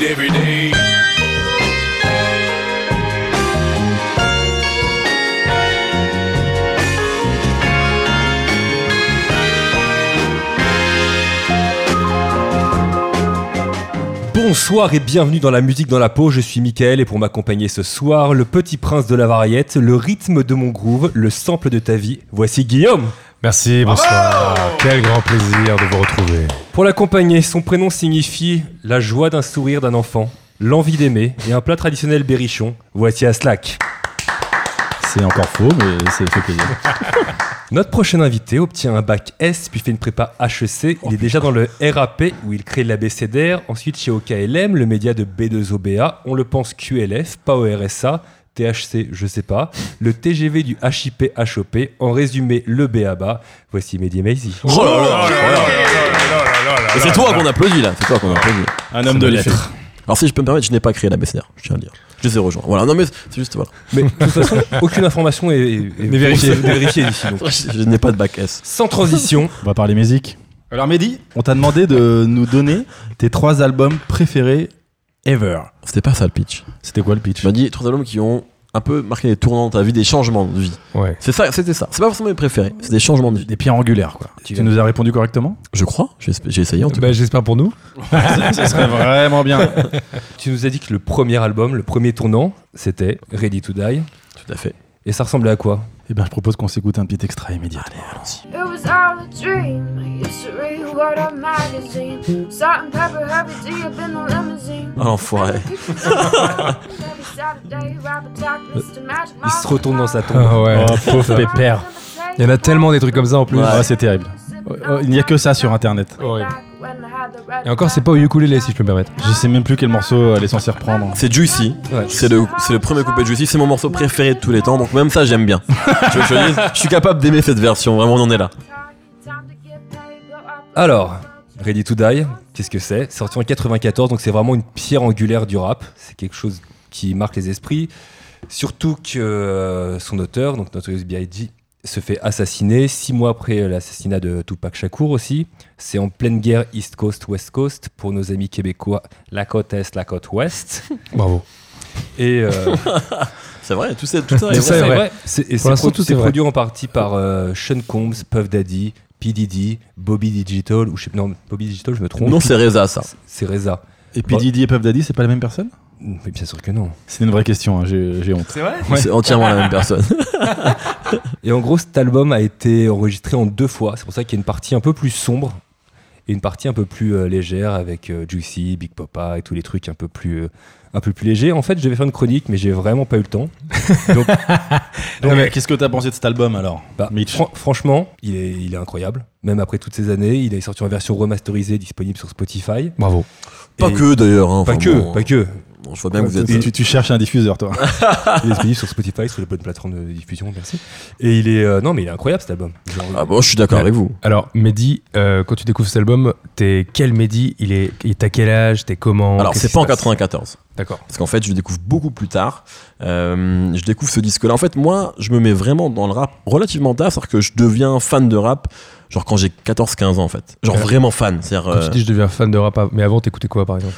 every day. Bonsoir et bienvenue dans la musique dans la peau, je suis Mickaël et pour m'accompagner ce soir, le petit prince de la variette, le rythme de mon groove, le sample de ta vie, voici Guillaume Merci, bonsoir. Quel grand plaisir de vous retrouver. Pour l'accompagner, son prénom signifie la joie d'un sourire d'un enfant, l'envie d'aimer et un plat traditionnel berrichon, voici Aslak. C'est encore faux, mais ça fait plaisir. Notre prochain invité obtient un bac S, puis fait une prépa HEC. Il est déjà dans le RAP où il crée l'ABCDR, ensuite chez OKLM, le média de B2OBA. On le pense QLF, pas au RSA, THC, je sais pas. Le TGV du HIP HOP, en résumé, le BABA. Voici Mehdi Maizy. Oh là là, oh là là. Et c'est toi qu'on applaudit là, c'est toi qu'on applaudit. Un homme de lettres. Alors si je peux me permettre, je n'ai pas créé la BCR, je tiens à le dire. Je les ai rejoints. Voilà, non mais c'est juste voilà. Mais de toute façon, aucune information est, est- est vérifiée, d'ici. donc. Je, je n'ai pas de bac S. Sans transition, On va parler musique. Alors Mehdi On t'a demandé de nous donner tes trois albums préférés Bah, ever. C'était pas ça le pitch. C'était quoi le pitch Tu m'as dit trois albums qui ont un peu marqué des tournants dans ta vie, des changements de vie. Ouais. C'est ça, c'était ça. C'est pas forcément mes préférés, c'est des changements de vie. Des pierres angulaires, quoi. Tu, nous as répondu correctement Je crois, j'ai esp- j'ai essayé en tout cas. Bah, J'espère pour nous. Ça serait vraiment bien. tu nous as dit que le premier album, le premier tournant, c'était Ready to Die. Tout à fait. Et ça ressemblait à quoi Eh bien, je propose qu'on s'écoute un petit extrait immédiat. It was all a dream. I used to read Word Up magazine. Salt and pepper, heavy D up in the limousine. Ah, l'enfoiré. Il se retourne dans sa tombe. Ah ouais. Oh, pauvre pépère. Il y en a tellement des trucs comme ça en plus. Ouais. Ah, c'est terrible. Oh, Il n'y a que ça sur internet. Ah. Horrible. Et encore, c'est pas au ukulélé si je peux me permettre. Je sais même plus quel morceau elle est censée reprendre. C'est Juicy. Ouais. C'est le, c'est le premier couplet de Juicy. C'est mon morceau préféré de tous les temps. Donc même ça, j'aime bien. Tu veux que je, te dise je suis capable d'aimer cette version. Vraiment, on en est là. Alors, Ready to Die, qu'est-ce que c'est Sorti en 94, donc c'est vraiment une pierre angulaire du rap. C'est quelque chose qui marque les esprits. Surtout que euh, son auteur, donc Notorious B.I.G., se fait assassiner six mois après l'assassinat de Tupac Shakur aussi. C'est en pleine guerre East Coast West Coast pour nos amis québécois, la côte est, la côte ouest. Bravo. Et euh, C'est vrai, tout ça, tout ça est vrai. Tout ça est vrai. C'est, et Pour c'est, l'instant, pro- tout c'est est vrai. produit en partie par euh, Sean Combs, Puff Daddy, P Diddy, Bobby Digital ou je sais- non Bobby Digital, je me trompe. Non, c'est Reza, ça. C'est Reza. Et puis Didi et Puff Daddy, c'est pas la même personne Mais bien sûr que non. Bah. C'est une vraie question, hein, j'ai j'ai honte. C'est vrai C'est entièrement la même personne. Et en gros, cet album a été enregistré en deux fois. C'est pour ça qu'il y a une partie un peu plus sombre et une partie un peu plus euh, légère avec euh, Juicy, Big Papa et tous les trucs un peu plus euh, un peu plus légers. En fait, je vais faire une chronique, mais j'ai vraiment pas eu le temps. Donc, Non, mais euh, Qu'est-ce que t'as pensé de cet album alors Bah, Mitch. fran- franchement, il est, il est incroyable. Même après toutes ces années, il est sorti en version remasterisée disponible sur Spotify. Bravo. Pas Et- que d'ailleurs. hein. Pas Enfin, que, bon, pas que. bon, je vois bien que vous êtes. Euh, Tu, tu cherches un diffuseur, toi. Il est disponible sur Spotify, sur les bonnes plateformes de diffusion, merci. Et il est. euh, non, mais il est incroyable cet album. Genre, Ah bon, je suis d'accord avec vous. Alors, Mehdi, euh, quand tu découvres cet album, t'es quel Mehdi Il est, il est à quel âge T'es comment Alors, Qu'est-ce c'est qui pas en se passe 94. D'accord. Parce qu'en fait, je le découvre beaucoup plus tard. Euh, je découvre ce disque-là. En fait, moi, je me mets vraiment dans le rap relativement tard. C'est-à-dire que je deviens fan de rap, genre quand j'ai 14-15 ans, en fait. Genre Ouais. vraiment fan. C'est-à-dire, Quand euh, tu dis je deviens fan de rap, mais avant, t'écoutais quoi par exemple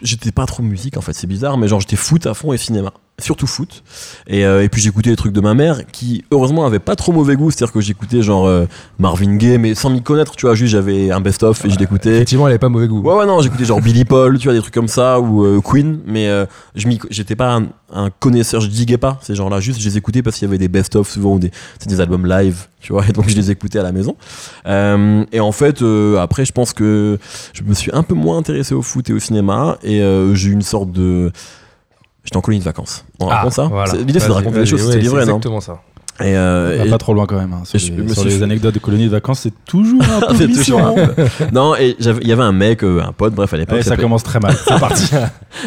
j'étais pas trop musique, en fait. C'est bizarre, mais genre, j'étais foot à fond et cinéma. Surtout foot. Et, euh, et puis, j'écoutais les trucs de ma mère qui, heureusement, avait pas trop mauvais goût. C'est-à-dire que j'écoutais genre euh, Marvin Gaye, mais sans m'y connaître, tu vois. Juste, j'avais un best-of et je l'écoutais. Effectivement, elle avait pas mauvais goût. Ouais, ouais, non, j'écoutais genre Billy Paul, tu vois, des trucs comme ça, ou euh, Queen, mais euh, je m'y- j'étais pas un, un connaisseur, je diguais pas ces gens-là, juste je les écoutais parce qu'il y avait des best-of souvent, ou des, c'est des albums live, tu vois, et donc je les écoutais à la maison. Euh, et en fait, euh, après, je pense que je me suis un peu moins intéressé au foot et au cinéma, et euh, j'ai eu une sorte de. J'étais en colonie de vacances. On Ah, raconte ça voilà. C'est- L'idée, c'est de Vas-y, raconter des vas-y, choses, ouais, c'est livré, non exactement ça. Et, euh, Ah, et- pas trop loin quand même. hein. Sur, Je- les, me sur suis les fait- anecdotes de colonies de vacances, c'est toujours un peu C'est mission. toujours non, et j'avais- il y avait un mec, euh, un pote, bref, à l'époque, Allez, il ça s'appelait- commence très mal. C'est parti. et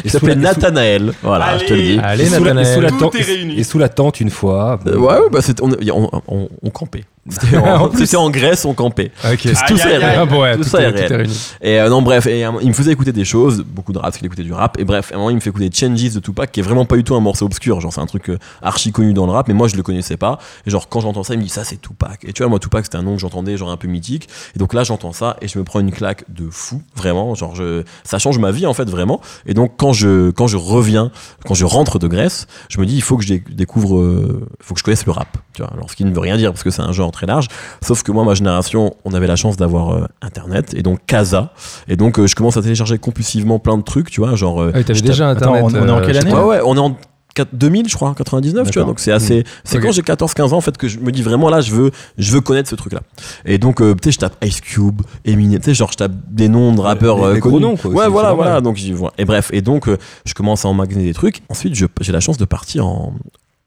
il sous s'appelait la- et sous- Nathanaël. Voilà, je te le dis. Allez, et sous la- et sous la Nathanaël. tente- Et sous la tente une fois. Euh, ouais, ouais, bah c'était- on, on, on- on campait. C'était en, euh, En plus. c'était en Grèce, on campait. Ok. Tout- tout ça est réel. Ah, bon, ouais, Tout ça est tout réel. réuni. Et euh, non, bref, et, euh, il me faisait écouter des choses, beaucoup de rap, parce qu'il écoutait du rap. Et bref, à un moment, il me fait écouter Changes de Tupac, qui est vraiment pas du tout un morceau obscur. Genre, c'est un truc euh, archi connu dans le rap, mais moi, je le connaissais pas. Et genre, quand j'entends ça, il me dit, ça, c'est Tupac. Et tu vois, moi, Tupac, c'était un nom que j'entendais, genre un peu mythique. Et donc là, j'entends ça, et je me prends une claque de fou, vraiment. Genre, je, ça change ma vie, en fait, vraiment. Et donc, quand je, quand je reviens, quand je rentre de Grèce, je me dis, il faut que je dé- découvre, euh, faut que je connaisse le rap. Tu vois, alors, ce qui ne veut rien dire, parce que c'est un genre très large. Sauf que moi, ma génération, on avait la chance d'avoir euh, Internet, et donc Casa. Et donc, euh, je commence à télécharger compulsivement plein de trucs, tu vois, genre. euh, Ah oui, t'avais je déjà Attends, Internet. on- on est en euh, quelle je année, crois. Ouais, ouais, on est en 4 2000, je crois, 99, tu vois. D'accord. Donc c'est assez. C'est Ok. quand j'ai 14-15 ans, en fait, que je me dis vraiment là, je veux, je veux connaître ce truc-là. Et donc, euh, tu sais, je tape Ice Cube, Eminem, tu sais, genre, je tape des noms de rappeurs Des- euh, des gros connus. noms, quoi, ouais, c'est- voilà, c'est voilà. normal. Donc, j'y vois. Et bref, et donc, euh, je commence à emmagasiner des trucs. Ensuite, je- j'ai la chance de partir en,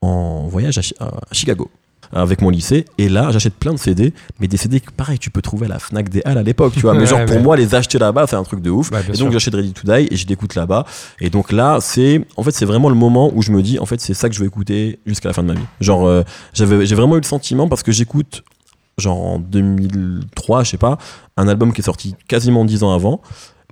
en voyage à, Chi- à Chicago avec mon lycée et là j'achète plein de CD mais des CD que pareil tu peux trouver à la Fnac des Halles à l'époque tu vois mais Ouais, genre pour ouais. moi les acheter là-bas c'est un truc de ouf Ouais, bien et sûr. donc j'achète Ready to Die et je l'écoute là-bas et donc là, c'est en fait c'est vraiment le moment où je me dis en fait c'est ça que je vais écouter jusqu'à la fin de ma vie. Genre euh, j'avais j'ai vraiment eu le sentiment parce que j'écoute genre en 2003, je sais pas, un album qui est sorti quasiment 10 ans avant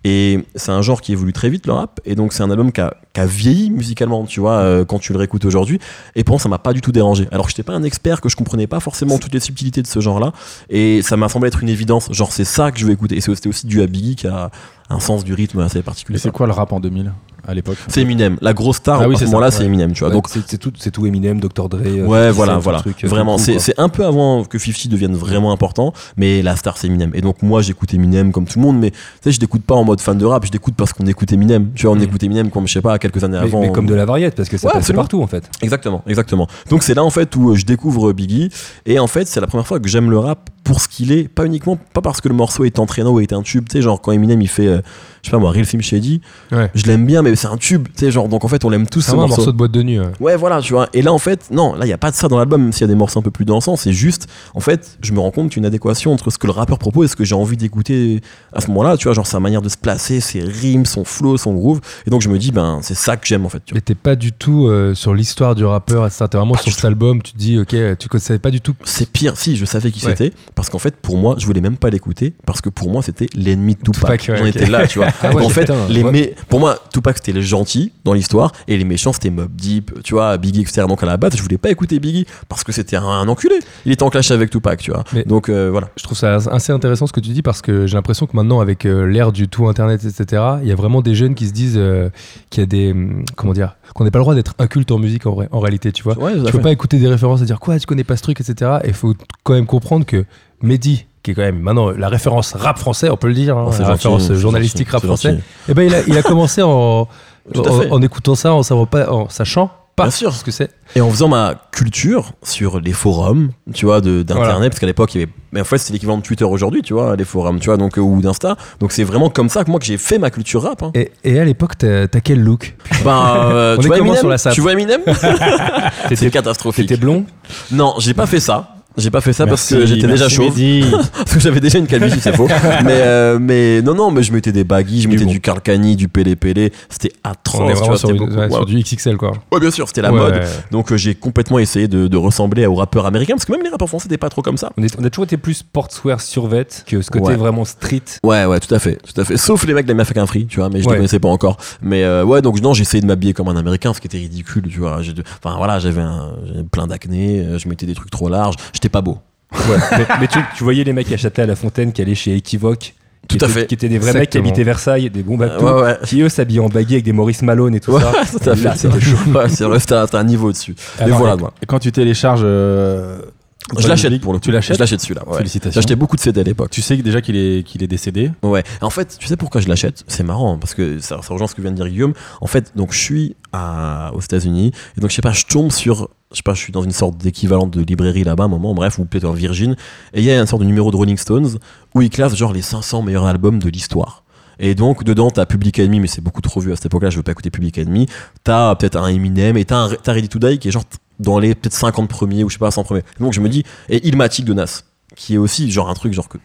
et c'est un genre qui évolue très vite le rap et donc c'est un album qui a, qui a vieilli musicalement, tu vois, euh, quand tu le réécoutes aujourd'hui et pour moi ça m'a pas du tout dérangé. Alors que j'étais pas un expert que je comprenais pas forcément toutes les subtilités de ce genre-là et ça m'a semblé être une évidence, genre c'est ça que je vais écouter et c'est- c'était aussi dû à Biggie qui a un sens du rythme assez particulier. Mais c'est quoi le rap en 2000 à l'époque C'est Eminem. La grosse star Ah oui, à ce c'est ça, moment-là, c'est ouais. Eminem, tu vois. Ouais, Donc, c'est c'est tout, c'est tout Eminem, Dr. Dre. euh, ouais, 50 voilà, Cent, voilà. truc, euh, Vraiment, tout, c'est quoi. c'est un peu avant que 50 devienne vraiment important, mais la star, c'est Eminem. Et donc, moi, j'écoute Eminem comme tout le monde, mais tu sais, je l'écoute pas en mode fan de rap, je l'écoute parce qu'on écoute Eminem. Tu vois, on Mhm. écoute Eminem comme, je sais pas, quelques années Mm. Mais, avant. mais comme de la variette, parce que ça Ouais, passe absolument. partout en fait. Exactement, exactement. Donc c'est là en fait où euh, je découvre euh, Biggie et en fait c'est la première fois que j'aime le rap pour ce qu'il est, pas uniquement pas parce que le morceau est entraînant ou est un tube, tu sais genre quand Eminem il fait euh, je sais pas moi Real Film Shady, Ouais. je l'aime bien mais c'est un tube, tu sais genre donc en fait on l'aime tous C'est ce vraiment un morceau. morceau de boîte de nuit. ouais. Ouais, voilà, tu vois. Et là, en fait, non, là, il n'y a pas de ça dans l'album, même s'il y a des morceaux un peu plus dansants. C'est juste, en fait, je me rends compte qu'il y a une adéquation entre ce que le rappeur propose et ce que j'ai envie d'écouter à ce moment-là, tu vois, genre sa manière de se placer, ses rimes, son flow, son groove. Et donc, je me dis, ben, c'est ça que j'aime, en fait, tu vois. Mais t'es pas du tout euh, sur l'histoire du rappeur, etc. T'es vraiment Pas sur du cet album, tu te dis, ok, tu connaissais pas du tout. C'est pire, si je savais qui Ouais. c'était, parce qu'en fait, pour moi, je voulais même pas l'écouter, parce que pour moi, c'était l'ennemi de Tupac. Tupac, ouais, J'en ok. étais là, tu vois. Ah ouais, en fait, putain, les ouais. mé- pour moi, Tupac, c'était les gentils dans l'histoire, et les méchants, c'était Mob Deep, tu vois, Biggie, etc. Donc à la base, je voulais pas écouter Biggie, parce que c'était un, un enculé. Il était en clash avec Tupac, tu vois. Mais- Donc euh, voilà. Je trouve ça assez intéressant ce que tu dis parce que j'ai l'impression que maintenant, avec euh, l'ère du tout Internet, etc., il y a vraiment des jeunes qui se disent euh, qu'il y a des. hum, Comment dire Qu'on n'est pas le droit d'être inculte en musique en, vrai, en réalité, tu vois. Ouais, tout à Tu fait. peux pas écouter des références et dire quoi, tu connais pas ce truc, etc. Et faut quand même comprendre que Mehdi, qui est quand même maintenant la référence rap français, on peut le dire, hein, Oh, c'est la gentil, référence c'est journalistique gentil, rap c'est français, gentil. et ben il a, il a commencé en, Tout à en- fait. en écoutant ça, en savant pas, en sachant pas Bien sûr. ce que c'est. Et en faisant ma culture sur les forums, tu vois, de- d'internet, Voilà. parce qu'à l'époque, il y avait. Mais en fait, c'est l'équivalent de Twitter aujourd'hui, tu vois, les forums, tu vois, donc, euh, ou d'Insta. Donc c'est vraiment comme ça que moi que j'ai fait ma culture rap. hein. Et, et à l'époque, t'as t'as quel look Ben, euh, On tu, est vois comment Eminem sur la sape tu vois Eminem C'est catastrophique. T'étais blond Non, j'ai pas fait ça. J'ai pas fait ça parce que Merci, j'étais déjà merci, chauve. Mehdi. parce que j'avais déjà une calvitie, c'est faux. Mais, euh, mais non, non, mais je mettais des baggies, je Du mettais bon. du Carcani, du Pélé Pélé. C'était On est atroce, tu vraiment vois, sur, c'était une- beaucoup. ouais, sur Ouais. du XXL quoi. Ouais, bien sûr, c'était la Ouais, mode. ouais. Donc euh, j'ai complètement essayé de, de ressembler aux rappeurs américains parce que même les rappeurs français n'étaient pas trop comme ça. on, est- on a toujours été plus sportswear survet que ce côté Ouais. vraiment street. Ouais, ouais, tout à fait, tout à fait. Sauf les mecs de la Mafia Free, tu vois, mais je les Ouais. connaissais pas encore. Mais euh, ouais, donc non, j'essayais de m'habiller comme un Américain, ce qui était ridicule, tu vois. J'ai de- Enfin voilà, j'avais un- j'avais plein d'acné, euh, je mettais des trucs trop larges, j'étais pas beau. mais mais tu, tu voyais les mecs à Châtelet à la Fontaine qui allaient chez Equivoque. qui Tout étaient- à fait. Qui étaient des vrais mecs qui Exactement. habitaient Versailles, des bons bateaux. ouais, ouais. Qui eux s'habillaient en baguette avec des Maurice Malone et tout Ouais, ça. tout à Euh, Là, fait. c'était chaud. Ouais, c'est vrai, c'était un- c'était un niveau dessus. Mais Alors, voilà, et- voilà. et Quand tu télécharges. euh, Je Bad l'achète Big, pour le coup. Tu l'achètes Je l'achète celui-là. ouais. Félicitations. J'achetais beaucoup de CD à l'époque. Tu sais que déjà qu'il est, qu'il est décédé. Ouais. En fait, tu sais pourquoi je l'achète C'est marrant hein, parce que ça, ça rejoint ce que vient de dire Guillaume. En fait, donc je suis à, aux États-Unis et donc je sais pas, je tombe sur, je sais pas, je suis dans une sorte d'équivalent de librairie là-bas, à un moment, bref, ou peut-être en Virgin, et il y a une sorte de numéro de Rolling Stones où ils classent genre les 500 meilleurs albums de l'histoire. Et donc, dedans, t'as Public Enemy, mais c'est beaucoup trop vu à cette époque-là, je veux pas écouter Public Enemy. T'as euh, peut-être un Eminem et t'as un- t'as Ready to Die qui est genre dans les peut-être 50 premiers ou je sais pas 100 premiers. Donc je me dis, et Ilmatic de Nas, qui est aussi genre un truc genre que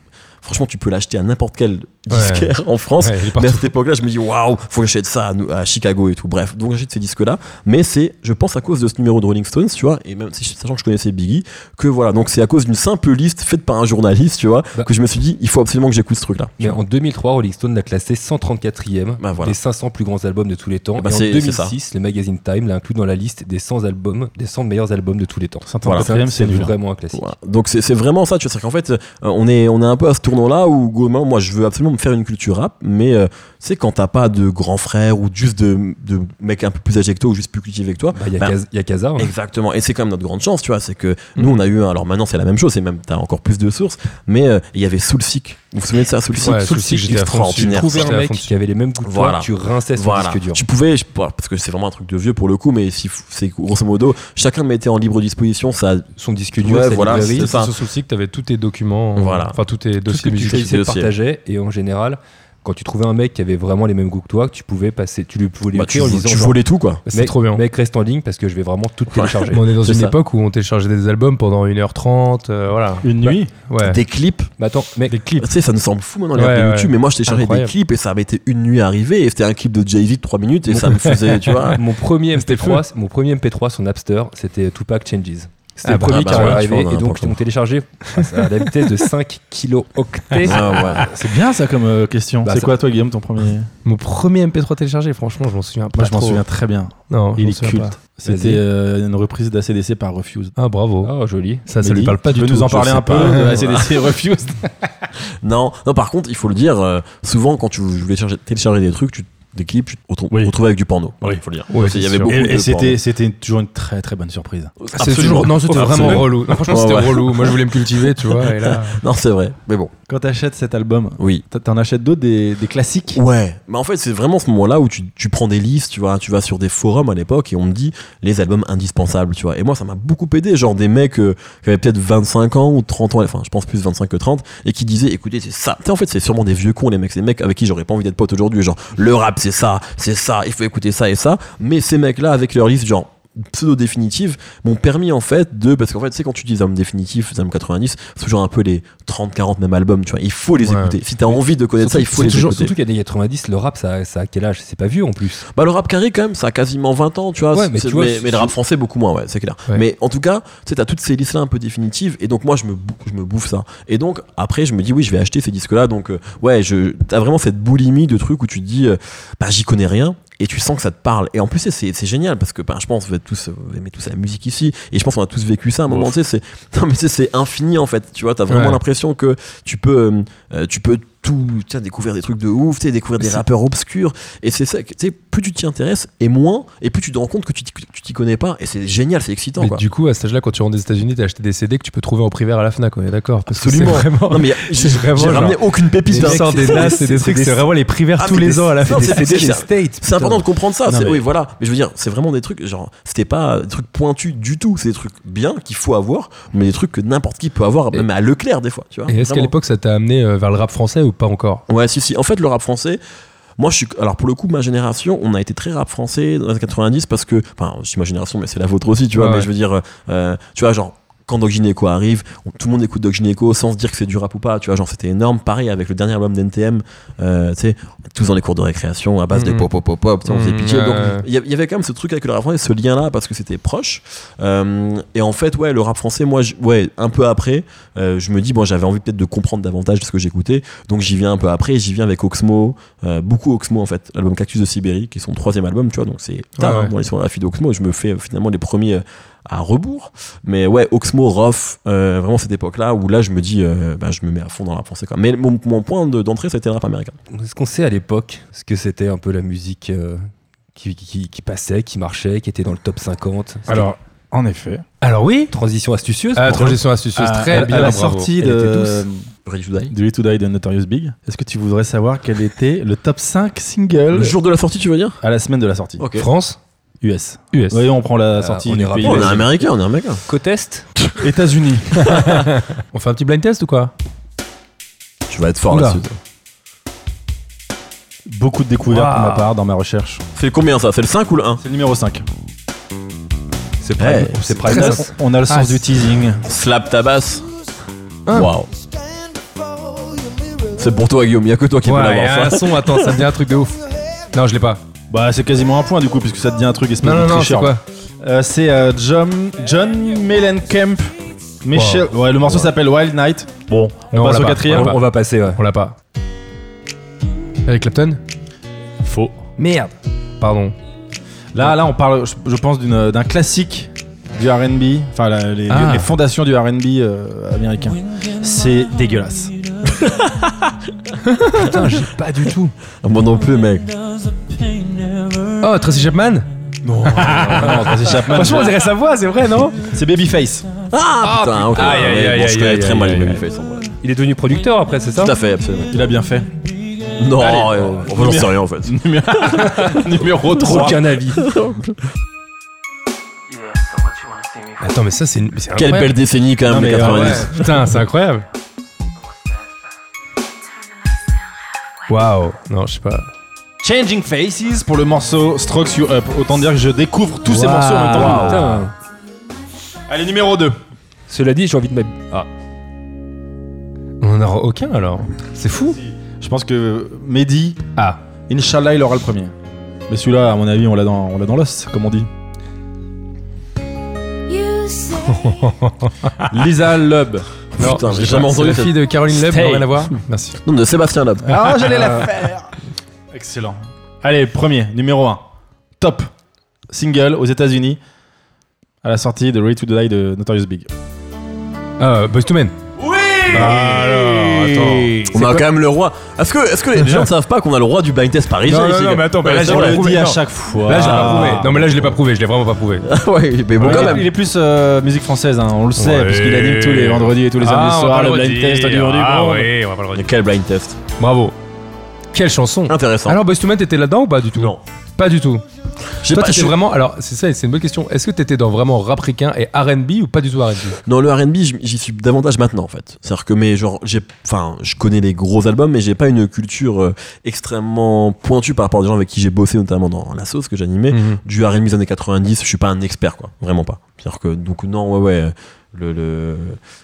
Franchement, tu peux l'acheter à n'importe quel disquaire en France. Ouais, il est Mais à partout. cette époque-là, je me dis waouh, faut que j'achète ça à, nous- à Chicago et tout. Bref, donc j'achète ces disques-là. Mais c'est, je pense, à cause de ce numéro de Rolling Stones, tu vois, et même si- sachant que je connaissais Biggie, que voilà. Donc c'est à cause d'une simple liste faite par un journaliste, tu vois, Bah. que je me suis dit, il faut absolument que j'écoute ce truc-là. Mais en 2003, Rolling Stone l'a classé 134e Bah voilà. des 500 plus grands albums de tous les temps. Eh ben, et en c'est- c'est ça. 2006, le magazine Time l'a inclus dans la liste des 100 albums, des 100 meilleurs albums de tous les temps. Voilà. Ça, C'est nul. vraiment un classique. Voilà. Donc c'est c'est vraiment ça, tu vois. C'est qu'en fait, euh, on est, on est un peu à ce tournant-là où, globalement, moi, je veux absolument me faire une culture rap, mais euh, c'est quand t'as pas de grand frère ou juste de, de mecs un peu plus âgés que toi ou juste plus cultivés que toi. Bah, Il y a bah, Kaz- il y a Kaza. hein. Exactement. Et c'est quand même notre grande chance, tu vois. C'est que Mm. nous, on a eu. un- Alors maintenant, c'est la même chose. Et même, t'as encore plus de sources. Mais euh, il y avait Soulseek. Vous vous souvenez de ça, Soulseek Ouais, Soul Soul Seek, Seek, j'étais à fond dessus. Tu extraordinaire. trouvais J'étais un à mec fond qui avait les mêmes goûts de toi, Voilà. tu rinçais son Voilà. disque dur. Tu pouvais, je, parce que c'est vraiment un truc de vieux pour le coup, mais si c'est grosso modo, chacun mettait en libre disposition bah, ça. Son disque dur, Ouais, sa voilà, librairie, c'est ça. Sur Soulseek, t'avais tous tes documents, Voilà. enfin tous tes tout ce que tu dossiers musicaux. choisissais de dossier. partager. Et en général, quand tu trouvais un mec qui avait vraiment les mêmes goûts que toi, tu pouvais passer, tu lui pouvais Bah, l'écrire tu, en lui tu disant genre, volais tout quoi. C'est mec, trop bien. mec, reste en ligne parce que je vais vraiment tout télécharger. Mais on est dans C'est une ça. époque où on téléchargeait des albums pendant 1h30, euh, voilà. Une nuit Ouais. Des clips. Mais attends, mec, Des clips. Tu sais, ça nous semble fou maintenant les Ouais, apps de ouais. YouTube, mais moi je téléchargeais des Incroyable. clips et ça mettait une nuit à arriver et c'était un clip de Jay-Z de 3 minutes et ça me faisait, tu vois. mon premier MP3, mon premier MP3 sur Napster, c'était Tupac Changes. C'était Ah le bah, premier bah, qui ouais, tu arrivait vois, on a et donc un ils m'ont téléchargé à la vitesse de 5 kilo octets. Ah, ouais. C'est bien ça comme euh, question. Bah, c'est ça- quoi toi Guillaume ton premier Mon premier MP3 téléchargé, franchement, je m'en souviens pas. Moi je m'en trop. souviens très bien. Non, je Il m'en est souviens culte. pas. C'était Vas-y. euh, une reprise d'ACDC par Refused. Ah, bravo. Oh joli. Ça, ça Mehdi, lui parle pas tu du peux tout. nous en je parler sais un peu pas. de ACDC Refused Non, non, par contre, il faut le dire, euh, souvent quand tu voulais charger- télécharger des trucs, tu, des clips, tu te retrouves, Oui. retrouvais avec du porno. Oui. faut le dire. Ouais, Parce qu'il y c'est avait sûr. beaucoup de Et, et c'était porno. c'était toujours une très très bonne surprise. Ah, C'est Absolument. Ah, toujours- Non, c'était Absolument. vraiment relou. Non, franchement, Ouais, c'était ouais. relou. Moi, je voulais me cultiver, tu vois. Et là, Non, c'est vrai. Mais bon, Quand t'achètes cet album, oui. t- t'en achètes d'autres des, des classiques Ouais, mais en fait c'est vraiment ce moment-là où tu, tu prends des listes, tu vois, tu vas sur des forums à l'époque et on me dit les albums indispensables, tu vois. Et moi ça m'a beaucoup aidé, genre des mecs euh, qui avaient peut-être 25 ans ou 30 ans, enfin je pense plus 25 que 30, et qui disaient écoutez c'est ça. Tu sais en fait c'est sûrement des vieux cons les mecs, c'est des mecs avec qui j'aurais pas envie d'être pote aujourd'hui, genre le rap c'est ça, c'est ça, il faut écouter ça et ça. Mais ces mecs-là avec leur liste genre pseudo définitive m'ont permis en fait de parce qu'en fait tu sais quand tu dis des albums définitifs des albums 90 c'est toujours un peu les 30 40 mêmes albums tu vois il faut les Ouais. écouter si t'as envie de connaître ça il C'est faut les toujours, écouter surtout qu'à des 90, le rap, ça, ça a quel âge C'est pas vieux en plus. bah, le rap carré, quand même, ça a quasiment 20 ans, tu vois. Ouais, mais C'est- tu vois, c'est- le rap français, beaucoup moins, ouais, c'est clair. Ouais. Mais en tout cas, tu sais, t'as toutes ces listes-là un peu définitives. Et donc, moi, je me, bou- je me bouffe ça. Et donc, après, je me dis, oui, je vais acheter ces disques-là. Donc, euh, ouais, je, t'as vraiment cette boulimie de trucs où tu te dis, euh, bah, j'y connais rien. Et tu sens que ça te parle. Et en plus, c'est- c'est c'est génial parce que bah, je pense que vous, êtes tous, euh, vous aimez tous la musique ici. Et je pense qu'on a tous vécu ça à un moment. Tu sais, c'est- non, mais tu sais, c'est infini en fait. Tu vois, t'as vraiment Ouais. l'impression que tu peux, euh, euh, tu peux tout tiens, découvrir des trucs de ouf, tu sais, découvrir des C'est- rappeurs obscurs. Et c'est ça, que, tu sais, plus tu t'y intéresses et moins, et plus tu te rends compte que tu t'y- tu t'y connais pas. Et c'est génial, c'est excitant. mais quoi. du coup, à cet âge-là, quand tu rentres des États-Unis, t'as acheté des CD que tu peux trouver en privé à la Fnac, on est d'accord parce que Absolument. c'est Vraiment... Non, mais y a- c'est j'ai vraiment j'ai ramené aucune Des pépite. hein. sorts, des nas, c'est des trucs, c'est vraiment les privers Ah, tous mais les des- ans à la non, fin c'est- des c'est- CD des States. C'est important de comprendre ça. Non, c'est- mais- Oui, voilà. Mais je veux dire, c'est vraiment des trucs, genre, c'était pas des trucs pointus du tout. C'est des trucs bien qu'il faut avoir, mais des trucs que n'importe qui peut avoir, Et- même à Leclerc, des fois. Tu vois, Et est-ce qu'à Vraiment. l'époque, ça t'a amené euh, vers le rap français ou pas encore Ouais, si, si. En fait, le rap français, moi, je suis. Alors, pour le coup, ma génération, on a été très rap français dans les années 90 parce que. Enfin, je dis ma génération, mais c'est la vôtre aussi, tu vois. Ouais, mais ouais. je veux dire, euh, tu vois, genre. Quand Doc Gineco arrive, on- tout le monde écoute Doc Gineco sans se dire que c'est du rap ou pas, tu vois, genre c'était énorme. Pareil avec le dernier album d'NTM, euh, tu sais, tous dans les cours de récréation à base de Mhm. pop pop pop pop, tu sais, on faisait Mhm, pitié. ouais, Donc, ouais. il y a- il y avait quand même ce truc avec le rap français, ce lien-là, parce que c'était proche. Euh, et en fait, ouais, le rap français, moi, je- ouais, un peu après, euh, je me dis, bon, j'avais envie peut-être de comprendre davantage ce que j'écoutais, donc j'y viens un peu après, j'y viens avec Oxmo, euh, beaucoup Oxmo en fait, l'album Cactus de Sibérie, qui est son troisième album, tu vois, donc c'est tard Ouais, hein, ouais. dans l'histoire de la fille d'Oxmo, je me fais euh, finalement les premiers euh, à rebours, mais ouais, Oxmo, Rof, euh, vraiment cette époque-là, où là, je me dis, euh, bah, je me mets à fond dans le rap français, quoi. Mais mon, mon point de- d'entrée, c'était le rap américain. Est-ce qu'on sait à l'époque ce que c'était un peu la musique euh, qui, qui- qui passait, qui marchait, qui était dans le top 50 C'était Alors, en effet. Alors oui. transition astucieuse. Ah, pour- transition astucieuse, à, très à bien. la bravo. sortie Elle était de, douce. Ready to Die. de Ready to Die de Notorious Big, est-ce que tu voudrais savoir quel était le top 5 single Le jour de la sortie, tu veux dire à la semaine de la sortie Ok. France, US. US. Voyons, on prend la Ah, sortie on du ira pays. pas, Oh, on est américain, on est américain. Côte Est États-Unis. On fait un petit blind test ou quoi Tu vas être fort Oula. là-dessus. Beaucoup de découvertes pour Waouh. ma part dans ma recherche. C'est combien ça C'est le 5 ou le 1 C'est le numéro 5. C'est Prime. Eh, c'est On Prime. a, Time. on a le sens Ah, du teasing. Slap ta basse. Hein Waouh. C'est pour toi, Guillaume. Il y a que toi qui peux Ouais, il y l'avoir. a un ça. son, attends, ça me dit un truc de ouf. Non, je l'ai pas. Bah, c'est quasiment un point du coup, puisque ça te dit un truc espèce Non, de non, non, c'est tricheur. quoi Euh, C'est euh, John, John Mellencamp. Michel. Ouais, le morceau s'appelle Wild Night. Bon, on Non, on passe l'a au pas. quatrième. On l'a On va passer, ouais. On l'a pas. Eric Clapton Faux. Merde. Pardon. Là, là, on parle, je, je pense, d'une- d'un classique du RB, enfin la- les, Ah. les fondations du RB euh, américain. C'est dégueulasse. Putain, j'ai pas du tout. Moi non plus, mec. Oh, Tracy Chapman Franchement, on dirait sa voix, c'est vrai, non C'est Babyface. Ah, putain, ok. aïe, aïe, Ouais, bon, aïe, je connais aïe, très aïe, mal les aïe, Babyface. en vrai. Il est devenu producteur après, c'est ça Tout à fait, absolument. Il a bien fait. Non, euh, enfin, j'en sais rien en fait. Numéro Aucun avis. Attends, mais ça, c'est une- mais c'est Quelle incroyable. belle décennie quand Non, même, les mais, euh, 90. Ouais, Putain, c'est incroyable. Waouh. Non, je sais pas. Changing Faces pour le morceau Strokes You Up. Autant dire que je découvre tous ces Waouh. morceaux en même Ah. temps. Putain. Allez, numéro 2. Cela dit, j'ai envie de m'habiller. Ah. On en aura aucun alors. C'est fou. Je pense que Mehdi, Ah. Inch'Allah, il aura le premier. Mais celui-là, à mon avis, on l'a dans, on l'a dans l'os, comme on dit. You say Lisa Loeb. Non, Putain, j'ai je sais jamais pas. entendu C'est La cette- fille de Caroline Leb, Stay. rien à voir. Merci. Non, de Sébastien Loeb. Ah, j'allais la faire. Excellent. Allez, premier, numéro 1. Top. Single aux États-Unis à la sortie de Ready to Die de Notorious Big. Ah, Boyz II Men. Oui. Alors, attends. On a quand même le roi. Est-ce que, est-ce que les gens ne savent pas qu'on a le roi du blind test parisien Non, non, ici non, gars mais attends, bah, Ouais, là, c'est j'ai vrai. le prouvé, non. chaque fois. Là, je l'ai pas Ah. prouvé. Non, mais là, je l'ai pas prouvé. Je l'ai vraiment pas prouvé. Ouais, mais bon, il, quand est- même. il est plus euh, musique française, hein, on le sait, Ouais. parce qu'il anime tous les vendredis et tous les samedis Ah, on va soirs pas le redire. blind test du jour du Ah monde. oui, on va pas le redire. Quel blind test Bravo. Quelle chanson. Intéressant. Alors, Boyz II Men, t'étais là-dedans ou pas du tout Non. Pas du tout. J'ai Toi, pas- t'étais j'ai- vraiment. Alors, c'est ça, c'est une bonne question. Est-ce que t'étais dans vraiment rap ricain et RB ou pas du tout RB Non, le RB, j'y j'y suis davantage maintenant en fait. C'est-à-dire que, mais genre, j'ai, enfin, je connais les gros albums, mais j'ai pas une culture euh, extrêmement pointue par rapport aux gens avec qui j'ai bossé, notamment dans La Sauce que j'animais. Du RB des années 90, je suis pas un expert, quoi. Vraiment pas. C'est-à-dire que, donc, non, ouais, ouais. Le, le-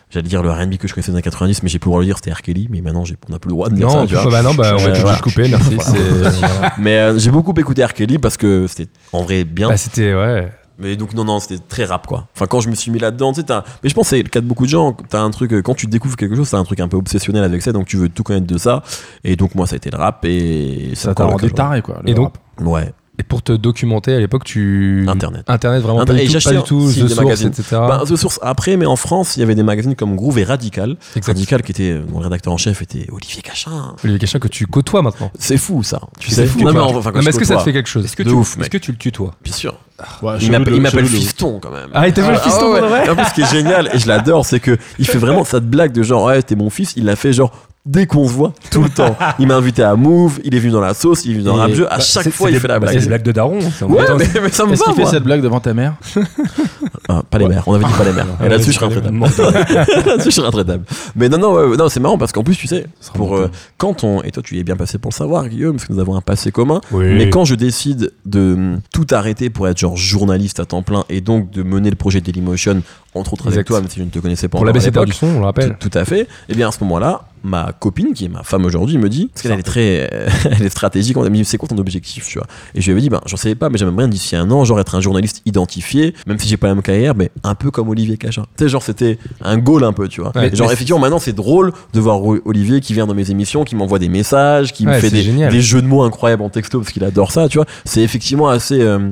j'allais dire le RB que je connaissais dans les années 90, mais j'ai plus le droit de le dire, c'était R. Kelly, mais maintenant, j'ai, on a plus le droit Oh, de dire ça. Non, tu vois. Bah, bah non, bah, on Je- va je- tout voilà. juste couper, merci. Bah, c'est- Mais euh, j'ai beaucoup écouté R. Kelly parce que c'était en vrai bien. Bah, c'était, ouais. Mais donc, non, non, c'était très rap, quoi. Enfin, quand je me suis mis là-dedans, tu sais, t'as- Mais je pense que c'est le cas de beaucoup de gens. T'as un truc, euh, quand tu découvres quelque chose, t'as un truc un peu obsessionnel avec ça, donc tu veux tout connaître de ça. Et donc, moi, ça a été le rap et. c'est Ça t'a encore le rendu cas, taré, quoi. le Et donc, rap. genre. Ouais. Et pour te documenter à l'époque, tu. Internet. Internet, vraiment Internet. pas Et du tout, j'achetais pas du tout aussi The des Source, magazines. etc. Bah, The Source après, mais en France, il y avait des magazines comme Groove et Radical. Exact. Radical, qui était. euh, Mon rédacteur en chef était Olivier Cachin. Olivier Cachin que tu côtoies maintenant. C'est fou, ça. Tu C'est sais. fou, Non, mais quoi. enfin, quand Non, je mais est-ce que ça te côtoie- fait quelque chose Est-ce que, De tu- ouf, est-ce mec. que tu le tutoies Bien sûr. Ouais, Il chelou m'appelle- le- il m'appelle chelou le- Fiston, quand même. Ah, il t'appelle Ah, fiston ouais, pour de ouais. vrai En plus, ce qui est génial, et je l'adore, c'est que il fait vraiment cette blague de genre, ouais, t'es mon fils, il l'a fait genre dès qu'on se voit, tout le temps. Il m'a invité à Move, il est venu dans la sauce, il est venu dans Et- Rap Jeu, à bah, chaque c'est- fois c'est il des- fait la bah, C'est blague. des blagues de daron. c'est en Ouais, même temps- mais, mais ça me Est-ce va, qu'il fait moi. cette blague devant ta mère Ah, pas les mères, on avait dit pas les mères. Ah, Et là-dessus, je serais intraitable. là-dessus, je serais intraitable. Mais non, non, ouais, ouais, non c'est marrant parce qu'en plus, tu sais, pour, euh, quand on, et toi, tu y es bien passé pour le savoir, Guillaume, parce que nous avons un passé commun, mais quand je décide de hum, tout arrêter pour être genre journaliste à temps plein et donc de mener le projet Dailymotion, entre autres avec Exact. toi, même si je ne te connaissais pas Pour la encore à baisse l'époque, du son, on le rappelle. Tout, tout à fait. Et bien à ce moment-là, ma copine, qui est ma femme aujourd'hui, me dit, parce qu'elle elle est très euh, elle est stratégique, on a dit, c'est quoi ton objectif, tu vois Et je lui avais dit, ben, j'en savais pas, mais j'aimerais bien d'ici un an, genre être un journaliste identifié, même si j'ai pas la même carrière, mais un peu comme Olivier Cachin. Tu sais, genre c'était un goal un peu, tu vois. Ouais. genre Mais- effectivement, maintenant c'est drôle de voir O- Olivier qui vient dans mes émissions, qui m'envoie des messages, qui Ouais, me fait c'est des, génial. des jeux de mots incroyables en texto, parce qu'il adore ça, tu vois. C'est effectivement assez... euh,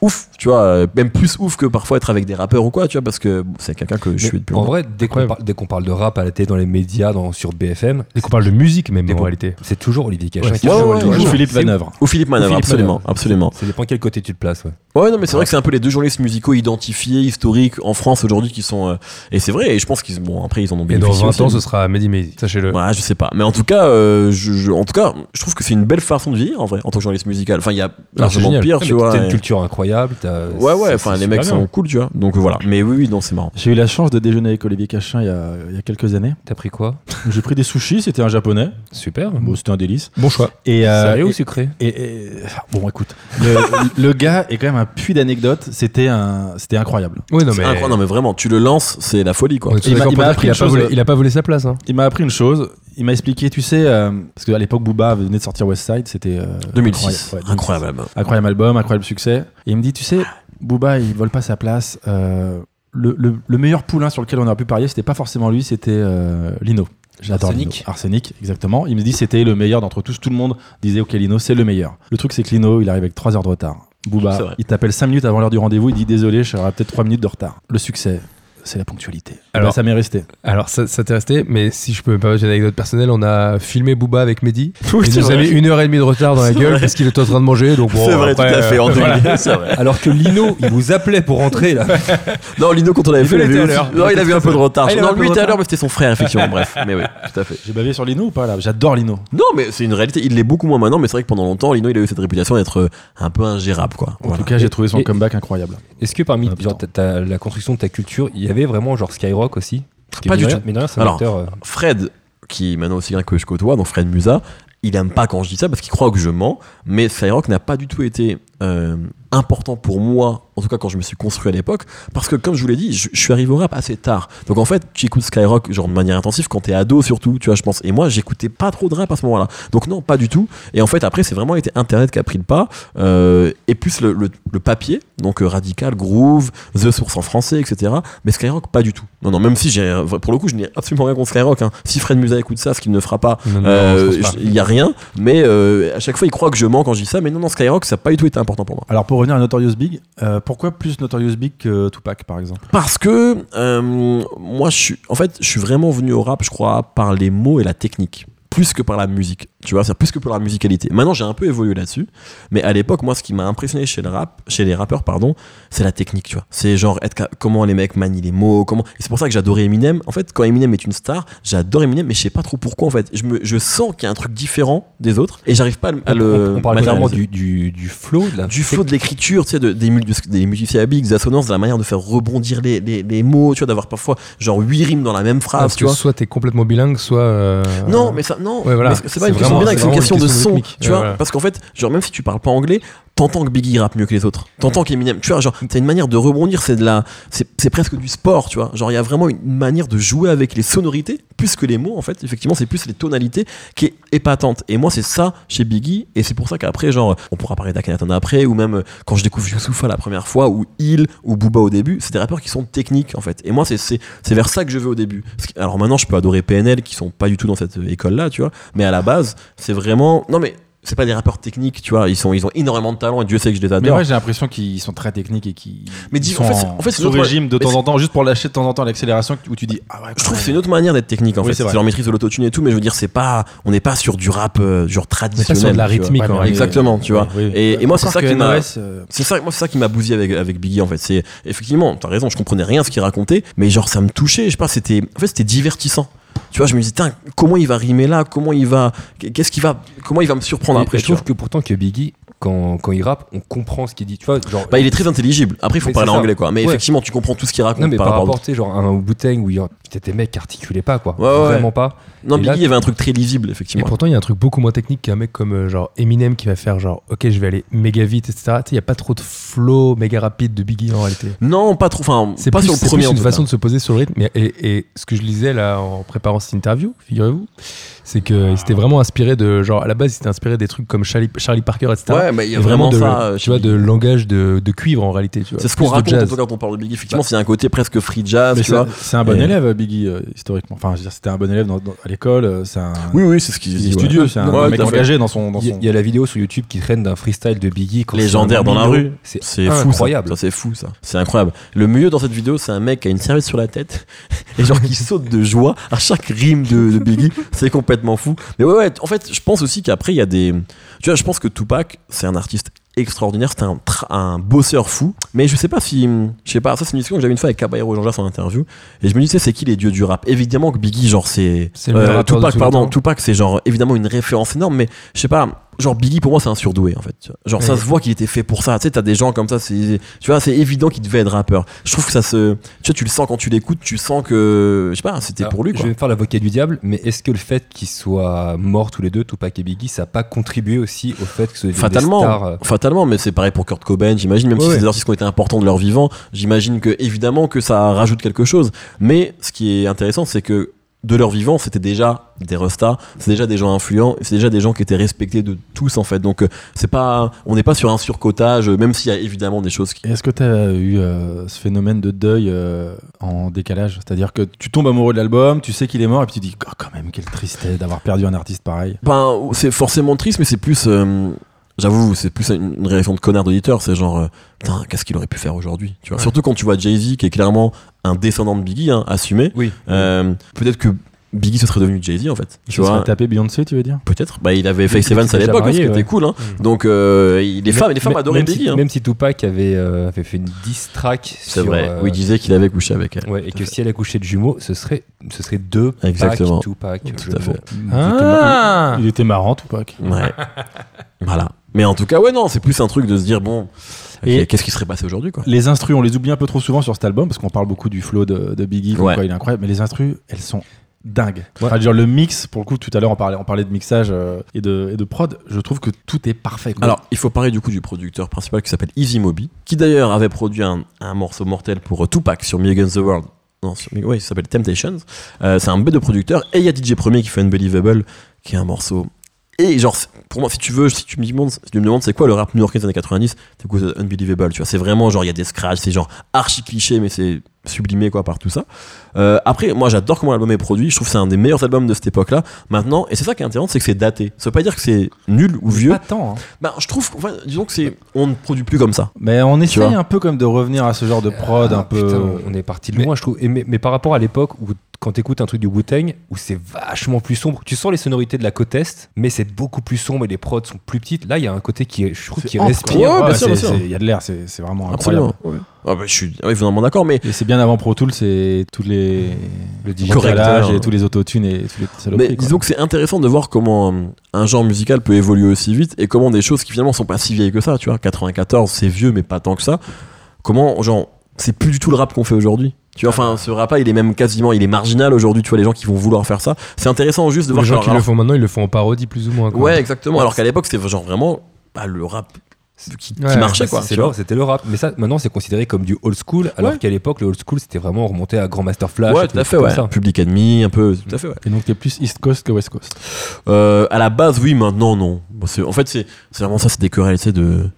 Ouf, tu vois, euh, même plus ouf que parfois être avec des rappeurs ou quoi, tu vois, parce que bon, c'est quelqu'un que je Mais suis depuis en longtemps. vrai, dès qu'on Incroyable. parle, dès qu'on parle de rap à la télé, dans les médias, dans, sur BFM, Dès qu'on parle de musique, même Des en bons- réalité. c'est toujours Olivier Cachin. Ouais, qui ouais, joue, ouais, Olivier ouais, Cachin. Ou Philippe C'est- Vanœuvre. Ou Philippe Manœuvre, Philippe absolument, Manœuvre. absolument. Ça dépend quel côté tu te places. ouais. Ouais, non, mais c'est vrai que c'est un peu les deux journalistes musicaux identifiés, historiques en France aujourd'hui qui sont. euh, et c'est vrai, et je pense qu'ils. Bon, après, ils en ont Et dans bénéficié. 20 aussi. ans, ce sera Mehdi Mehdi, sachez-le. Ouais, je sais pas. Mais en tout cas, euh, je, je- en tout cas, je trouve que c'est une belle façon de vivre en vrai, en tant que journaliste musical. Enfin, il y a largement génial. pire, Ouais, tu Ah, mais vois. T'as une et- culture incroyable. t'as- Ouais, ouais, c'est- enfin, c'est les mecs super sont bien. cool, tu vois. Donc euh, voilà. Mais oui, oui, non, c'est marrant. J'ai eu la chance de déjeuner avec Olivier Cachin il y a, il y a quelques années. T'as pris quoi J'ai pris des sushis, c'était un japonais. Super. Bon, c'était un délice. Bon choix. Et, euh, Sérieux et- ou sucré Et, et- bon, écoute, le, le gars est quand même un puits d'anecdotes. C'était un, c'était incroyable. Oui, non, C'est mais. incroyable. Non, mais vraiment, tu le lances, c'est la folie, quoi. On est tous Il m'a- d'accord il pour m'a dire qu'il appris a une pas chose, volé- euh, il a pas volé sa place. hein. Il m'a appris une chose. il m'a expliqué, tu sais, euh, parce qu'à l'époque, Booba venait de sortir West Side, c'était. euh, 2006. incroyable, ouais, Incroyable album. Incroyable album, incroyable succès. Et il me dit, tu sais, Booba, il vole pas sa place. Euh, le, le- le meilleur poulain sur lequel on aurait pu parier, c'était pas forcément lui, c'était euh, Lino. J'adore Arsenic. Lino. Arsenic, exactement. Il me dit, c'était le meilleur d'entre tous. Tout le monde disait, ok, Lino, c'est le meilleur. Le truc, c'est que Lino, il arrive avec 3 heures de retard. C'est Booba, vrai. il t'appelle 5 minutes avant l'heure du rendez-vous, il dit, désolé, j'aurai peut-être 3 minutes de retard. Le succès, c'est la ponctualité. Alors, Alors- ça m'est resté. Alors, ça, ça t'est resté, mais si je peux me permettre une anecdote personnelle, on a filmé Booba avec Mehdi. Oui, il c'est nous vrai. avait une heure et demie de retard dans la C'est gueule vrai. parce qu'il était en train de manger. Donc bon, C'est vrai, tout après, à fait. En euh, voilà. 2000, c'est vrai. Alors que Lino, il vous appelait pour rentrer là. Non, Lino, quand on l'avait Il fait, il avait, était à aussi- l'heure. non, il avait un peu de retard. Ah, il avait non, un peu lui de était à retard. l'heure, mais c'était son frère, effectivement. bref, mais oui, tout à fait. J'ai bavé sur Lino ou pas là J'adore Lino. Non, mais c'est une réalité. Il l'est beaucoup moins maintenant, mais c'est vrai que pendant longtemps, Lino, il a eu cette réputation d'être euh, un peu ingérable, quoi. En tout cas, j'ai trouvé son Et- comeback incroyable. Est-ce que parmi Ah, putain. genre, ta- ta- la construction de ta culture, il y avait vraiment genre Skyrock aussi Parce que Pas mine du de rien- tout. mine de rien, c'est un Alors, acteur, euh, Fred, qui est maintenant aussi quelqu'un que je côtoie, donc Fred Musa, il aime pas quand je dis ça parce qu'il croit que je mens, mais Skyrock n'a pas du tout été euh, important pour moi, en tout cas quand je me suis construit à l'époque, parce que comme je vous l'ai dit, je, je suis arrivé au rap assez tard. Donc en fait, tu écoutes Skyrock genre de manière intensive quand t'es ado surtout, tu vois, je pense. Et moi, j'écoutais pas trop de rap à ce moment-là. Donc non, pas du tout. Et en fait, après, c'est vraiment été Internet qui a pris le pas, euh, et plus le, le- le papier, donc euh, Radical, Groove, The Source en français, etc. Mais Skyrock, pas du tout. Non, non, même si j'ai, pour le coup, je n'ai absolument rien contre Skyrock. hein. Si Fred Musa écoute ça, ce qu'il ne fera pas, Non, non, euh, je pense pas. il n'y a rien. Mais euh, à chaque fois, il croit que je mens quand je dis ça. Mais non, non, Skyrock, ça n'a pas du tout été important pour moi. Alors pour revenir à Notorious Big, euh, pourquoi plus Notorious Big que Tupac par exemple Parce que euh, moi, je suis, en fait, je suis vraiment venu au rap, je crois, par les mots et la technique, plus que par la musique. Tu vois, c'est plus que pour la musicalité. Maintenant, j'ai un peu évolué là-dessus, mais à l'époque, moi, ce qui m'a impressionné chez le rap, chez les rappeurs, pardon, c'est la technique. Tu vois, c'est genre être ca- comment les mecs manient les mots, comment. Et c'est pour ça que j'adorais Eminem. En fait, quand Eminem est une star, j'adore Eminem, mais je sais pas trop pourquoi. En fait, je me, je sens qu'il y a un truc différent des autres, et j'arrive pas à le. à on, le on parle vraiment matérialiser du, du, du flow, de la du flow de l'écriture, tu sais, de- des, mul- du- des multisyllabiques, des assonances, de la manière de faire rebondir les, les, les mots, tu vois, d'avoir parfois genre huit rimes dans la même Ah, phrase, parce tu que vois. soit t'es complètement bilingue, soit. euh, Non, mais ça, non, Ouais, voilà. mais c'est- c'est pas une C'est question de vraiment- bilingue, c'est c'est une vraiment question une de question son, rythmique. tu Ouais, vois. voilà. Parce qu'en fait, genre, même si tu parles pas anglais, t'entends que Biggie rappe mieux que les autres. T'entends qu'Eminem, tu vois, genre, t'as une manière de rebondir, c'est de la, c'est c'est presque du sport, tu vois. Genre, il y a vraiment une manière de jouer avec les sonorités, plus que les mots, en fait. Effectivement, c'est plus les tonalités qui est épatante. Et moi, c'est ça chez Biggie, et c'est pour ça qu'après, genre, on pourra parler d'Akenatana après, ou même euh, quand je découvre Youssoufa la première fois, ou Il, ou Booba au début, c'est des rappeurs qui sont techniques, en fait. Et moi, c'est- c'est c'est vers ça que je vais au début. Parce que- Alors maintenant, je peux adorer PNL, qui sont pas du tout dans cette euh, école-là, tu vois. Mais à la base, c'est vraiment. Non, mais c'est pas des rappeurs techniques, tu vois. Ils, sont, ils ont énormément de talent et Dieu sait que je les Mais adore. ouais, j'ai l'impression qu'ils sont très techniques et qu'ils Mais dis- ils sont en fait, c'est- en fait, c'est sous notre- régime de mais temps c'est- en temps, juste pour lâcher de temps en temps l'accélération où tu dis ah ouais. je trouve que c'est une autre manière d'être technique en Oui, fait. c'est C'est vrai. leur maîtrise de l'autotune et tout, mais je veux dire, c'est pas, on n'est pas sur du rap euh, genre mais pas traditionnel. sur de la tu vois. rythmique. Ouais, quand mais même. Exactement, tu vois. Et- et moi, c'est ça qui m'a- euh, C'est ça, moi, c'est ça qui m'a bousillé avec, avec Biggie en fait. C'est effectivement, t'as raison, je comprenais rien à ce qu'il racontait, mais genre ça me touchait. Je sais pas, c'était, en fait, c'était divertissant. Tu vois, je me disais, Tain, comment il va rimer là Comment il va Qu'est-ce qu'il va Comment il va me surprendre Et- après et je tu vois. trouve que pourtant que Biggie, quand, quand il rappe, on comprend ce qu'il dit. Tu vois, genre, Bah, il est très intelligible. Après, il faut Mais parler c'est ça. anglais, quoi. Mais Ouais. effectivement, tu comprends tout ce qu'il raconte non mais par, par rapport, tu sais, genre à un Wu-Tang où il y a putain, des mecs qui articulaient pas quoi, Ouais, ouais. vraiment pas. Non, Et Biggie, là, il y avait un truc très lisible, Et effectivement. pourtant, il y a un truc beaucoup moins technique qu'un mec comme euh, genre Eminem qui va faire genre, ok, je vais aller méga vite, etc. Tu sais, il n'y a pas trop de flow méga rapide de Biggie en réalité. Non, pas trop. Enfin, C'est pas plus, sur le c'est premier. plus en une tout cas. façon de se poser sur le rythme. Et, et- et ce que je lisais là en préparant cette interview, figurez-vous, c'est Ah. qu'il s'était vraiment inspiré de. Genre, à la base, il s'était inspiré des trucs comme Charlie, Charlie Parker, etc. Ouais, mais il y a Et vraiment, de, ça. euh, tu vois, chez de Biggie. langage de, de cuivre en réalité. tu vois. C'est ce qu'on Plus de raconte en jazz. tout cas quand on parle de Biggie. Effectivement, c'est un côté presque free jazz, mais tu c'est- vois. c'est un bon Et- élève Biggie euh, historiquement. Enfin, je veux dire, c'était un bon élève dans- dans- à l'école. euh, C'est un Oui, oui, c'est ce qu'il il est dit. ouais. studieux, c'est un Ouais, mec tout à fait. engagé dans son dans Il y a- son. il y, a la vidéo sur YouTube qui traîne d'un freestyle de Biggie quand Légendaire c'est un dans la milieu. rue. C'est C'est fou. incroyable. Ça, Ça, c'est fou, ça. C'est incroyable. Le mieux dans cette vidéo, c'est un mec qui a une serviette sur la tête et genre qui saute de joie à chaque rime de, de Biggie. C'est complètement fou. Mais ouais, ouais, en fait, je pense aussi qu'après, il y a des. Tu vois, je pense que Tupac, c'est un artiste extraordinaire, c'est un, tra- un bosseur fou. Mais je sais pas si. Je sais pas, ça, c'est une discussion que j'avais une fois avec Caballero Jean-Jacques en interview. Et je me disais, c'est qui les dieux du rap Évidemment que Biggie, genre, c'est. C'est le meilleur rappeur de Tupac, tous les pardon. temps. Tupac, c'est genre, évidemment, une référence énorme, mais je sais pas. Genre Biggie pour moi c'est un surdoué en fait. tu vois. Genre ça Ouais. se voit qu'il était fait pour ça. Tu sais t'as des gens comme ça, c'est tu vois c'est évident qu'il devait être rappeur. Je trouve que ça se, tu vois tu le sens quand tu l'écoutes, tu sens que je sais pas c'était Ah, Alors, pour lui Je quoi. vais me faire l'avocat du diable, mais est-ce que le fait qu'ils soient morts tous les deux, Tupac et Biggie, ça n'a pas contribué aussi au fait que ce deviennent des Fatalement, stars, euh, fatalement, mais c'est pareil pour Kurt Cobain, j'imagine, même si Ouais, c'est ouais. des artistes qui ont été importants de leur vivant, j'imagine que évidemment que ça rajoute quelque chose. Mais ce qui est intéressant, c'est que de leur vivant, c'était déjà des restas, c'est déjà des gens influents, c'est déjà des gens qui étaient respectés de tous en fait. Donc euh, c'est pas, on n'est pas sur un surcotage, euh, même s'il y a évidemment des choses qui. Et Est-ce que tu as eu euh, ce phénomène de deuil euh, en décalage C'est-à-dire que tu tombes amoureux de l'album, tu sais qu'il est mort, et puis tu dis oh, quand même, quelle tristesse d'avoir perdu un artiste pareil. Ben, c'est forcément triste, mais c'est plus, euh, j'avoue, c'est plus une, une réaction de connard d'auditeur. C'est genre, euh, putain, qu'est-ce qu'il aurait pu faire aujourd'hui Tu vois. Surtout quand tu vois Jay Z qui est clairement un descendant de Biggie, hein, assumé. Oui. Euh, Peut-être que Biggie se serait devenu Jay Z en fait. Tu vois. tapé Beyoncé, tu veux dire Peut-être. Bah, il avait Face il Evans s'était à déjà l'époque, hein, ce qui marié, était ouais. cool. Hein. Mm. Donc, euh, il- les femmes, les femmes Mais- adoraient même Biggie. Si, hein. Même si Tupac avait, euh, avait fait une diss track C'est sur, vrai. euh, Oui, il disait qu'il avait couché avec elle. ouais, et que si elle accouchait de jumeaux, ce serait, ce serait deux Pac, Exactement. Tupac. Tout je à fait. pense. Ah Il était marrant, Tupac. Ouais. voilà. Mais en tout cas, ouais, non, c'est plus un truc de se dire, bon, ok, Et- qu'est-ce qui serait passé aujourd'hui, quoi. Les instrus, on les oublie un peu trop souvent sur cet album parce qu'on parle beaucoup du flow de, de Biggie, comme Ouais. quoi il est incroyable, mais les instrus, elles sont dingues. Ouais. Enfin, je veux dire, le mix, pour le coup, tout à l'heure, on parlait, on parlait de mixage euh, et, de, et de prod, je trouve que tout est parfait. quoi. Alors, il faut parler du coup du producteur principal qui s'appelle Easy Moby, qui d'ailleurs avait produit un, un morceau mortel pour euh, Tupac sur Me Against the World. Non, sur Me- ouais, il s'appelle Temptations. Euh, c'est un B de producteur. Et il y a DJ Premier qui fait Unbelievable, qui est un morceau. Et genre, c'est- pour moi, si tu veux, si tu me demandes, si tu me demandes c'est quoi le rap new-yorkais des années 90, t'écoutes Unbelievable, tu vois. C'est vraiment genre, il y a des scratchs, c'est genre archi cliché, mais c'est sublimé quoi par tout ça. Euh, après, moi j'adore comment l'album est produit, je trouve que c'est un des meilleurs albums de cette époque-là. Maintenant, et c'est ça qui est intéressant, c'est que c'est daté. Ça veut pas dire que c'est nul ou vieux. Pas tant. hein. Bah, je trouve, enfin, disons que c'est, on ne produit plus comme ça. Mais on essaye vois. un peu comme de revenir à ce genre de prod Ah, un peu. euh, putain, on est parti de Mais- loin, je trouve. Et mais, mais par rapport à l'époque où, quand t'écoutes un truc du Wu-Tang, où c'est vachement plus sombre, tu sens les sonorités de la côte Est, mais c'est beaucoup plus sombre et les prods sont plus petites. Là, il y a un côté qui, est- je trouve, C'est qui ample, respire. quoi. Ouais, bien Ouais, sûr, c'est- bien sûr. c'est- Il y a de l'air, c'est c'est vraiment incroyable. Absolument. Ah bah, je suis ah oui, vraiment d'accord, mais, Et c'est bien avant Pro Tools et tous les Le les digital. Correct. décalages hein. et tous les autotunes et tous les saloperies. mais quoi. disons que c'est intéressant de voir comment euh, un genre musical peut évoluer aussi vite et comment des choses qui finalement sont pas si vieilles que ça, tu vois. 94, c'est vieux, mais pas tant que ça. Comment, genre, c'est plus du tout le rap qu'on fait aujourd'hui. Tu vois, enfin, ce rap-là, il est même quasiment, il est marginal aujourd'hui, tu vois, les gens qui vont vouloir faire ça. C'est intéressant juste de Les voir gens que- qui le font maintenant, ils le font en parodie plus ou moins. quoi. Ouais, exactement. Alors qu'à l'époque, c'était genre vraiment bah, le rap qui, qui Ouais. marchait, quoi. bah, C'est- tu c'est vois. le- C'était le rap. Mais ça, maintenant, c'est considéré comme du old school, alors Ouais. qu'à l'époque, le old school, c'était vraiment remonté à Grand Master Flash. Ouais, et tout à des fait, trucs ouais. comme ça. Public Enemy, un peu, tout à fait, ouais. Et donc t'es plus East Coast que West Coast. Euh, à la base, oui, maintenant, non. Bon, c'est- en fait, c'est c'est vraiment ça, c'est des querelles, tu sais, de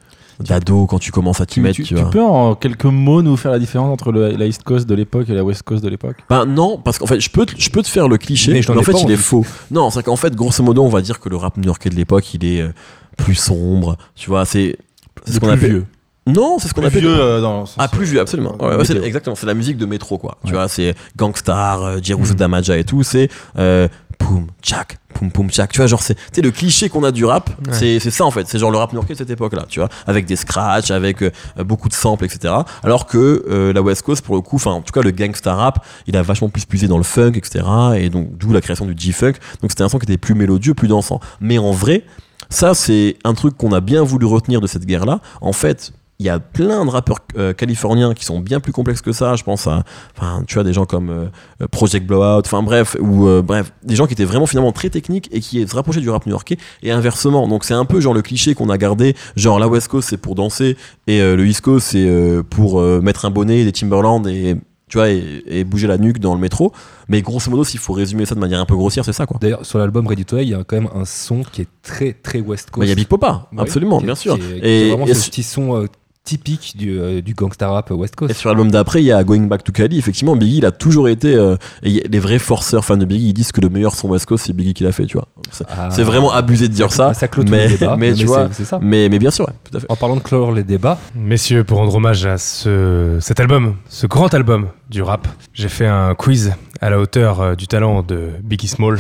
d'ado quand tu commences à t'y Tu, mettre, tu- tu, tu vois. peux en quelques mots nous faire la différence entre le- la East Coast de l'époque et la West Coast de l'époque Ben non, parce qu'en fait, je peux, te, je peux te faire le cliché, Mais mais, je t'en en ai fait, pas il envie. est faux. Non, c'est qu'en fait, grosso modo, on va dire que le rap new-yorkais de l'époque, il est euh, plus sombre, tu vois, c'est c'est ce qu'on appelle... vieux. Non, c'est ce qu'on appelle... euh, dans le sens- Ah, plus vieux, absolument. Ouais, ouais, Météo. c'est- exactement, c'est la musique de métro, quoi. Tu Ouais. vois, c'est Gangstar, euh, Jerusalem Damaja et tout, c'est euh, Poum, tchak, poum, poum, tchak. Tu vois, genre, c'est tu sais, le cliché qu'on a du rap, Ouais. c'est c'est ça en fait. C'est genre le rap new-yorkais de cette époque-là, tu vois, avec des scratchs, avec euh, beaucoup de samples, etc. Alors que euh, la West Coast, pour le coup, enfin, en tout cas, le gangsta rap, il a vachement plus puisé dans le funk, etc. Et donc, d'où la création du G-Funk. Donc, c'était un son qui était plus mélodieux, plus dansant. Mais en vrai, ça, c'est un truc qu'on a bien voulu retenir de cette guerre-là. En fait, il y a plein de rappeurs euh, californiens qui sont bien plus complexes que ça. Je pense à, enfin, tu vois, des gens comme euh, euh, Project Blowout, enfin bref, ou euh, bref, des gens qui étaient vraiment finalement très techniques et qui se rapprochaient du rap new-yorkais et inversement. Donc c'est un peu genre le cliché qu'on a gardé, genre la West Coast c'est pour danser et euh, le East Coast c'est euh, pour euh, mettre un bonnet, des Timberland et tu vois et, et bouger la nuque dans le métro. Mais grosso modo, s'il faut résumer ça de manière un peu grossière, c'est ça quoi. D'ailleurs, sur l'album Ready to Die, il y a quand même un son qui est très, très West Coast. Bah, Il y a Big Popa, Ouais, absolument, qui- bien sûr. qui est- qui est Et, vraiment et ce su- petit son euh, typique du, euh, du gangsta rap West et Coast. sur l'album d'après, il y a Going Back to Cali. Effectivement, Biggie, il a toujours été. euh, et y a- les vrais forceurs fans de Biggie, ils disent que le meilleur son West Coast, c'est Biggie qui l'a fait, tu vois. C'est Ah. c'est vraiment abusé de dire ça. Ça clôt tous mais, les débats, mais tu c'est- vois. c'est ça. Mais, mais bien sûr, ouais, tout à fait. En parlant de clore les débats, Messieurs, pour rendre hommage à ce, cet album, ce grand album du rap, j'ai fait un quiz à la hauteur euh, du talent de Biggie Small.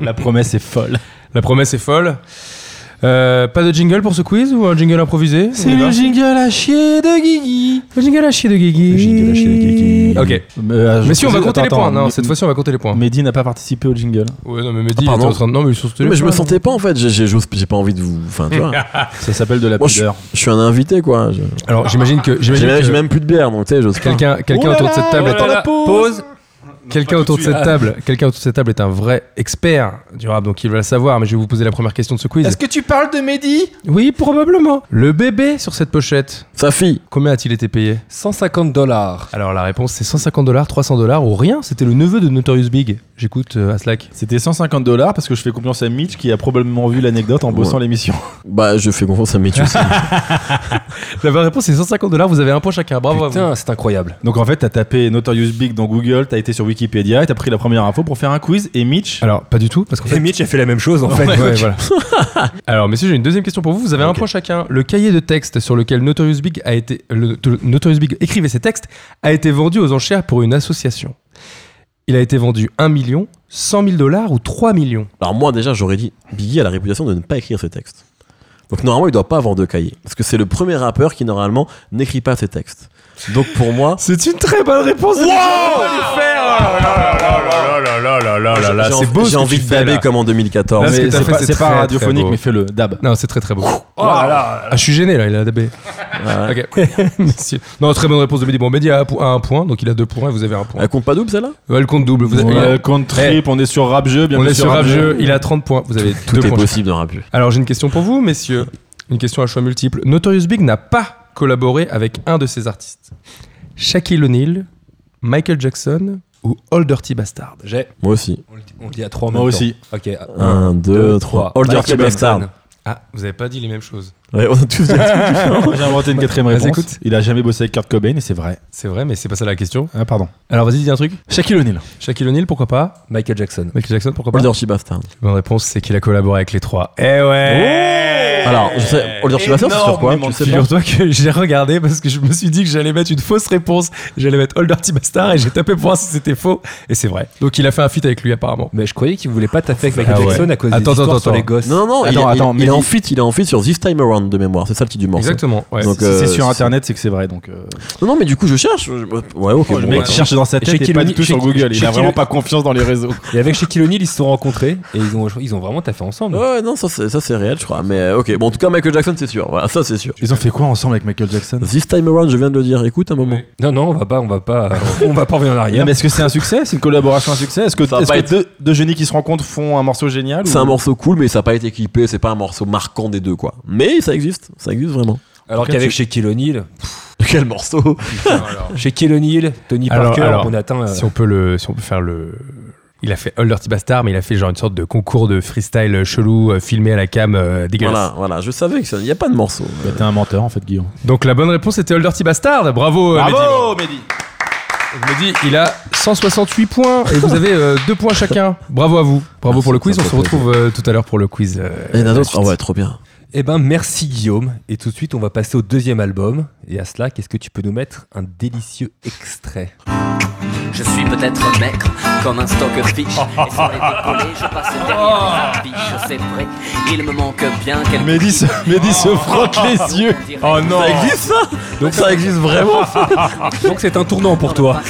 La promesse est folle. la promesse est folle. Euh, pas de jingle pour ce quiz ou un jingle improvisé On y va jingle à chier de Guigui. Le jingle à chier de Guigui. Ok. euh, Mais si on va compter les points, non, cette fois-ci on va compter les points. Mehdi n'a pas participé au jingle. Ouais, non, mais Mehdi, Ah, il pardon. était en train de. Non, mais, sur ce Non, mais je me téléphone. sentais pas en fait, j'ai- j'ai j'ose- j'ai pas envie de vous. Enfin, tu vois, Ça s'appelle de la Moi, je, pudeur. je suis un invité quoi. Je- Alors, j'imagine que. J'ai J'imagine même, j'ai que même plus de bière donc tu sais, j'ose pas. quelqu'un Oh quelqu'un là autour de cette là, table oh là est- là, pause. Quelqu'un pas autour tout de de cette table, quelqu'un autour de cette table est un vrai expert du rap, donc il va le savoir. Mais je vais vous poser la première question de ce quiz. Est-ce que tu parles de Mehdi Oui, probablement. Le bébé sur cette pochette, Sa fille. combien a-t-il été payé 150 dollars. Alors la réponse c'est 150 dollars, 300 dollars ou rien. C'était le neveu de Notorious Big. J'écoute euh, Aslak. C'était 150 dollars parce que je fais confiance à Mitch qui a probablement vu l'anecdote en bossant Ouais. l'émission. Bah, je fais confiance à Métus. La vraie réponse c'est 150 dollars. Vous avez un point chacun. Bravo. à vous. Putain, c'est incroyable. Donc en fait, t'as tapé Notorious Big dans Google, t'as été sur Wikipédia et t'as pris la première info pour faire un quiz et Mitch. Alors pas du tout parce qu'en fait. Et Mitch a fait la même chose en fait. Ouais, voilà. Alors, messieurs, j'ai une deuxième question pour vous. Vous avez un point chacun. Le cahier de texte sur lequel Notorious Big, a été, le- le- Notorious Big écrivait ses textes a été vendu aux enchères pour une association. Il a été vendu 1 million, 100 000 dollars ou 3 millions. Alors moi déjà j'aurais dit Biggie a la réputation de ne pas écrire ses textes. Donc normalement il doit pas avoir de cahier parce que c'est le premier rappeur qui normalement n'écrit pas ses textes. Donc pour moi C'est une très bonne réponse. Ah Oh j'ai- c'est beau ce j'ai que envie tu de fais, daber là. comme en 2014. Là, Mais ce que t'as c'est fait, pas, c'est c'est pas très, très radiophonique, beau. mais fais-le, dab. Non, c'est très très beau. Ah, je suis gêné là, il a dabé. Ah, Ok. Messieurs. non, très bonne réponse de Mehdi. Bon, Mehdi a un po- a un point, donc il a deux points et vous avez un point. Elle compte pas double celle-là Ouais, Euh, le compte double. Vous avez- Ouais, compte Eh. euh, trip, on est sur rap jeu, bien on sûr, est sur un jeu, il a 30 points. Vous avez deux Tout est points. possible dans Rapu. Alors j'ai une question pour vous, messieurs. Une question à choix multiple. Notorious Big n'a pas collaboré avec un de ses artistes. Shaquille O'Neal, Michael Jackson ou Old Dirty Bastard J'ai. Moi aussi. On le dit- on le dit à trois en Moi même aussi. temps. Ok. Un, deux, trois. Old Michael Dirty Jackson. Bastard. Ah, vous avez pas dit les mêmes choses. Ouais, on a tous dit un truc différent. J'ai inventé une quatrième Vas-y, réponse. écoute. Il a jamais bossé avec Kurt Cobain et c'est vrai. C'est vrai, mais c'est pas ça la question. Ah, pardon. Alors vas-y, dis un truc. Shaquille O'Neal. Shaquille O'Neal, pourquoi pas Michael Jackson. Michael Jackson, pourquoi pas Old Dirty Bastard. Bonne réponse, c'est qu'il a collaboré avec les trois. Eh ouais Alors je sais Old Dirty Bastard c'est sur quoi Énormément Tu sais pas Figure-toi que j'ai regardé parce que je me suis dit que j'allais mettre une fausse réponse. J'allais mettre Old Dirty Bastard et j'ai tapé pour voir si c'était faux. Et c'est vrai. Donc il a fait un feat avec lui apparemment. Mais je croyais qu'il voulait pas taper avec Michael Ah ouais. Jackson à cause Attends, des histoires attends, sur les gosses. Non non, Attends, il, il- attends, il est mais en il- fit, il est en fit sur This Time Around de mémoire, c'est ça le titre du morceau. Exactement. ouais. Donc, Si euh, c'est sur c'est- internet, c'est que c'est vrai. Donc, euh, Non non, mais du coup je cherche. je- Ouais, OK. le bon, mec bah, il cherche dans sa tête Shaquille et pas O'Neal- du tout sur Shaquille- Google. Il a Shaquille- vraiment pas confiance dans les réseaux. Et avec Shaquille O'Neal, ils se sont rencontrés et ils ont, ils ont vraiment taffé ensemble. Ouais, non, ça c'est, ça c'est réel, je crois. Mais euh, ok, bon, en tout cas, Michael Jackson, c'est sûr. Voilà, ça c'est sûr. Ils ont fait quoi ensemble avec Michael Jackson This time around, je viens de le dire. Écoute un moment. Oui. Non, non, on va pas, on va pas, on va pas revenir en Non, arrière. mais est-ce que c'est un succès C'est une collaboration un succès Est-ce que, Ça va est-ce pas que être- deux, deux génies qui se rencontrent font un morceau génial Ah, C'est ou- un morceau cool, mais ça n'a pas été équipé. C'est pas un morceau marquant des deux, quoi. Mais ça existe, ça existe vraiment. Alors Pourquoi qu'avec Shaquille O'Neal, Quel morceau Shaquille O'Neal, Tony Alors, Parker, alors, on atteint. euh, Si on peut le, si on peut faire le, il a fait All Dirty Bastard, mais il a fait genre une sorte de concours de freestyle chelou euh, filmé à la cam euh, dégueulasse. Voilà, voilà. Je savais qu'il n'y a pas de morceau. Bah, T'es un menteur en fait, Guillaume. Donc la bonne réponse était All Dirty Bastard. Bravo, euh, Bravo, Mehdi Mehdi. Donc, Mehdi, il a 168 points et vous avez euh, deux points chacun. Bravo à vous. Bravo Merci, pour le quiz. ça On fait se retrouve euh, tout à l'heure pour le quiz. euh, Et la d'un autre. suite. Ah ouais, trop bien. Eh ben, merci Guillaume. Et tout de suite, on va passer au deuxième album. Et à cela, qu'est-ce que tu peux nous mettre un délicieux extrait Je suis peut-être maigre comme un stockerfish Et sans les décoller, je passe derrière les affiches C'est vrai, il me manque bien quelques... Mehdi se, Mehdi se frotte les yeux. Oh non Ça existe ça Donc ça existe vraiment. Donc c'est un tournant pour toi.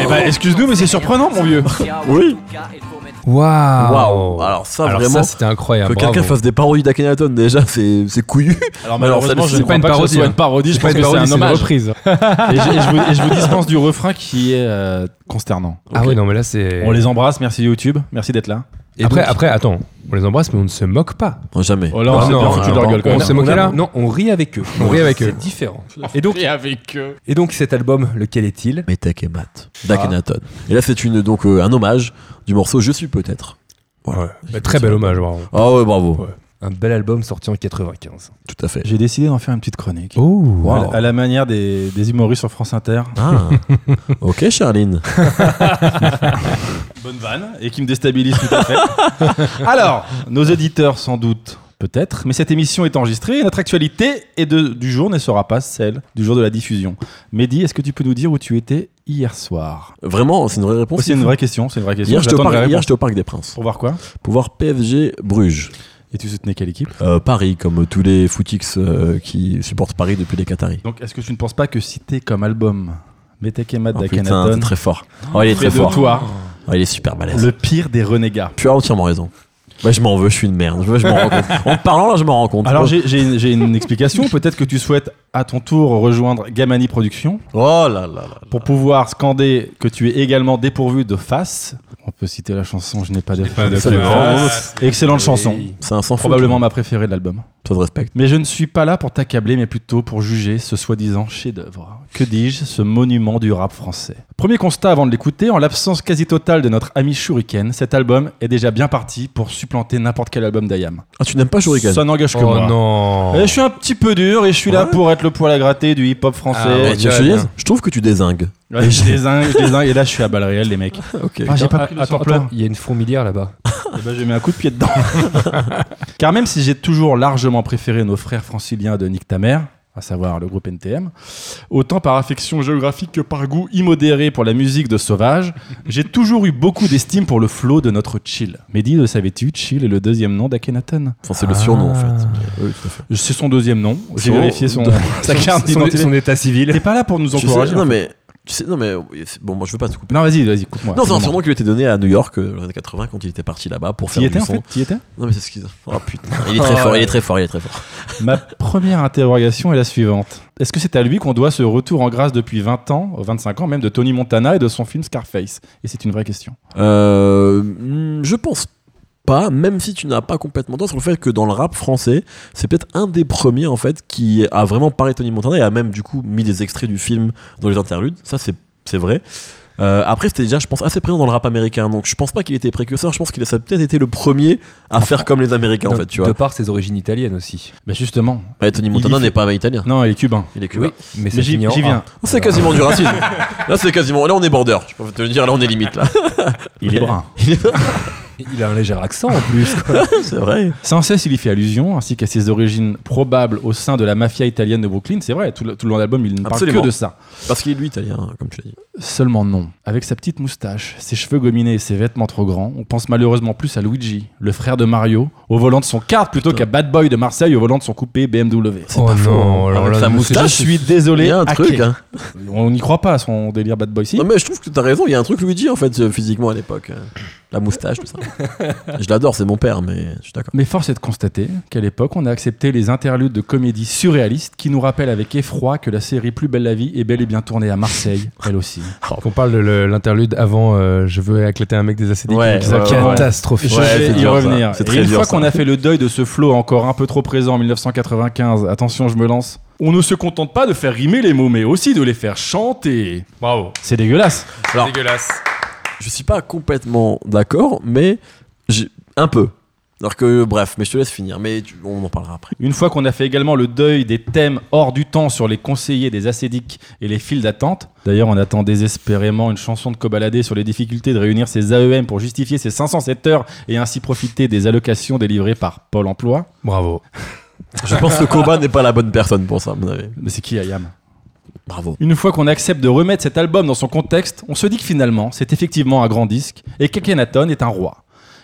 Eh ben, excuse-nous, mais c'est surprenant, mon vieux. Oui. Waouh. Waouh. Alors ça Ah. Alors vraiment. ça, c'était incroyable. que quelqu'un bravo. fasse des parodies d'Akhenaton déjà, c'est, c'est couillu. Alors malheureusement, Alors, je celle-ci, ne crois c'est pas pas une que ce soit parodie, une parodie. Je C'est pas pense une que c'est un parodie, bah, c'est une hommage. reprise. Et je, et je vous, et je vous dispense du refrain qui est euh, consternant. Ah oui, non, mais là, c'est. On les embrasse, merci YouTube, merci d'être là. Et Après, donc- après, attends. On les embrasse, mais on ne se moque pas. Non, jamais. Oh là, on Ah s'est non, bien foutu de alors, leur gueule quand on même. s'est moqué là Non, on rit avec eux. On rit avec eux. C'est différent. Et donc, avec eux. et donc cet album, lequel est-il Metech et Matt d'Akhenaton. Ah. Et là, c'est une, donc euh, un hommage du morceau Je suis peut-être. Voilà. Bah, très bel hommage, bravo. Ah ouais, bravo. Un bel album sorti en 95. Tout à fait. J'ai décidé d'en faire une petite chronique. Oh, À la- À la manière des, des humoristes sur France Inter. Ah, ok, Charline. Bonne vanne, et qui me déstabilise tout à fait. Alors, nos éditeurs sans doute, peut-être, mais cette émission est enregistrée et notre actualité est de- du jour ne sera pas celle du jour de la diffusion. Mehdi, est-ce que tu peux nous dire où tu étais hier soir Vraiment, c'est une vraie réponse. Oh, C'est une vraie question, c'est une vraie question. Hier, j'étais au, J'attends parc- la hier, réponse. j'étais au Parc des Princes Pour voir quoi pour voir PFG Bruges. Et tu soutenais quelle équipe Euh, Paris, comme tous les footix euh, qui supportent Paris depuis les Qataris. Donc, est-ce que tu ne penses pas que citer comme album Metek et Matt Oh, putain, d'Akhenaton c'est très fort. Oh, il est fait très de fort. toi Oh, il est super balèze. le pire des renégats Tu as entièrement raison. Bah, je m'en veux, je suis une merde. Je, je m'en rends compte. En te parlant là, je m'en rends compte. Alors j'ai- j'ai j'ai une explication, peut-être que tu souhaites à ton tour rejoindre Gamani Productions Oh là là là. pour pouvoir scander que tu es également dépourvu de face. On peut citer la chanson Je n'ai pas de pas de face. face. Excellente chanson. C'est un sans Probablement ma préférée de l'album. Toi de respect. Mais je ne suis pas là pour t'accabler, mais plutôt pour juger ce soi-disant chef-d'œuvre. Que dis-je, ce monument du rap français. Premier constat avant de l'écouter, en l'absence quasi totale de notre ami Shuriken, cet album est déjà bien parti pour supplanter n'importe quel album d'Ayam. Ah, tu n'aimes pas Shuriken Ça n'engage que Oh moi. non. Et Eh, je suis un petit peu dur et je suis là Ouais. pour être le poil à gratter du hip-hop français. Ah Eh, ouais. tiens, je, te dis, je trouve que tu désingues. Ouais, je désingue, je désingue, et là je suis à balle réelle les mecs. Ok. Ah, j'ai pas pris le Attends, sampleur. attends, il y a une fourmilière là-bas. Eh ben, je mets un coup de pied dedans. Car même si j'ai toujours largement préféré nos frères franciliens de Nick ta mère, à savoir le groupe NTM, autant par affection géographique que par goût immodéré pour la musique de Sauvage, j'ai toujours eu beaucoup d'estime pour le flow de notre Chill. Mehdi, le savais-tu, Chill est le deuxième nom d'Akenaton. Enfin, c'est le surnom en fait. Oui, tout à fait. C'est son deuxième nom. J'ai Son- vérifié son, sa carte son, d'identité. son état civil. T'es pas là pour nous Tu sais- encourager. non, mais, tu sais, non mais. c'est- Bon, moi je veux pas te couper. Non, vas-y, vas-y, coupe-moi. non, c'est un Vraiment. surnom qui lui était donné à New York euh, dans les années 80 quand il était parti là-bas pour faire T'y étais du en son. fait Ah, T'y étais Non mais c'est ce qu'il. Oh putain, il est très fort, il est très fort, il est très fort. Ma première interrogation est la suivante. Est-ce que c'est à lui qu'on doit ce retour en grâce depuis 20 ans, euh, 25 ans même, de Tony Montana et de son film Scarface Et c'est une vraie question. Euh, hmm, je pense pas, même si tu n'as pas complètement tort sur le fait que dans le rap français, c'est peut-être un des premiers en fait qui a vraiment parlé de Tony Montana et a même du coup mis des extraits du film dans les interludes. Ça c'est c'est vrai. Euh, après c'était déjà je pense assez présent dans le rap américain donc je pense pas qu'il était précurseur je pense qu'il a ça a peut-être été le premier à faire comme les américains en fait tu vois De par ses origines italiennes aussi. Mais Ben justement. Ouais, Tony il Montana y n'est fait- pas italien Non, il est cubain. il est cubain Oui, mais, Mais c'est j'y fini en j'y A. viens. c'est quasiment du racisme là c'est quasiment là on est border je peux te le dire là on est limite là Il est brun. Il a un léger accent en plus. quoi. c'est vrai Sans cesse, il y fait allusion, ainsi qu'à ses origines probables au sein de la mafia italienne de Brooklyn. C'est vrai, tout le, tout le long de l'album, il ne parle Absolument. que de ça. parce qu'il est lui italien comme tu l'as dit Seulement non. Avec sa petite moustache, ses cheveux gominés et ses vêtements trop grands, on pense malheureusement plus à Luigi, le frère de Mario, au volant de son kart plutôt qu'à Bad Boy de Marseille au volant de son coupé BMW. Oh non. alors Avec sa là, mais c'est moustache, Je juste- suis désolé. il y a un hacké. truc hein. On n'y croit pas à son délire Bad Boy. Si. Non mais je trouve que t'as raison, il y a un truc Luigi en fait euh, physiquement à l'époque. euh, La moustache, tout ça. je l'adore, c'est mon père, mais je suis d'accord. Mais force est de constater qu'à l'époque, on a accepté les interludes de comédies surréalistes qui nous rappellent avec effroi que la série Plus belle la vie est bel et bien tournée à Marseille, elle aussi. Qu'on parle de le- l'interlude avant euh, Je veux éclater un mec des ACDI. Ouais, qui nous a ouais, ouais. catastrophique. Je Ouais, vais c'est y dur, ça. revenir. C'est Et très une dur, fois ça. qu'on a fait le deuil de ce flow encore un peu trop présent en 1995, attention, je me lance. On ne se contente pas de faire rimer les mots, mais aussi de les faire chanter. Bravo. C'est dégueulasse. Alors- Dégueulasse. Je suis pas complètement d'accord, mais j'ai- un peu. Alors que bref, mais je te laisse finir, mais tu- on en parlera après. Une fois qu'on a fait également le deuil des thèmes hors du temps sur les conseillers des acédiques et les files d'attente, d'ailleurs on attend désespérément une chanson de Cobaladé sur les difficultés de réunir ses AEM pour justifier ses 507 heures et ainsi profiter des allocations délivrées par Pôle emploi. Bravo. Je pense que Koba n'est pas la bonne personne pour ça, à mon avis. Mais c'est qui Ayam Bravo. Une fois qu'on accepte de remettre cet album dans son contexte, on se dit que finalement, c'est effectivement un grand disque et qu'Akenaton est un roi.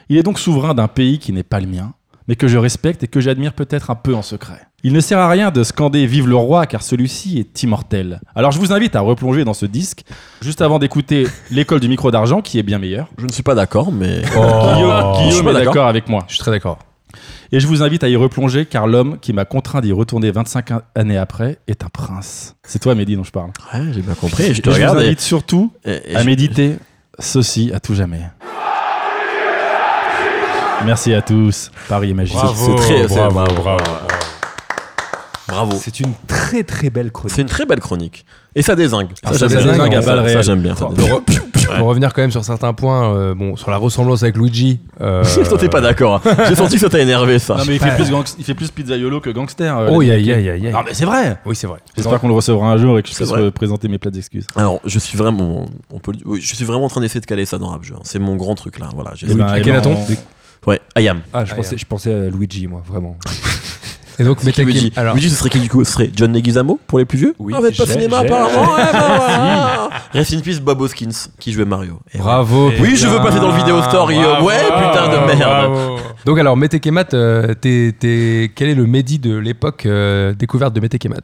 Il est donc souverain d'un pays qui n'est pas le mien, mais que je respecte et que j'admire peut-être un peu en secret. Il ne sert à rien de scander Vive le roi car celui-ci est immortel. Alors je vous invite à replonger dans ce disque juste avant d'écouter L'école du micro d'argent qui est bien meilleure. Je ne suis pas d'accord, Guillaume, mais. Oh, je suis Guillaume pas est d'accord. d'accord avec moi. Je suis très d'accord. Et je vous invite à y replonger car l'homme qui m'a contraint d'y retourner 25 années après est un prince. C'est toi Mehdi dont je parle. Ouais, j'ai bien compris, je te Et je vous regarde. et- invite surtout et- et à je- méditer ceci à tout jamais. Merci à tous. Paris est magique. Bravo. c'est très- c'est- bravo, bravo, bravo, Bravo. C'est une très très belle chronique. C'est une très belle chronique. Et ça désingue. Ah, ça j'aime bien. désingue à Ça, balles ça, réelles. j'aime bien. ça désingue. Pour revenir quand même sur certains points, euh, bon, sur la ressemblance avec Luigi. Euh... Toi, t'es pas d'accord. hein. J'ai senti que ça t'a énervé, ça. Non, mais il fait, plus gangs- il fait plus pizzaiolo que gangster. euh, Oh, la- aïe, aïe, aïe, aïe. Ah. Non, mais c'est vrai. Oui, c'est vrai. J'espère qu'on le recevra un jour et que je C'est puisse vrai. euh, présenter mes plates excuses. Alors, je suis vraiment, on peut, le- oui, je suis vraiment en train d'essayer de caler ça dans Rap Jeu. hein. C'est mon grand truc là. Voilà. j'ai- Eh ben, eh ben, Akhenaton. on- Ouais, I am. Ah, je Ah, pensais, je pensais à Luigi, moi, vraiment. Et donc, Metal Gear- Luigi. Alors, Luigi, ce serait qui du coup Ce serait John Leguizamo pour les plus vieux Oui, Ah, vous êtes pas j'ai- cinéma j'ai- apparemment. Ouais, bah, voilà. Rest in peace, Bob Hoskins qui jouait Mario. Et bravo. Ah, ouais. Oui, je veux passer dans le vidéo story. euh, ouais, putain de merde. Donc alors, Metekemat, euh, t'es- t'es- quel est le Mehdi de l'époque euh, découverte de Metekemat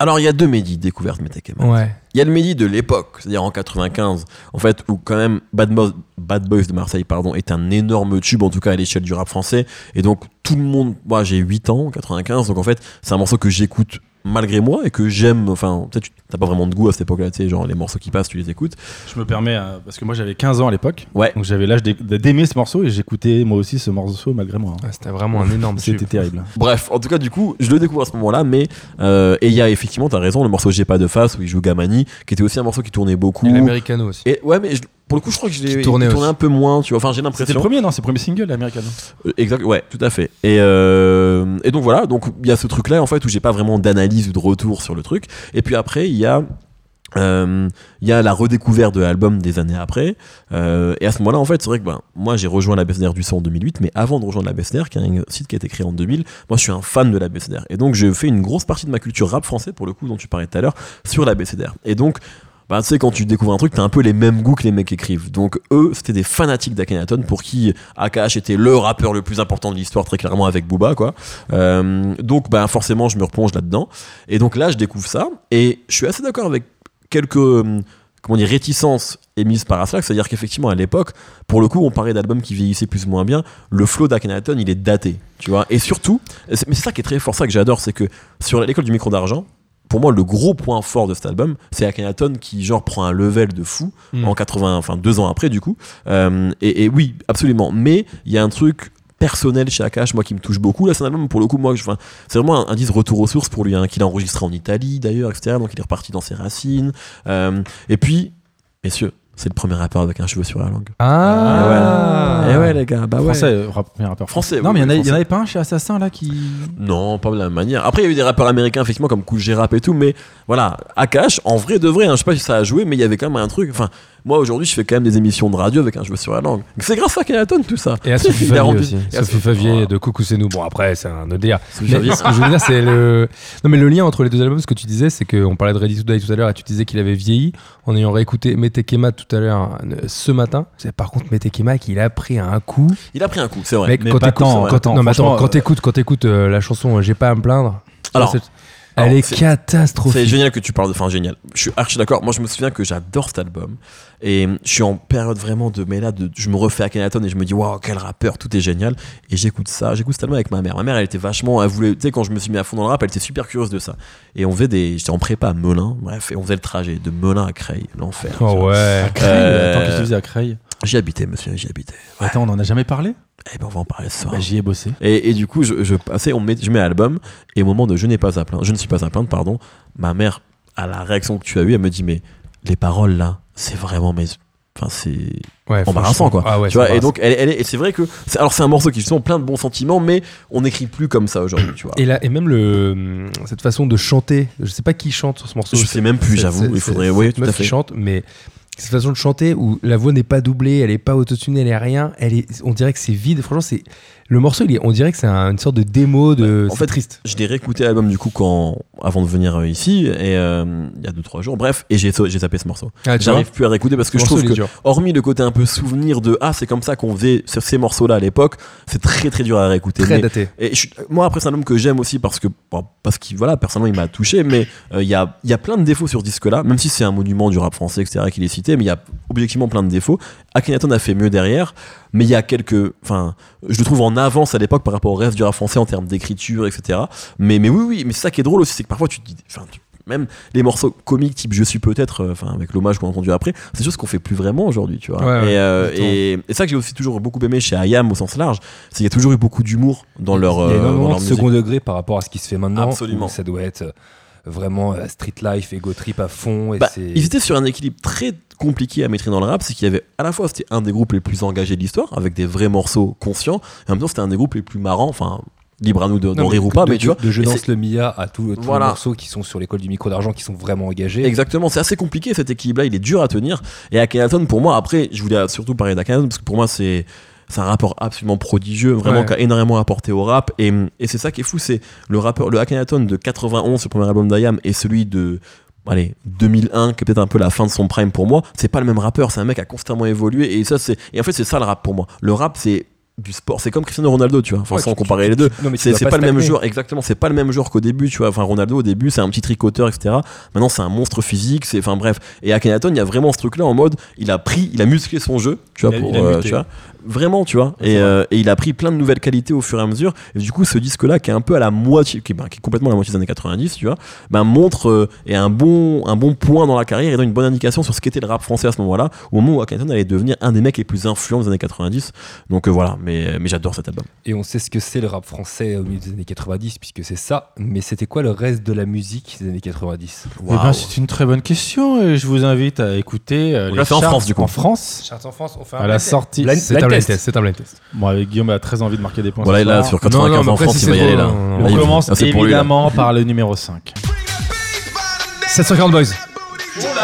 Alors, il y a deux Mehdi découvertes, mais t'es quand même. Ouais. Il y a le Mehdi de l'époque, c'est-à-dire en 95, en fait, où quand même Bad, Mo- Bad Boys de Marseille pardon, est un énorme tube, en tout cas à l'échelle du rap français. Et donc, tout le monde, moi j'ai 8 ans, en 95, donc en fait, c'est un morceau que j'écoute malgré moi et que j'aime. Enfin, peut-être tu- t'as pas vraiment de goût à cette époque-là, tu sais, genre les morceaux qui passent, tu les écoutes. Je me permets, euh, parce que moi j'avais 15 ans à l'époque. Ouais. Donc j'avais l'âge d'é- d'aimer ce morceau et j'écoutais moi aussi ce morceau malgré moi. hein. Ah, C'était vraiment un énorme C'était tube. terrible. Bref, en tout cas, du coup, je le découvre à ce moment-là, mais. euh, et il y a effectivement, t'as raison, le morceau J'ai pas de face où il joue Gamani, qui était aussi un morceau qui tournait beaucoup. Et l'Americano aussi. Et ouais, mais je- pour le coup, je crois que je l'ai Qui tourné tournait aussi. un peu moins, tu vois. Enfin, j'ai C'était le l'impression. premier, non C'est le premier single, American. Euh, Exact, ouais, tout à fait. Et, euh, et donc voilà, donc il y a ce truc-là en fait où j'ai pas vraiment d'analyse ou de retour sur le truc. Et puis après, il y a euh, il y a la redécouverte de l'album des années après. Euh, et à ce moment-là, en fait, c'est vrai que ben, moi j'ai rejoint la BSNR du sang en 2008, mais avant de rejoindre la BSNR, qui est un site qui a été créé en 2000, moi je suis un fan de la BSNR. Et donc je fais une grosse partie de ma culture rap français, pour le coup, dont tu parlais tout à l'heure, sur la BCDR. Et donc, bah, tu sais, quand tu découvres un truc, t'as un peu les mêmes goûts que les mecs qui écrivent. Donc, eux, c'était des fanatiques d'Akhenaton pour qui AKH était le rappeur le plus important de l'histoire, très clairement, avec Booba, quoi. Euh, donc, bah, forcément, je me replonge là-dedans. Et donc là, je découvre ça. Et je suis assez d'accord avec quelques. euh, Comment dire, réticences émises par Aslak, c'est-à-dire qu'effectivement à l'époque, pour le coup, on parlait d'albums qui vieillissaient plus ou moins bien. Le flow d'Akhenaton, il est daté, tu vois. Et surtout, et c'est- mais c'est ça qui est très fort, ça que j'adore, c'est que sur l'école du micro d'argent, pour moi, le gros point fort de cet album, c'est Akhenaton qui, genre, prend un level de fou Mm. en 80, enfin, deux ans après, du coup. Euh, et, et oui, absolument. Mais il y a un truc personnel chez Akash, moi, qui me touche beaucoup. Là, c'est un album, pour le coup, moi, que je- enfin, c'est vraiment un, un disque retour aux sources pour lui, hein, qu'il a enregistré en Italie, d'ailleurs, etc. Donc, il est reparti dans ses racines. Euh, et puis, messieurs, c'est le premier rappeur avec un cheveu sur la langue. Ah, Eh ouais, les gars, bah ouais. Français, euh, rap- mais rappeur Français, Non, oui, mais il y en a- il oui, y en français. avait pas un chez Assassin là qui. Non, pas de la même manière. Après, il y a eu des rappeurs américains, effectivement, comme Cool G Rap et tout, mais voilà, Akash, en vrai de vrai, hein, je sais pas si ça a joué, mais il y avait quand même un truc. Enfin, moi aujourd'hui, je fais quand même des émissions de radio avec un cheveu sur la langue. C'est grâce à Kenaton, tout ça. Et à Sophie Il a Favier rendu- Oh. aussi. et à Sophie Favier de Coucou c'est nous. Bon après c'est un autre délire. Sophie Mais Favier. ce que je veux dire c'est le non mais le lien entre les deux albums ce que tu disais c'est qu'on parlait de Ready to Die tout à l'heure et tu disais qu'il avait vieilli en ayant réécouté Metekema tout à l'heure euh, ce matin. C'est par contre Metekema qu'il a pris un coup. Il a pris un coup, c'est vrai. Mec, mais quand pas t'écoutes- tant, hein. quand- pas tant. non, mais attends, Franchement, quand euh, t'écoutes quand t'écoutes euh, la chanson euh, J'ai pas à me plaindre. Alors, c'est- alors, elle est c'est- C'est catastrophique. génial que tu parles de. Enfin, génial. Je suis archi d'accord. Moi, je me souviens que j'adore cet album. Et je suis en période vraiment de. Mais là, de, je me refais à Kenaton et je me dis, waouh, quel rappeur, tout est génial. Et j'écoute ça. J'écoute cet album avec ma mère. Ma mère, elle était vachement. Elle voulait. Tu sais, quand je me suis mis à fond dans le rap, elle était super curieuse de ça. Et on faisait des. J'étais en prépa à Melun. Bref, et on faisait le trajet de Melun à Creil. L'enfer. tu Oh vois. ouais. Creil, Euh, Attends, qu'est-ce que tu faisais à Creil J'y habitais, monsieur, j'y habitais. Ouais. Attends, on en a jamais parlé Eh ben, on va en parler ce soir. Bah, J'y ai bossé. Et, et du coup, je, je passais, on met, je mets album, et au moment de je n'ai pas à plaindre, je ne suis pas à plaindre, pardon, ma mère, à la réaction que tu as eue, elle me dit, mais les paroles là, c'est vraiment mes. Enfin, c'est. Ouais, Embarrassant, franchement. quoi. Ah ouais, tu vois, c'est et donc, elle, elle est- et c'est vrai que. c'est- Alors, c'est un morceau qui sont plein de bons sentiments, mais on n'écrit plus comme ça aujourd'hui, tu vois. Et, là, et même le, hum, cette façon de chanter, je sais pas qui chante sur ce morceau. Je sais même plus, C'est- j'avoue, c'est- il c'est- faudrait- c'est oui, cette tout meuf à fait. qui chante, mais cette façon de chanter où la voix n'est pas doublée, elle est pas autotunée, elle est rien, elle est, on dirait que c'est vide. Franchement, c'est le morceau, il est, on dirait que c'est un- une sorte de démo de. en c'est fait, triste. Je l'ai réécouté l'album du coup quand, avant de venir euh, ici, et euh, il y a 2-3 jours, bref, et j'ai j'ai tapé ce morceau. Ah, tu vois, J'arrive plus à réécouter parce que je le morceau, trouve il est que dur. hormis le côté un peu souvenir de ah c'est comme ça qu'on faisait sur ces morceaux là à l'époque c'est très très dur à réécouter très Mais- daté. et je suis- moi après c'est un album que j'aime aussi parce que bon, parce qu'il voilà personnellement il m'a touché mais euh, il y, a, il y a plein de défauts sur ce disque là même si c'est un monument du rap français etc qu'il est cité mais il y a objectivement plein de défauts Akhenaton a fait mieux derrière mais il y a quelques enfin je le trouve en avance à l'époque par rapport au reste du rap français en termes d'écriture etc mais, mais oui oui mais c'est ça qui est drôle aussi c'est que parfois tu te dis enfin, tu- même les morceaux comiques type je suis peut-être euh, enfin avec l'hommage qu'on a entendu après c'est des choses qu'on fait plus vraiment aujourd'hui tu vois Ouais, ouais, et, euh, exactement. et, et ça que j'ai aussi toujours beaucoup aimé chez Ayam au sens large c'est qu'il y a toujours eu beaucoup d'humour dans leur Il y a euh, dans énormément leur de musique. second degré par rapport à ce qui se fait maintenant. Absolument. où Ça doit être euh, vraiment euh, street life, ego trip à fond. Et Bah, c'est- ils étaient sur un équilibre très compliqué à maîtriser dans le rap, c'est qu'il y avait à la fois c'était un des groupes les plus engagés de l'histoire avec des vrais morceaux conscients, et en même temps c'était un des groupes les plus marrants, enfin libre à nous de- d'en Non, mais rire ou de- pas, de- mais tu vois. De je et lance c'est- le Mia à tous tous Voilà. les morceaux qui sont sur l'école du micro d'argent qui sont vraiment engagés. Exactement, c'est assez compliqué cet équilibre-là, il est dur à tenir. Et Akhenaton, pour moi, après, je voulais surtout parler d'Akhenaton parce que pour moi, c'est c'est un rapport absolument prodigieux, vraiment Ouais. qui a énormément apporté au rap. Et, et c'est ça qui est fou, c'est le rappeur, le Akhenaton de 91, le premier album d'Ayam, et celui de allez 2001 qui est peut-être un peu la fin de son prime pour moi c'est pas le même rappeur c'est un mec qui a constamment évolué et ça c'est et en fait c'est ça le rap pour moi le rap c'est du sport c'est comme Cristiano Ronaldo tu vois enfin Ouais, sans tu- tu- comparer les deux Non, mais tu c'est dois c'est pas le même stagner. joueur exactement c'est pas le même joueur qu'au début tu vois enfin Ronaldo au début c'est un petit tricoteur etc maintenant c'est un monstre physique c'est enfin bref et Akhenaton il y a vraiment ce truc là en mode il a pris il a musclé son jeu tu vois Il a- pour il a euh, muté. tu vois Vraiment, tu vois. Et, euh, et il a pris plein de nouvelles qualités au fur et à mesure. Et du coup, ce disque-là, qui est un peu à la moitié, qui est, ben, qui est complètement à la moitié des années 90, tu vois, ben, montre euh, et un bon, un bon point dans la carrière et donne une bonne indication sur ce qu'était le rap français à ce moment-là, au moment où Akhenaton allait devenir un des mecs les plus influents des années 90. Donc euh, voilà, mais, mais j'adore cet album. Et on sait ce que c'est le rap français au milieu des années 90, puisque c'est ça. Mais c'était quoi le reste de la musique des années 90 Eh ben, c'est une très bonne question et je vous invite à écouter euh, On les l'a fait en charts France, du coup. En France, Charte en France, on fait à la sortie. Blind- C'est un blind blind test. test, c'est un blind test. Bon, avec Guillaume a très envie de marquer des points. Voilà, ce et là, soir. sur 95 Non, non, mais en après, France, si il va c'est y aller drôle, là. on- Là, On il- commence ah, c'est pour lui, là. évidemment par le numéro 5. 740 Boys.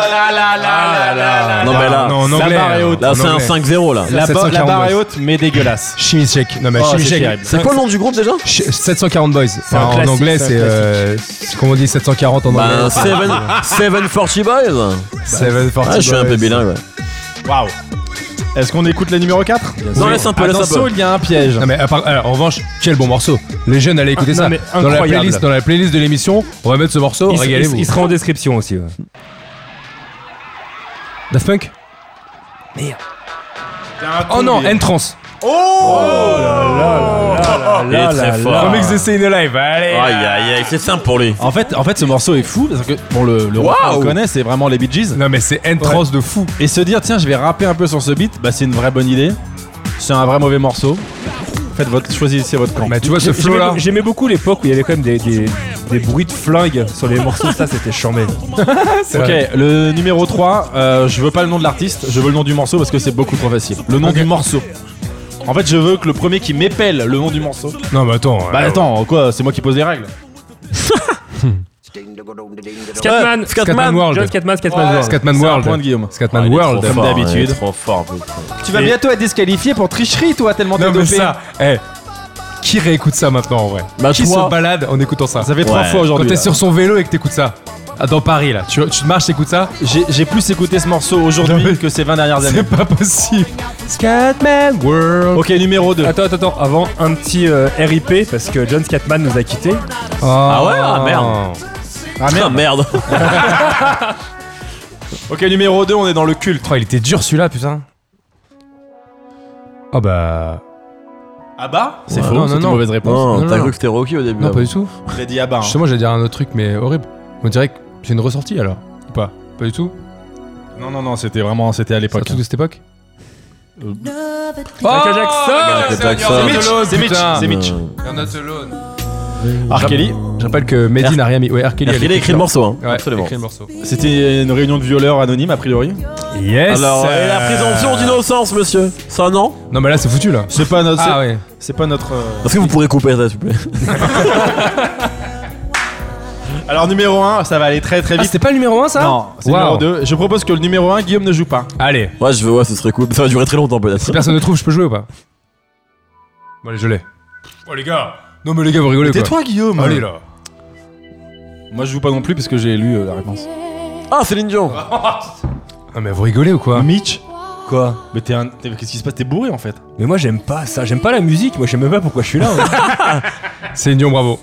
Ah, Non, mais là, non, en la anglais. barre est haute. Là, c'est En un anglais. 5-0 là. La, bo- 740 la barre est boys. haute, mais dégueulasse. Chimie Check. Non, mais Oh, Chimie c'est Check. terrible. C'est quoi le nom du groupe déjà Ch- 740 Boys. un en classique, anglais, c'est un c'est. euh, c'est Comment on dit 740 en anglais Ben, 740 Boys Ah, 740 je suis un peu Boys. bilingue, ouais. Waouh. Est-ce qu'on écoute la numéro 4 Non, laisse un peu, laisse un Attention, peu. il y a un piège. Non mais à part- alors, en revanche, quel bon morceau. Les jeunes allaient écouter Ah, non, ça. mais dans la incroyable. playlist, dans la playlist de l'émission, on va mettre ce Il, morceau. se- il se- Régalez-vous. il sera en description aussi. ouais. Daft Punk. Il y a un Oh non, tombé. N-Trans. Il est très fort. Remix de Stay in Alive. Allez. Aïe aïe aïe, c'est simple pour lui. En fait, en fait, ce morceau est fou parce que bon, le, le Waouh. refrain, on le connaît, c'est vraiment les Bee Gees. Non mais c'est N-Trans de fou. Et se dire tiens, je vais rapper un peu sur ce beat, bah c'est une vraie bonne idée. C'est un vrai mauvais morceau. Faites votre, choisissez votre camp. Mais tu vois ce J'aimais flow là. be- J'aimais beaucoup l'époque où il y avait quand même des, des- des bruits de flingue sur les morceaux, ça c'était chambé. Ok, le numéro 3, euh, je veux pas le nom de l'artiste, je veux le nom du morceau parce que c'est beaucoup trop facile. Le nom du morceau. En fait, je veux que le premier qui m'épelle le nom du morceau. Non mais attends. Bah euh, attends, quoi, c'est moi qui pose les règles. Scatman, Scatman World. John Scatman, Scatman World. Scatman C'est un World. point de Guillaume. Scatman Ah, il est World. trop Comme fort, d'habitude. il est Trop fort. putain. Tu vas bientôt être disqualifié pour tricherie, toi, tellement t'es Non mais dopé. ça. eh, Qui réécoute ça maintenant en vrai Bah, Qui toi. se balade en écoutant ça Ça fait trois Ouais. fois Quand aujourd'hui. t'es là. sur son vélo et que t'écoutes ça. Ah, Dans Paris là, tu, tu marches, t'écoutes ça J'ai j'ai plus écouté ce morceau Non, mais- aujourd'hui que ces 20 dernières années. C'est pas possible. Scatman World. Ok, numéro 2. Attends, attends, attends, avant un petit euh, RIP parce que John Scatman nous a quittés. Ah ouais, ah, merde. Ah, Ah merde. merde. Ok, numéro 2, on est dans le culte. Putain, Oh, il était dur celui-là, putain. Ah bah. Ah bah C'est Ouais, faux, non, c'est non, une non. mauvaise réponse. Non, non, t'as non. cru que c'était Rocky au début. Non, là. pas du tout. J'ai dit ah bah. hein. Justement, j'allais dire un autre truc, mais horrible. On dirait que c'est une ressortie alors. Ou pas Pas du tout Non, non, non, c'était vraiment, c'était à C'est un l'époque. hein. truc de cette époque Euh, Oh Michael Jackson Michael Jackson. C'est Mitch, c'est Mitch. Euh, R. Kelly. Je rappelle que Mehdi n'a rien mis. Ouais, R. Kelly, elle Il a écrit le morceau, hein. Ouais, Absolument. écrit le morceau. C'était une réunion de violeurs anonymes, a priori. Yes Alors, et la présomption d'innocence, monsieur Ça, non Non, mais là, c'est foutu là. C'est pas notre. Ah ouais. C'est pas notre. euh, Est-ce que vous pourrez couper ça, s'il vous plaît Alors, numéro 1, ça va aller très très Ah, vite. c'était pas le numéro 1 ça non, c'est Wow. numéro 2. Je propose que le numéro 1, Guillaume ne joue pas. Allez, Ouais, je veux, ouais, ce serait cool. Ça va durer très longtemps, peut-être. si personne ne trouve, je peux jouer ou pas Bon, allez, je l'ai. Oh les gars Non, mais les gars, vous rigolez quoi Guillaume Allez là Moi, je joue pas non plus parce que j'ai lu euh, la réponse. Ah, Céline Dion Non, Ah, mais vous rigolez ou quoi Mitch Quoi Mais t'es un. t'es- Qu'est-ce qui se passe T'es bourré en fait. Mais moi j'aime pas ça, j'aime pas la musique, moi je sais même pas pourquoi je suis là. hein. C'est Dion, bravo.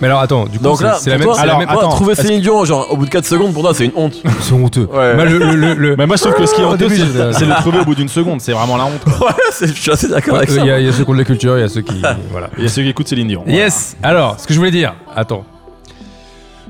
Mais alors, attends, du coup, Donc c'est- là, c'est la pour toi- même. c'est la alors, même- Moi, Attends, trouver est-ce Céline Dion, genre, au bout de 4 secondes, pour toi, c'est une honte. C'est honteux. Ouais. Bah, le, le, le- Mais moi, je trouve que ce qui est Au honteux, début, c'est j'étais- euh, c'est de le trouver au bout d'une seconde. C'est vraiment la honte. quoi. Ouais, c'est- je suis assez d'accord Ouais, avec euh, ça. Il y, a- il y a ceux qui ont de la culture, il y a ceux qui. voilà. Il y a ceux qui écoutent Céline Dion. Yes Alors, ce que je voulais dire, attends.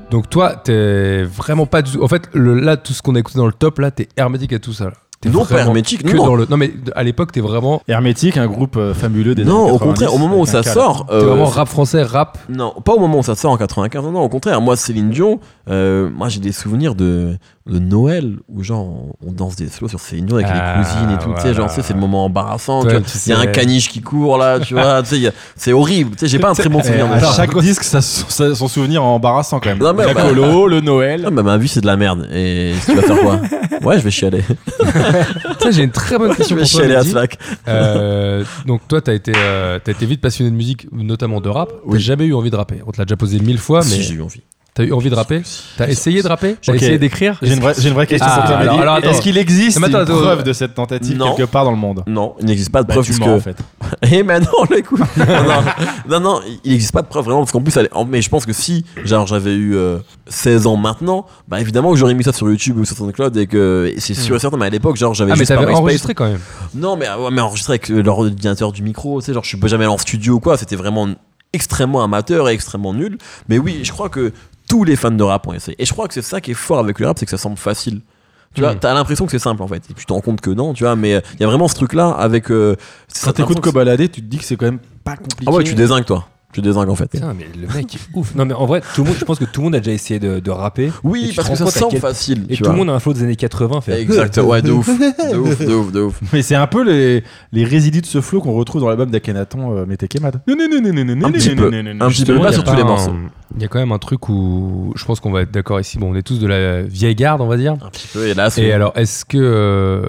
Donc, toi, t'es vraiment pas du tout. En fait, le, là, tout ce qu'on a écouté dans le top, là, t'es hermétique à tout ça. là. T'es Non, pas vraiment hermétique, que non. Dans le... Non, mais à l'époque, t'es vraiment. Hermétique, un groupe euh, fabuleux des Non, années au contraire, au 90, moment où avec un ça cadre. sort, T'es euh, vraiment rap français, rap. Non, pas au moment où ça sort en 95. Non, non, au contraire. Moi, Céline Dion, euh, moi j'ai des souvenirs de, de Noël où genre on danse des slows sur Céline Dion avec Ah, les cousines et tout. Tu sais, genre, voilà. tu sais, c'est le moment embarrassant. Ouais, tu vois. tu Il y a un sais. caniche qui court là, tu vois. tu sais, il y a- c'est horrible. Tu sais, j'ai pas un très eh, bon souvenir. Euh, de à ça. chaque disque, ça, ça- son souvenir est embarrassant quand même. Non, mais la bah- colo, le Noël. Ah, bah, ma vie, c'est de la merde. Et tu vas faire quoi Ouais, je vais chialer. Ça, j'ai une très bonne je question vais pour toi. chialer à Mehdi. Slack. Euh, donc toi, t'as été, euh, t'as été vite passionné de musique, notamment de rap. T'as Oui. Ah, jamais eu envie de rapper. On te l'a déjà posé mille fois, mais Si, j'ai eu envie. T'as eu envie de rapper T'as essayé de rapper T'as Ok. essayé d'écrire J'ai une, vraie- j'ai une vraie question Ah, pour toi, alors- Mehdi. alors, attends. Est-ce qu'il existe Mais attends, une attends. preuve de cette tentative euh, Non. quelque part dans le monde Non, il n'existe pas de Bah, preuve. tu parce mens, en que... fait. Eh ben non, les couilles. non, non, non, non, il n'existe pas de preuve vraiment parce qu'en plus, elle est- en- mais je pense que si, genre j'avais eu euh, 16 ans maintenant, bah évidemment que j'aurais mis ça sur YouTube ou sur SoundCloud et que et c'est Hmm. sûr et certain. Mais à l'époque, genre j'avais Ah, mais juste pas t'avais MySpace. enregistré quand même. Non, mais, ouais, mais enregistré avec euh, l'ordinateur du micro, tu sais, genre je suis pas jamais allé en studio ou quoi. C'était vraiment extrêmement amateur et extrêmement nul. Mais oui, je crois que tous les fans de rap ont essayé. Et je crois que c'est ça qui est fort avec le rap, c'est que ça semble facile. Tu vois, Mm. t'as l'impression que c'est simple en fait. Et tu te rends compte que non, tu vois, mais il y a vraiment ce truc-là avec. euh, Quand cette t'écoutes impression que Cobaladé, tu te dis que c'est quand même pas compliqué. ah ouais, tu désingues toi. Tu désingues en fait. Putain, mais le mec est ouf. Non, mais en vrai, tout le monde, je pense que tout le monde a déjà essayé de, de rapper. Et Oui, tu te parce que rends ça compte à semble quel- facile. Et tu tout le vois. monde a un flow des années 80. Fait. Exact, ouais, de ouf. De ouf, de ouf, de ouf. Mais c'est un peu les, les résidus de ce flow qu'on retrouve dans l'album d'Akhenaton, euh, Mete Kemad. Non, non, non, non, non, non, Un non, petit non, peu. non, non, non. Un petit peu, Justement, il pas y a sur tous hein. pas les un- morceaux. Il y a quand même un truc où je pense qu'on va être d'accord ici. Bon, on est tous de la vieille garde, on va dire. Un petit peu, hélas. Et oui. alors, est-ce que, euh,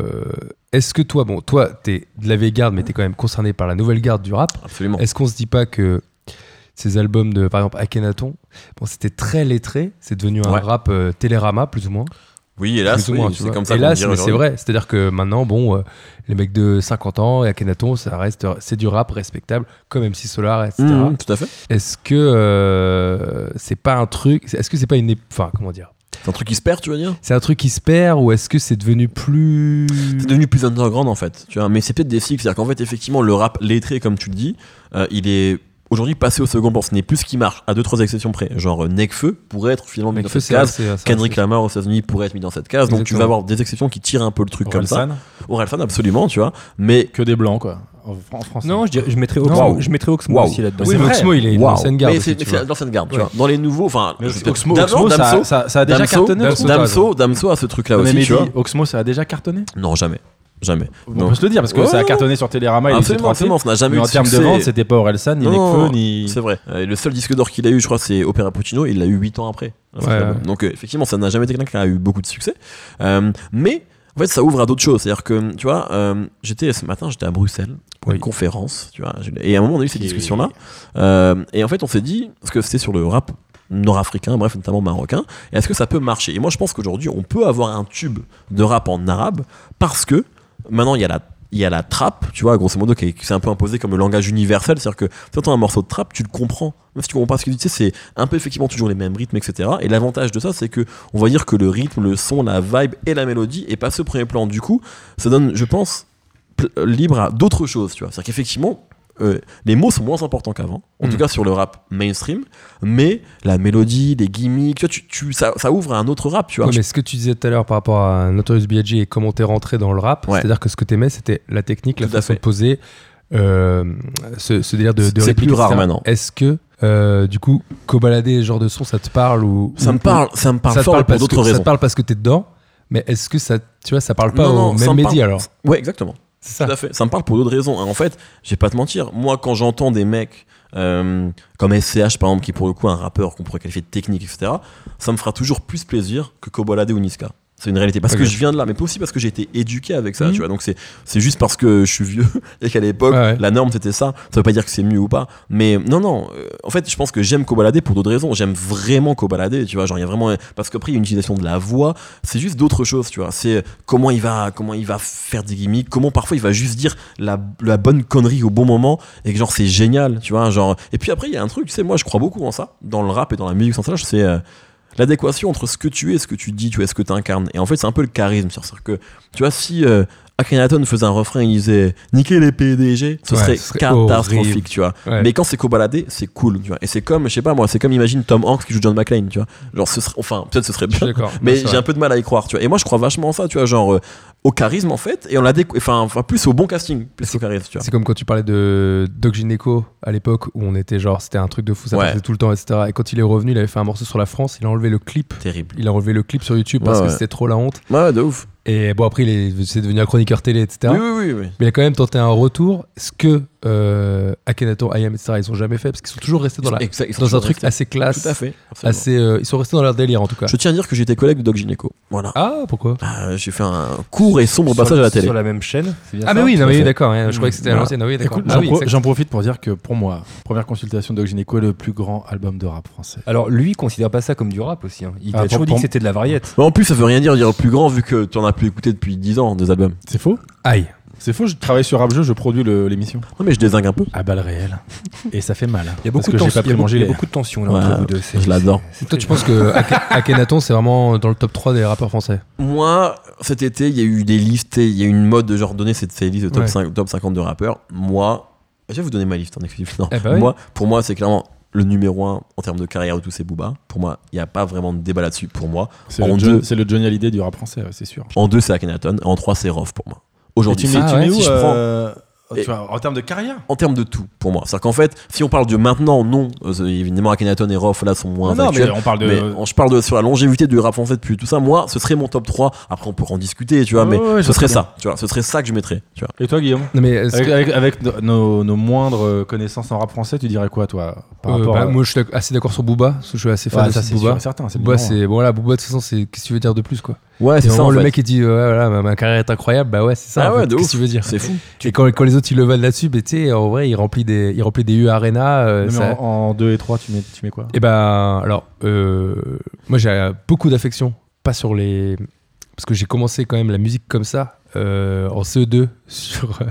est-ce que toi, bon, toi, t'es de la vieille garde, mais t'es quand même concerné par la nouvelle garde du rap. Absolument. Est-ce qu'on se dit pas que ces albums de, par exemple, Akhenaton, bon, c'était très lettré, c'est devenu un Ouais. rap euh, télérama, plus ou moins. Oui, hélas, plus ou oui, moins, tu c'est vois. comme ça. Et qu'on là, dirait c'est c'est aujourd'hui. vrai. C'est-à-dire que maintenant, bon, euh, les mecs de 50 ans et Akhenaton, ça reste, c'est du rap respectable, comme MC Solar, etc. Mhm, tout à fait. Est-ce que euh, c'est pas un truc, est-ce que c'est pas une, ép- enfin, comment dire, C'est un truc qui se perd, tu veux dire c'est un truc qui se perd ou est-ce que c'est devenu plus C'est devenu plus underground en fait, tu vois. Mais c'est peut-être des cycles, c'est-à-dire qu'en fait, effectivement, le rap lettré, comme tu le dis, euh, il est aujourd'hui passé au second plan. Ce n'est plus ce qui marche, à deux trois exceptions près. Genre euh, Nekfeu pourrait être finalement mis Mec, dans feu, cette c'est- case. c'est- c'est- Kendrick Lamar aux États-Unis pourrait être mis dans cette case. Donc tu Exactement. vas avoir des exceptions qui tirent un peu le truc comme ça. Orelsan, Orelsan, absolument, tu vois. Mais Que des blancs, quoi. En, en France. Non, je, dirais- je mettrais Oxmo, Waouh. je mettrais Oxmo Waouh. aussi là-dedans. Oui, mais Oxmo, il est dans Waouh. l'ancienne garde. Mais aussi, c'est tu mais c'est vois. dans cette garde, tu Ouais. vois. Dans les nouveaux, enfin, Mais peut-être- Oxmo, d'abord, Oxmo, ça, Damso, a- ça- ça a déjà Damso, cartonné. Damso, Oxmo. Damso, Damso a ce truc-là Non, mais aussi, tu Mehdi, vois. Oxmo, ça a déjà cartonné Non, jamais. Jamais. On Non. peut se le dire, parce que Ouais, ça a ouais. cartonné sur Télérama et les Absolument, C3C. absolument, ça n'a jamais Mais eu en de termes de succès. vente, c'était pas Orelsan, ni Non, non, Nekfeu, ni. C'est vrai. Euh, le seul disque d'or qu'il a eu, je crois, c'est Opéra Puccino. Il l'a eu 8 ans après. Ouais. Donc, euh, effectivement, ça n'a jamais été quelqu'un qui a eu beaucoup de succès. Euh, mais, en fait, ça ouvre à d'autres choses. C'est-à-dire que, tu vois, euh, j'étais ce matin, j'étais à Bruxelles pour Oui. une conférence. Tu vois, j'ai- et à un moment, on a eu cette Et- discussion-là. Euh, et en fait, on s'est dit, parce que c'était sur le rap nord-africain, bref, notamment marocain, et est-ce que ça peut marcher Et moi, je pense qu'aujourd'hui, on peut avoir un tube de rap en arabe parce que maintenant, il y a la il y a la trappe, tu vois, grosso modo, qui est- qui s'est un peu imposée comme le langage universel. C'est-à-dire que si t'entends un morceau de trappe, tu le comprends. Même si tu comprends pas ce que tu sais, c'est un peu effectivement toujours les mêmes rythmes, etc. Et l'avantage de ça, c'est que on va dire que le rythme, le son, la vibe et la mélodie est passé au premier plan. Du coup, ça donne, je pense, pl- euh, libre à d'autres choses, tu vois. C'est-à-dire qu'effectivement, euh, les mots sont moins importants qu'avant, en Mm. tout cas sur le rap mainstream, mais la mélodie, les gimmicks, tu vois, tu, tu- ça, ça ouvre à un autre rap, tu vois. Ouais, mais ce que tu disais tout à l'heure par rapport à Notorious B.I.G. et comment t'es rentré dans le rap, Ouais. c'est-à-dire que ce que t'aimais, c'était la technique, la Tout à façon fait. de poser, euh, ce, ce délire de, de C'est réplique, plus rare etc. maintenant. Est-ce que, euh, du coup, cobalader ce genre de son, ça te parle ou Ça me ou- parle, ça me parle ça te fort parle pour parce d'autres que, ça raisons. te parle parce que t'es dedans, mais est-ce que ça, tu vois, ça parle pas Non, non, au ça même me Mehdi parle. alors Ouais, exactement. C'est Tout ça. à fait. Ça me parle pour d'autres raisons. En fait, je vais pas te mentir. Moi, quand j'entends des mecs euh, comme SCH, par exemple, qui est pour le coup un rappeur qu'on pourrait qualifier de technique, etc., ça me fera toujours plus plaisir que Kobolade ou Niska. C'est une réalité. Parce Ok. que je viens de là, mais pas aussi parce que j'ai été éduqué avec ça, Mhm. tu vois. Donc c'est c'est juste parce que je suis vieux et qu'à l'époque, Ouais, ouais. la norme c'était ça. Ça veut pas dire que c'est mieux ou pas. Mais non, non. euh, en fait, je pense que j'aime Kobalade pour d'autres raisons. J'aime vraiment Kobalade, tu vois. Genre, il y a vraiment. Parce qu'après, il y a une utilisation de la voix. C'est juste d'autres choses, tu vois. C'est comment il va comment il va faire des gimmicks. Comment parfois il va juste dire la, la bonne connerie au bon moment. Et que genre, c'est génial, tu vois. Genre. Et puis après, il y a un truc, tu sais, moi, je crois beaucoup en ça. Dans le rap et dans la musique sans sage, c'est. euh, L'adéquation entre ce que tu es et ce que tu dis, tu vois, ce que tu incarnes. Et en fait, c'est un peu le charisme. C'est-à-dire que, tu vois, si euh, Akhenaton faisait un refrain, il disait Niquez les PDG, ce Ouais, serait, ce serait catastrophique, horrible. tu vois. Ouais. Mais quand c'est cobaladé, c'est cool, tu vois. Et c'est comme, je sais pas moi, c'est comme imagine Tom Hanks qui joue John McClane, tu vois. Genre, ce serait, enfin, peut-être ce serait Je suis bien. d'accord. Mais C'est vrai. j'ai un peu de mal à y croire, tu vois. Et moi, je crois vachement en ça, tu vois, genre euh, au charisme en fait, et on l'a décou- enfin, enfin, plus au bon casting, plus au charisme, tu vois. C'est comme quand tu parlais de Doc Gineco à l'époque où on était genre, c'était un truc de fou, ça Ouais. passait tout le temps, etc. Et quand il est revenu, il avait fait un morceau sur la France, il a enlevé le clip. Terrible. Il a enlevé le clip sur YouTube parce Ouais, que ouais. c'était trop la honte. Ouais, de ouf. Et bon, après, il est, c'est devenu un chroniqueur télé, etc. Oui, oui, oui. oui. Mais il a quand même tenté un retour, ce que euh, Akhenaton, IAM, etc., ils ont jamais fait parce qu'ils sont toujours restés dans, la, Exact, ils sont dans un toujours truc restés. assez classe. Tout à fait. absolument. Assez, euh, ils sont restés dans leur délire en tout cas. Je tiens à dire que j'étais collègue de Doc Gineco. Voilà. Ah, pourquoi Ah, j'ai fait un cours court et sombre sur- passage à la télé. Sur bah, la même chaîne, c'est bien Ah, ça mais oui, Tout non, à mais oui, fait. d'accord. hein, Je croyais que c'était à Voilà. l'ancienne. Ah oui, d'accord. Écoute, Ah j'en oui, pro- c'est- j'en profite pour dire que pour moi, première consultation de Doc Gynéco est le plus grand album de rap français. Alors lui, il considère pas ça comme du rap aussi. hein. Il Ah, a pour- toujours dit pour- que c'était de la variette. Mais en plus, ça veut rien dire dire le plus grand vu que tu en as plus écouté depuis 10 ans des albums. C'est faux Aïe. C'est faux, je travaille sur Rap Jeu, je produis le- l'émission. Non, mais je désingue un peu. À balles réelles. Et ça fait mal. Il y a beaucoup, parce que de, j'ai tension- pas il y pris a beaucoup, manger il y a les- beaucoup de tension là, Ouais, entre vous deux. c'est- je l'adore. c'est- c'est Toi, très tu penses que Ake- Akhenaton, c'est vraiment dans le top 3 des rappeurs français Moi, cet été, il y a eu des listes, et il y a eu une mode de genre donner cette, ces listes de top, Ouais. 5 top 50 de rappeurs. Moi, je vais vous donner ma liste en exclusif. Non. Eh ben bah oui. moi, pour moi, c'est clairement le numéro 1 en termes de carrière de tous ces Booba. Pour moi, il n'y a pas vraiment de débat là-dessus. Pour moi, C'est En le, deux. Jo- c'est le Johnny Hallyday du rap français, ouais, c'est sûr. en 2, c'est Akhenaton, et en 3, c'est Rof pour moi. Et Aujourd'hui, tu mets, c'est- tu Ah mets où, ouais. Si je euh, Et- tu vois, En termes de carrière en termes de tout, pour moi. C'est-à-dire qu'en fait, si on parle de maintenant, non, euh, c'est- évidemment, Akhenaton et Rof, là, sont moins Non, non, mais actuels. on parle de. Mais on- je parle de, sur la longévité du rap français depuis tout ça. Moi, ce serait mon top 3. Après, on pourra en discuter, tu vois, Ouais, mais ouais, ouais, ce je serait sais bien. ça. Tu vois, ce serait ça que je mettrais. Tu vois. Et toi, Guillaume Non, mais. est-ce avec, que- avec- avec no- nos, nos moindres connaissances en rap français, tu dirais quoi, toi Par euh, rapport bah, à. Moi, je suis d'ac- assez d'accord sur Booba. parce que Je suis assez fan Ouais, de ça, ce c'est sûr Booba. et certain. C'est hein. le Booba, numéro un. c'est. Bon, là, Booba, de toute façon, c'est. Qu'est-ce que tu veux dire de plus, quoi Ouais, Et vraiment, le mec, il dit, euh, ouais, voilà, ma, ma carrière est incroyable. Bah ouais, c'est ça. Ah en ouais, fait, de Qu'est-ce ouf. que tu veux dire C'est fou. Et quand, quand les autres ils le valent là-dessus, ben, tu sais, en vrai, il remplit des, il remplit des U Arena. Non, euh, mais ça- en- en 2 et 3, tu mets, tu mets quoi Et ben, alors, euh, moi j'ai euh, beaucoup d'affection, pas sur les. Parce que j'ai commencé quand même la musique comme ça, euh, en CE2, sur, euh,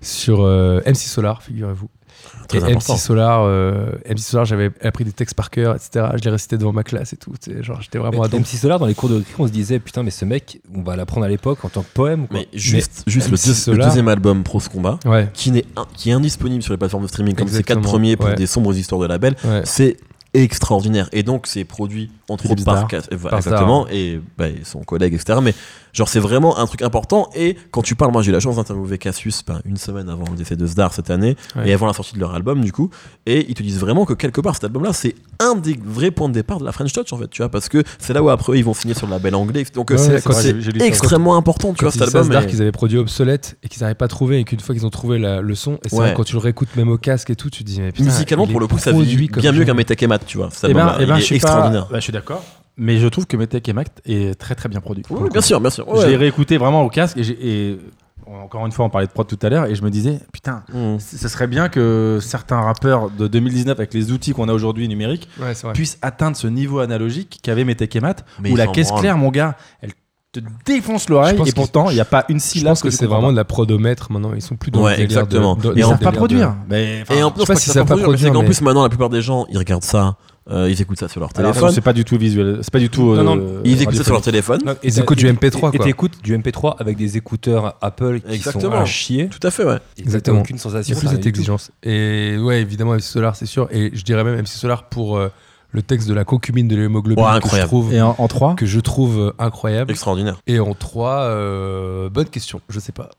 sur euh, MC Solar, figurez-vous. Très et important. MC Solar, euh, MC Solar j'avais appris des textes par cœur, etc. Je les récitais devant ma classe et tout. tu sais, Genre, j'étais vraiment Mais adoré. MC Solar, dans les cours de récré, on se disait putain, mais ce mec, on va l'apprendre à l'époque en tant que poème. Quoi. Mais juste, juste même le, si deux- cela- le deuxième album Pro Ce Combat, Ouais, qui, n'est un- qui est indisponible sur les plateformes de streaming, comme ces quatre Exactement, premiers pour ouais. des sombres histoires de labels, ouais. c'est extraordinaire. Et donc, c'est produit entre Philippe autres par, Starr. Cas- euh, voilà, Par Starr. exactement, et bah, et son collègue, etc. Mais genre, c'est vraiment un truc important. Et quand tu parles, moi, j'ai eu la chance d'interviewer Cassius ben, une semaine avant le décès de Sdar cette année, Ouais. et avant la sortie de leur album, du coup. Et ils te disent vraiment que quelque part, cet album-là, c'est un des vrais points de départ de la French Touch, en fait, tu vois, parce que c'est là où après, ils vont signer sur le label anglais. Donc, euh, Ouais, c'est ouais, quand c'est j'ai- j'ai lu ça. extrêmement important, tu Quand vois, ils cet album. s'avèrent et- qu'ils avaient produit obsolète et qu'ils n'arrivaient pas à trouver et qu'une fois qu'ils ont trouvé la- le son, et c'est Ouais. vrai que quand tu le réécoutes même au casque et tout, tu te dis mais putain, musicalement il Ah, pour est le coup ça produit vit comme bien mieux genre. qu'un Metakemat tu vois cet Eh ben, album-là, eh ben, il je est suis pas- extraordinaire bah, je suis d'accord. Mais je trouve que Metech et Mact est très très bien produit. pour Oui, le coup. bien sûr bien sûr Je l'ai ouais. réécouté vraiment au casque et, j'ai- et encore une fois, on parlait de prod tout à l'heure et je me disais, putain, Mm. c- ce serait bien que certains rappeurs de 2019 avec les outils qu'on a aujourd'hui numériques Ouais, c'est vrai. puissent atteindre ce niveau analogique qu'avait Metech et Matt Mais où ils la s'en caisse branlent. claire, mon gars, elle te défonce Je l'oreille pense et que- pourtant, il n'y a pas une Je syllabe pense que tu c'est comprends vraiment pas. de la prodomètre maintenant. Ils sont plus dans Ouais, le délire de- exactement. dans- Ils Ils dans savent le pas délire de- produire. Mais, enfin, et en plus je sais pas parce si que ça ça va produit, hein, produire, c'est qu'en mais- plus maintenant la plupart des gens ils regardent ça euh, ils écoutent ça sur leur Alors, téléphone c'est pas du tout visuel, c'est pas du tout. euh, Non, non, ils écoutent ça radiophonique. sur leur téléphone Non, Ils écoutent et- du MP3, et- Et quoi. t'écoutes du MP3 avec des écouteurs Apple qui Exactement. sont à chier. tout à fait ouais Et t'as Exactement. Aucune Il y sensation. a plus ça, cette rien du tout. exigence. Et ouais, évidemment, MC Solar, c'est sûr. Et je dirais même MC Solar pour euh, le texte de la concubine de l'hémoglobine Ouais, que je incroyable. trouve Et en, en 3 que je trouve euh, incroyable. extraordinaire Et en 3, bonne question. Je sais pas.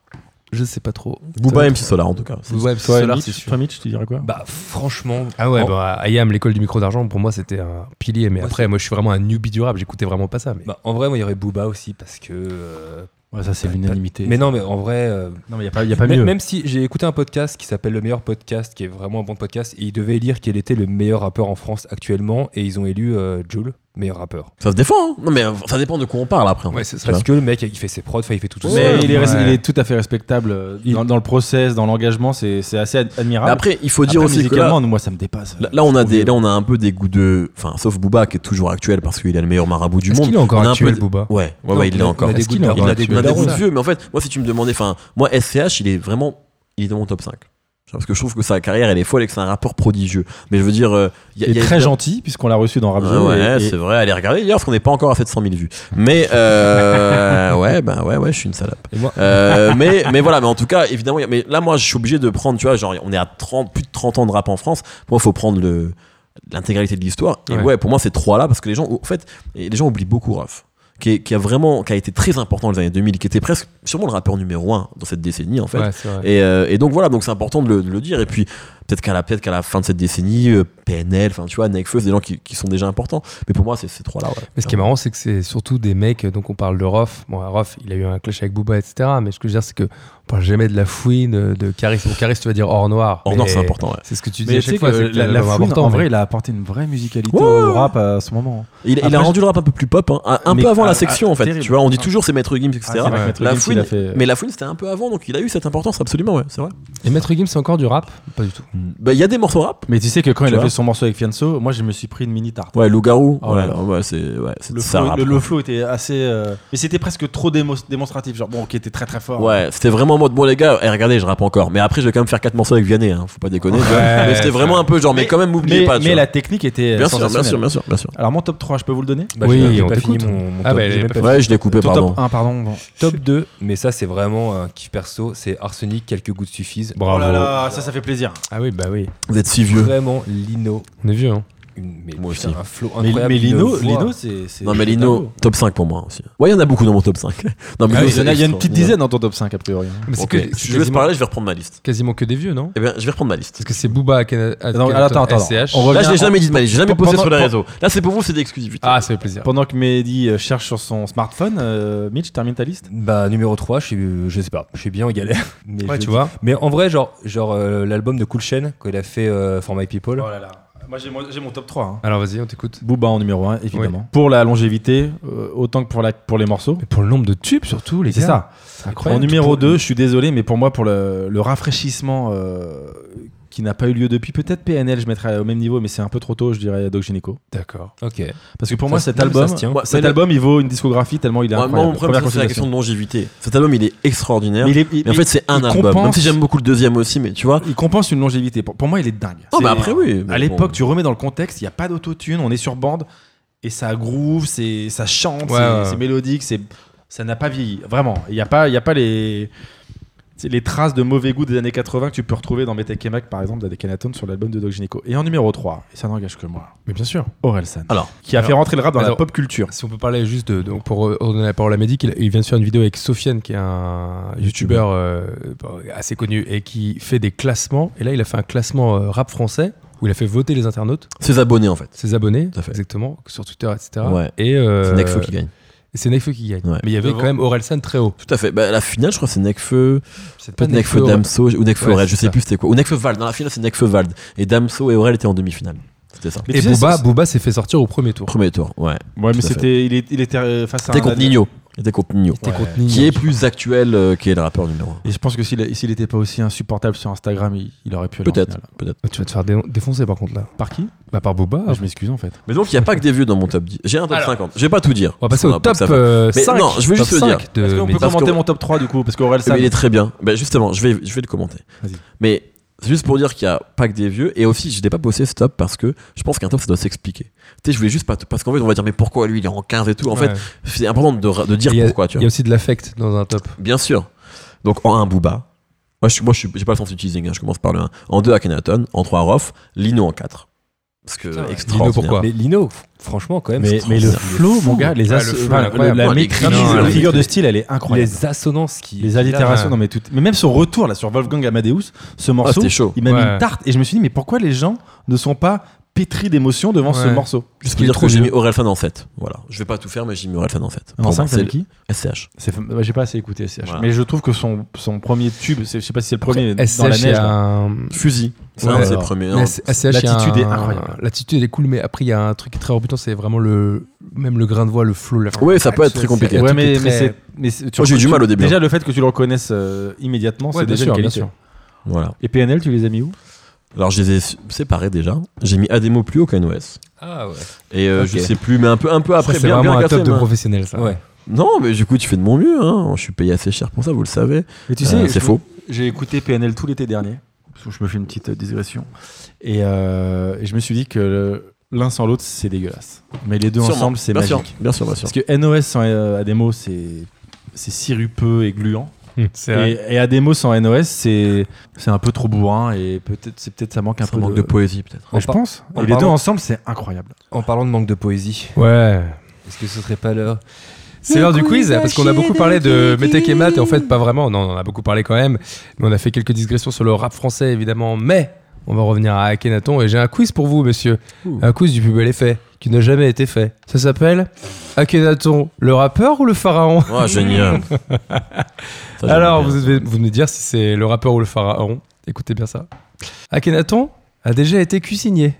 Je sais pas trop. Booba et MC Solar en tout cas C'est- Ouais, MC Toi, Solar, c'est Mitch, sûr. toi, Mitch, tu dirais quoi Bah franchement, Ah ouais, En- bah, IAM, l'école du micro d'argent, pour moi, c'était un pilier. Mais Moi, après, moi, je suis vraiment un newbie durable. J'écoutais vraiment pas ça. Mais... bah, en vrai, moi, il y aurait Booba aussi parce que. euh, Ouais, ça, c'est Ouais, l'unanimité. Mais non, mais en vrai. euh, non, mais il n'y a pas, y a pas même- mieux. Même si j'ai écouté un podcast qui s'appelle Le meilleur podcast, qui est vraiment un bon podcast, et ils devaient élire quel était le meilleur rappeur en France actuellement, et ils ont élu euh, Jul, meilleur rappeur. ça se défend hein. non mais euh, ça dépend de quoi on parle après en fait. c'est Parce que le mec, il fait ses prods, enfin, il fait tout tout Mais seul. il, est, res- Ouais. il est tout à fait respectable euh, Il- dans, dans le process, dans l'engagement, c'est c'est assez ad- Mais admirable. après il faut dire Après, aussi que là musicalement, moi ça me dépasse. là- là, on a Je trouve des que- là on a un peu des goûts de enfin sauf Booba qui est toujours actuel parce qu'il est le meilleur marabout du Est-ce monde qu'il est encore on a un actuel, peu- Booba ouais ouais Non, ouais il l'est a- encore Il a des Est-ce goûts qu'il est de- encore il a Il des a goûts des de goûts de daron. vieux, mais en fait, moi, si tu me demandais, enfin, moi, SCH, il est vraiment, il est dans mon top 5. Tu vois, Parce que je trouve que sa carrière, elle est folle et que c'est un rappeur prodigieux. Mais je veux dire, euh, il y a- Il il y est a- très gentil, puisqu'on l'a reçu dans Rap Ouais, Jeu, ouais, et- et- c'est vrai. Allez regarder d'ailleurs, parce qu'on n'est pas encore à 700 000 vues. Mais euh, ouais, ben ouais, ouais, je suis une salope. Et moi- Euh, mais mais voilà, mais en tout cas, évidemment, il y a- mais là, moi, je suis obligé de prendre, tu vois, genre, on est à 30, plus de 30 ans de rap en France. Pour moi, faut prendre le l'intégralité de l'histoire. Et Ouais. ouais. pour moi, ces trois-là, parce que les gens, en fait, et les gens oublient beaucoup Raph. Qui, est- qui a vraiment qui a été très important dans les années 2000 qui était presque sûrement le rappeur numéro un dans cette décennie en fait Ouais, c'est vrai. et, euh, et donc voilà, donc c'est important de le, de le dire. Et puis, peut-être qu'à la, peut qu'à la fin de cette décennie, euh, PNL, enfin, tu vois, Necfeu, c'est des gens qui, qui sont déjà importants. Mais pour moi, c'est ces trois-là. ouais. Mais ce qui est marrant, c'est que c'est surtout des mecs, donc on parle de Rof. Bon, Rof, il a eu un clash avec Booba, etc. Mais ce que je veux dire, c'est que on parle jamais de la fouine, euh, de Caris. Bon, Caris, tu vas dire hors noir. Or, mais non, c'est important. ouais. C'est ce que tu dis Mais à tu sais chaque que fois. c'est que la, t'as la l'air fouine, important, en mais- vrai, il a apporté une vraie musicalité Ouais, ouais, au ouais. Ah, rap à ce moment. Il, il Après, a rendu le rap un peu plus pop, hein, un, un Mais- peu avant ah, la section ah, en fait. terrible. Tu vois, on dit toujours c'est Maître Gims, etc. Ah, c'est Maître la Gims, il fouine, a fait- mais la fouine c'était un peu avant, donc il a eu cette importance absolument, ouais, c'est vrai. Et Maître Gims, c'est encore du rap Pas du tout. Mm. Bah, il y a des morceaux rap. Mais tu sais que quand Tu il a vois fait son morceau avec Fianso, moi je me suis pris une mini tarte. Ouais, Loup Garou. Oh là ouais, là. ouais, c'est ouais, c'est Le ça flow, rap, le, le quoi. flow était assez. euh, Mais c'était presque trop démo- démonstratif. Genre, bon, qui était très très fort. Ouais, c'était vraiment en mode bon les gars, eh, regardez, je rappe encore. Mais après, je vais quand même faire quatre morceaux avec Vianney, hein, faut pas déconner. tu vois. Ouais, mais c'était ça- vraiment un peu genre, mais, Mais- quand même, oubliez Mais, pas. tu mais vois. la technique était. euh, bien, sûr, sensationnelle. bien sûr, bien sûr, bien sûr. Alors, mon top 3, je peux vous le donner Bah, Oui, j'ai- j'ai on pas fini t'écoute. mon, mon Ah top, bah, j'ai j'ai même pas pas fini. Ouais, je l'ai coupé, Ton pardon. top 1, pardon. bon. fini. Top 2, mais ça c'est vraiment un kiff perso, c'est Arsenic, quelques gouttes suffisent. Bravo. Oh là là, ça, ça fait plaisir. Ah oui, bah oui. Vous êtes si vieux. Vraiment Lino, On est vieux, hein. une, mais Moi putain, aussi. un flow Mais, incroyable. mais une Lino, voix. Lino c'est. c'est- Non, mais c'est Lino, dingo. top 5 pour moi aussi. Ouais, il y en a beaucoup dans mon top 5. Non, mais Ah Lino, oui, il y en a- il y a une c'est petite extraordinaire. dizaine dans ton top 5 a priori. hein. Mais c'est Ok, que- c'est Je laisse quasiment, parler, je vais reprendre ma liste. quasiment que des vieux, non Eh bien, je vais reprendre ma liste. Parce que c'est Booba à Cana- à Attends, Canada- attends, attends. SCH. On revient- Là, je l'ai jamais dit de ma liste, j'ai jamais Pendant- posté sur les pendant- réseaux. Là, c'est pour vous, c'est des exclusivité. Ah, ça fait plaisir. Pendant que Mehdi euh, cherche sur son smartphone, euh, Mitch termine ta liste. Bah numéro 3, je, suis- je sais pas, je suis bien en galère. Mais Ouais, je- tu vois. Mais en vrai, genre, genre euh, l'album de Cool Chain, quand il a fait euh, For My People, Oh là là. Moi j'ai mon, j'ai mon top 3. hein. Alors vas-y, on t'écoute. Booba en numéro 1, évidemment. Pour la longévité, euh, autant que pour, la, pour les morceaux. Mais pour le nombre de tubes, surtout, les C'est gars. ça. C'est incroyable. En numéro 2, je suis désolé, mais pour moi, pour le, le rafraîchissement euh, qui n'a pas eu lieu depuis, peut-être PNL, je mettrais au même niveau, mais c'est un peu trop tôt, je dirais Doc Gynéco. D'accord. ok. Parce que pour Ça moi, se- cet non, mais ça album, se tient. Moi, cet Ah, mais- album, il vaut une discographie tellement il est Moi, incroyable. mon problème, Première c'est la question constatation. de longévité. Cet album, il est extraordinaire. Mais Mais, il est- il- en il- fait, c'est un il album. Même compense- si j'aime beaucoup le deuxième aussi, mais tu vois. Il compense une longévité. Pour, pour moi, il est dingue. Oh, C'est- bah après, oui. mais à l'époque, bon. tu remets dans le contexte, il n'y a pas d'autotune, on est sur bande, et ça groove, c'est, ça chante, Ouais, c'est, ouais. c'est mélodique, c'est, ça n'a pas vieilli. Vraiment, il n'y a pas, il y a pas les, c'est les traces de mauvais goût des années 80 que tu peux retrouver dans Metek et Mac, par exemple, d'Adekanaton sur l'album de Doc Gynéco. Et en numéro 3, et ça n'engage que moi, Mais bien sûr. Orelsan, Alors. qui a Alors. fait rentrer le rap dans la Alors. pop culture. Si on peut parler juste de, donc pour euh, redonner la parole à Mehdi, qu'il- il vient de faire une vidéo avec Sofiane, qui est un youtubeur euh, bon, assez connu et qui fait des classements. Et là, il a fait un classement euh, rap français où il a fait voter les internautes, Ses abonnés, en fait. ses abonnés, Tout à fait. exactement, sur Twitter, etc. Ouais. Et euh, C'est Necfeu qui gagne. et C'est Nekfeu qui gagne. Ouais. Mais il y avait quand même Orelsan très haut. Tout à fait. Bah, la finale, je crois, c'est Necfeu. C'est hein. Peut-être Necfeu Orelsan. Damso ou Necfeu Ouais, Aurel. c'est Je sais ça. plus c'était quoi. Ou Necfeu Vald. Dans la finale, c'est Necfeu Vald. Et Damso et Aurel étaient en demi-finale. C'était ça. Mais Et tu sais, Booba, c'est- Booba s'est fait sortir au premier tour. Premier tour, ouais. Ah, ouais, mais tout à fait. c'était, il, est- il était euh, face à C'était un contre Adek- Nino. C'était contre Nino. T'es contre Nino. Qui est plus actuel euh, qui est le rappeur numéro 1. Et je pense que s'il, s'il était pas aussi insupportable sur Instagram, il, il aurait pu aller en Peut-être. finale. Peut-être. Ah, Tu vas te faire dé- défoncer par contre là. Par qui Bah par Booba. Ah, Je m'excuse en fait. Mais donc, il n'y a pas que des vieux dans mon top 10. J'ai un top Alors. 50. Je vais pas tout dire. On va passer Parce qu'on au a pas top que ça à faire. euh, Mais 5. non, je veux Top juste le 5 dire. de Est-ce qu'on peut Mehdi. Parce commenter que- mon top 3 du coup Parce qu'Aurel Mais San. il est très bien. Bah, justement, je vais, je vais le commenter. Vas-y. Mais c'est juste pour dire qu'il n'y a pas que des vieux. Et aussi, je n'ai pas posté ce top parce que je pense qu'un top, ça doit s'expliquer. Tu sais, je voulais juste pas. t- Parce qu'en fait, on va dire, mais pourquoi lui, il est en 15 et tout. En Ouais. fait, c'est important de, ra- de dire Il y a- pourquoi, tu Il y a vois. aussi de l'affect dans un top. Bien sûr. Donc, en 1, Booba. Moi, je suis- moi, je suis- j'ai pas le sens du teasing. hein, je commence par le 1. En 2, Akhenaton. En 3, Rof. Lino en 4. Parce que, Putain, ouais. extraordinaire. Lino, pourquoi Mais Lino, f- franchement, quand même, Mais, c'est mais le trop- flow, mon gars, les Ouais, as- le flow, enfin, incroyable. la Ouais, les maîtrise, graves, la les figure de trucs. style, elle est incroyable. les assonances qui. Les, allitérations, ouais. non mais tout. Mais même son retour là sur Wolfgang Amadeus, ce morceau, Ah, c'était chaud. il m'a mis Ouais. une tarte et je me suis dit mais pourquoi les gens ne sont pas pétris d'émotions devant ce Ouais. morceau Juste Il pour est dire trop que j'ai vieux. mis Orelsan en 7. Voilà. Je vais pas tout faire, mais j'ai mis Orelsan en 7. En 5, c'est c'est le qui SCH. C'est- bah, J'ai pas assez écouté SCH. Voilà. Mais je trouve que son, son premier tube, c'est- je sais pas si c'est le premier mais dans la SCH, il y neige. a là. un. Fusil. C'est Ouais. un de ses premiers. Mais un- S- SCH, il y a l'attitude est un- incroyable. L'attitude est cool, mais après, il y a un truc qui est très rebutant, c'est vraiment le. Même le grain de voix, le flow. la- Ouais, ça peut être très c'est- compliqué. le Ouais, truc mais, est mais très- c'est- mais c'est- tu Moi, j'ai eu du reconnais- mal au début. Déjà le fait que tu le reconnaisses euh, immédiatement, Ouais, c'est bien déjà sûr, une bien qualité. sûr. Voilà. Et PNL, tu les as mis où Alors, je les ai séparés déjà. J'ai mis Ademo plus haut qu'un OS. Ah ouais. Et euh, Ok. je sais plus, mais un peu, un peu Ça, après. C'est bien, vraiment bien un cassé, top de mais- professionnel, ça. Ouais. Non, mais du coup, tu fais de mon mieux. Hein. Je suis payé assez cher pour ça, vous le savez. Mais tu Euh, sais, c'est je- faux. J'ai écouté PNL tout l'été dernier. parce que Je me fais une petite euh, digression. Et, euh, et je me suis dit que le- l'un sans l'autre, c'est dégueulasse. Mais les deux Sûrement. ensemble, c'est Bien magique. sûr, bien sûr, bien sûr. Parce que NOS sans euh, Ademo, c'est c'est sirupeux et gluant. Hum, C'est vrai. Et, et Ademo sans NOS, c'est c'est un peu trop bourrin et peut-être c'est peut-être ça manque un Ça peu manque de poésie, peut-être. Ouais, je En par- pense. en Et les deux parlant- ensemble, c'est incroyable. En parlant de manque de poésie, Ouais. est-ce que ce serait pas l'heure C'est l'heure du quiz, parce qu'on a beaucoup parlé de Métec et Matt, et en fait, pas vraiment, non, on en a beaucoup parlé quand même, mais on a fait quelques digressions sur le rap français, évidemment, mais on va revenir à Akhenaton et j'ai un quiz pour vous, monsieur. Ouh. Un quiz du plus bel effet qui n'a jamais été fait. Ça s'appelle Akhenaton, le rappeur ou le pharaon Oh, génial. Ça, j'aime Alors, bien. vous devez vous me dire si c'est le rappeur ou le pharaon. Écoutez bien ça. Akhenaton a déjà été cuisinier.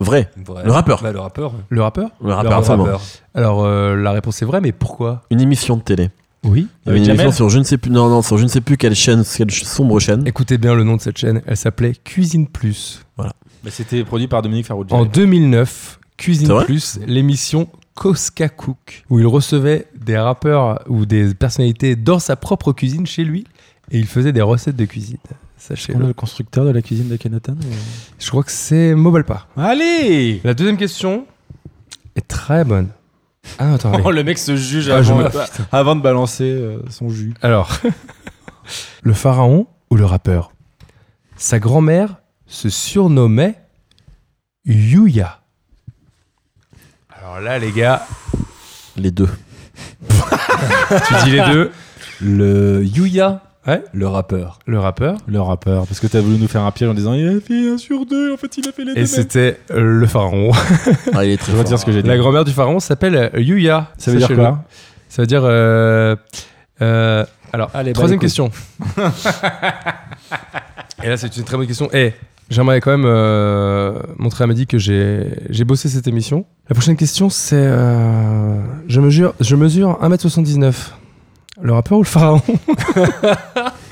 Vrai. Bref. Le rappeur. Bah, le rappeur. Le rappeur Le Le rappeur, absolument. Alors, euh, la réponse est vraie, mais pourquoi Une émission de télé. Oui. Il y Avec avait une Jamel émission sur je ne sais plus, non, non, sur je ne sais plus quelle chaîne, quelle ch- sombre chaîne. Écoutez bien le nom de cette chaîne, elle s'appelait Cuisine Plus. Bah, C'était produit par Dominique Farrugia. En 2009, Cuisine C'est vrai Plus, l'émission Cosca Cook, où il recevait des rappeurs ou des personnalités dans sa propre cuisine chez lui et il faisait des recettes de cuisine. Sachez-le. constructeur de la cuisine d'Akhenaton Je crois que c'est Mobalpa. Allez La deuxième question est très bonne. Ah non, attends, Oh, mais- le mec se juge Ah, je avant, me- avant de balancer euh, son jus. Alors, le pharaon ou le rappeur Sa grand-mère se surnommait Yuya. Alors là, les gars, Les deux. tu dis les deux. Le Yuya. Ouais. Le rappeur. Le rappeur. Le rappeur, parce que t'as voulu nous faire un piège en disant il a fait un sur deux, en fait il a fait les Et mêmes. c'était euh, le pharaon. Ah, il est Je très vais fort. dire ce que j'ai dit. La grand-mère du pharaon s'appelle euh, Yuya. Ça veut dire Sachez-le. quoi Ça veut dire. euh, euh, alors, Allez, bah, les troisième couilles. question. Et là, c'est une très bonne question. Et j'aimerais quand même euh, montrer à Mehdi que j'ai j'ai bossé cette émission. La prochaine question, c'est. euh, je, mesure, je mesure 1m79. Le rappeur ou le pharaon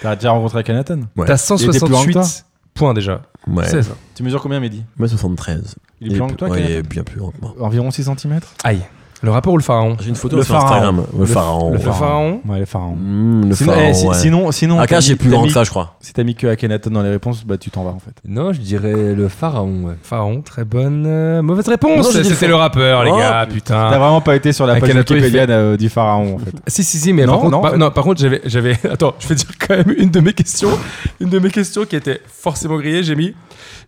T'as déjà rencontré Akhenaton Ouais. T'as Il était plus grand que toi. 168 points déjà. Ouais. C'est ça. Tu mesures combien, Mehdi Moi, 73. Il est plus grand que toi, ouais, Il Akhenaton est bien plus grand que moi. Environ 6 cm Aïe. Le rappeur ou le pharaon J'ai une photo Le sur pharaon. Instagram. Le, Le- pharaon. Le pharaon Ouais, les pharaons. Mmh, le Sinon, pharaon. eh, si- ouais. sinon, sinon t'as Akash mis- est plus t'as grand mis- que ça, je crois. Si t'as mis que Akhenaton dans les réponses, bah tu t'en vas en fait. Non, je dirais le pharaon. ouais. Pharaon, très bonne. euh, mauvaise réponse Non, j'ai dit le C'était pharaon. le rappeur, les Oh, T'as gars, putain. vraiment pas été sur la page Akhenaton, il Wikipédia euh, du pharaon en fait. Si, si, si, mais Non, par contre, non, en par, fait. non, par contre, j'avais, j'avais. Attends, je vais dire quand même une de mes questions. Une de mes questions qui était forcément grillée, j'ai mis.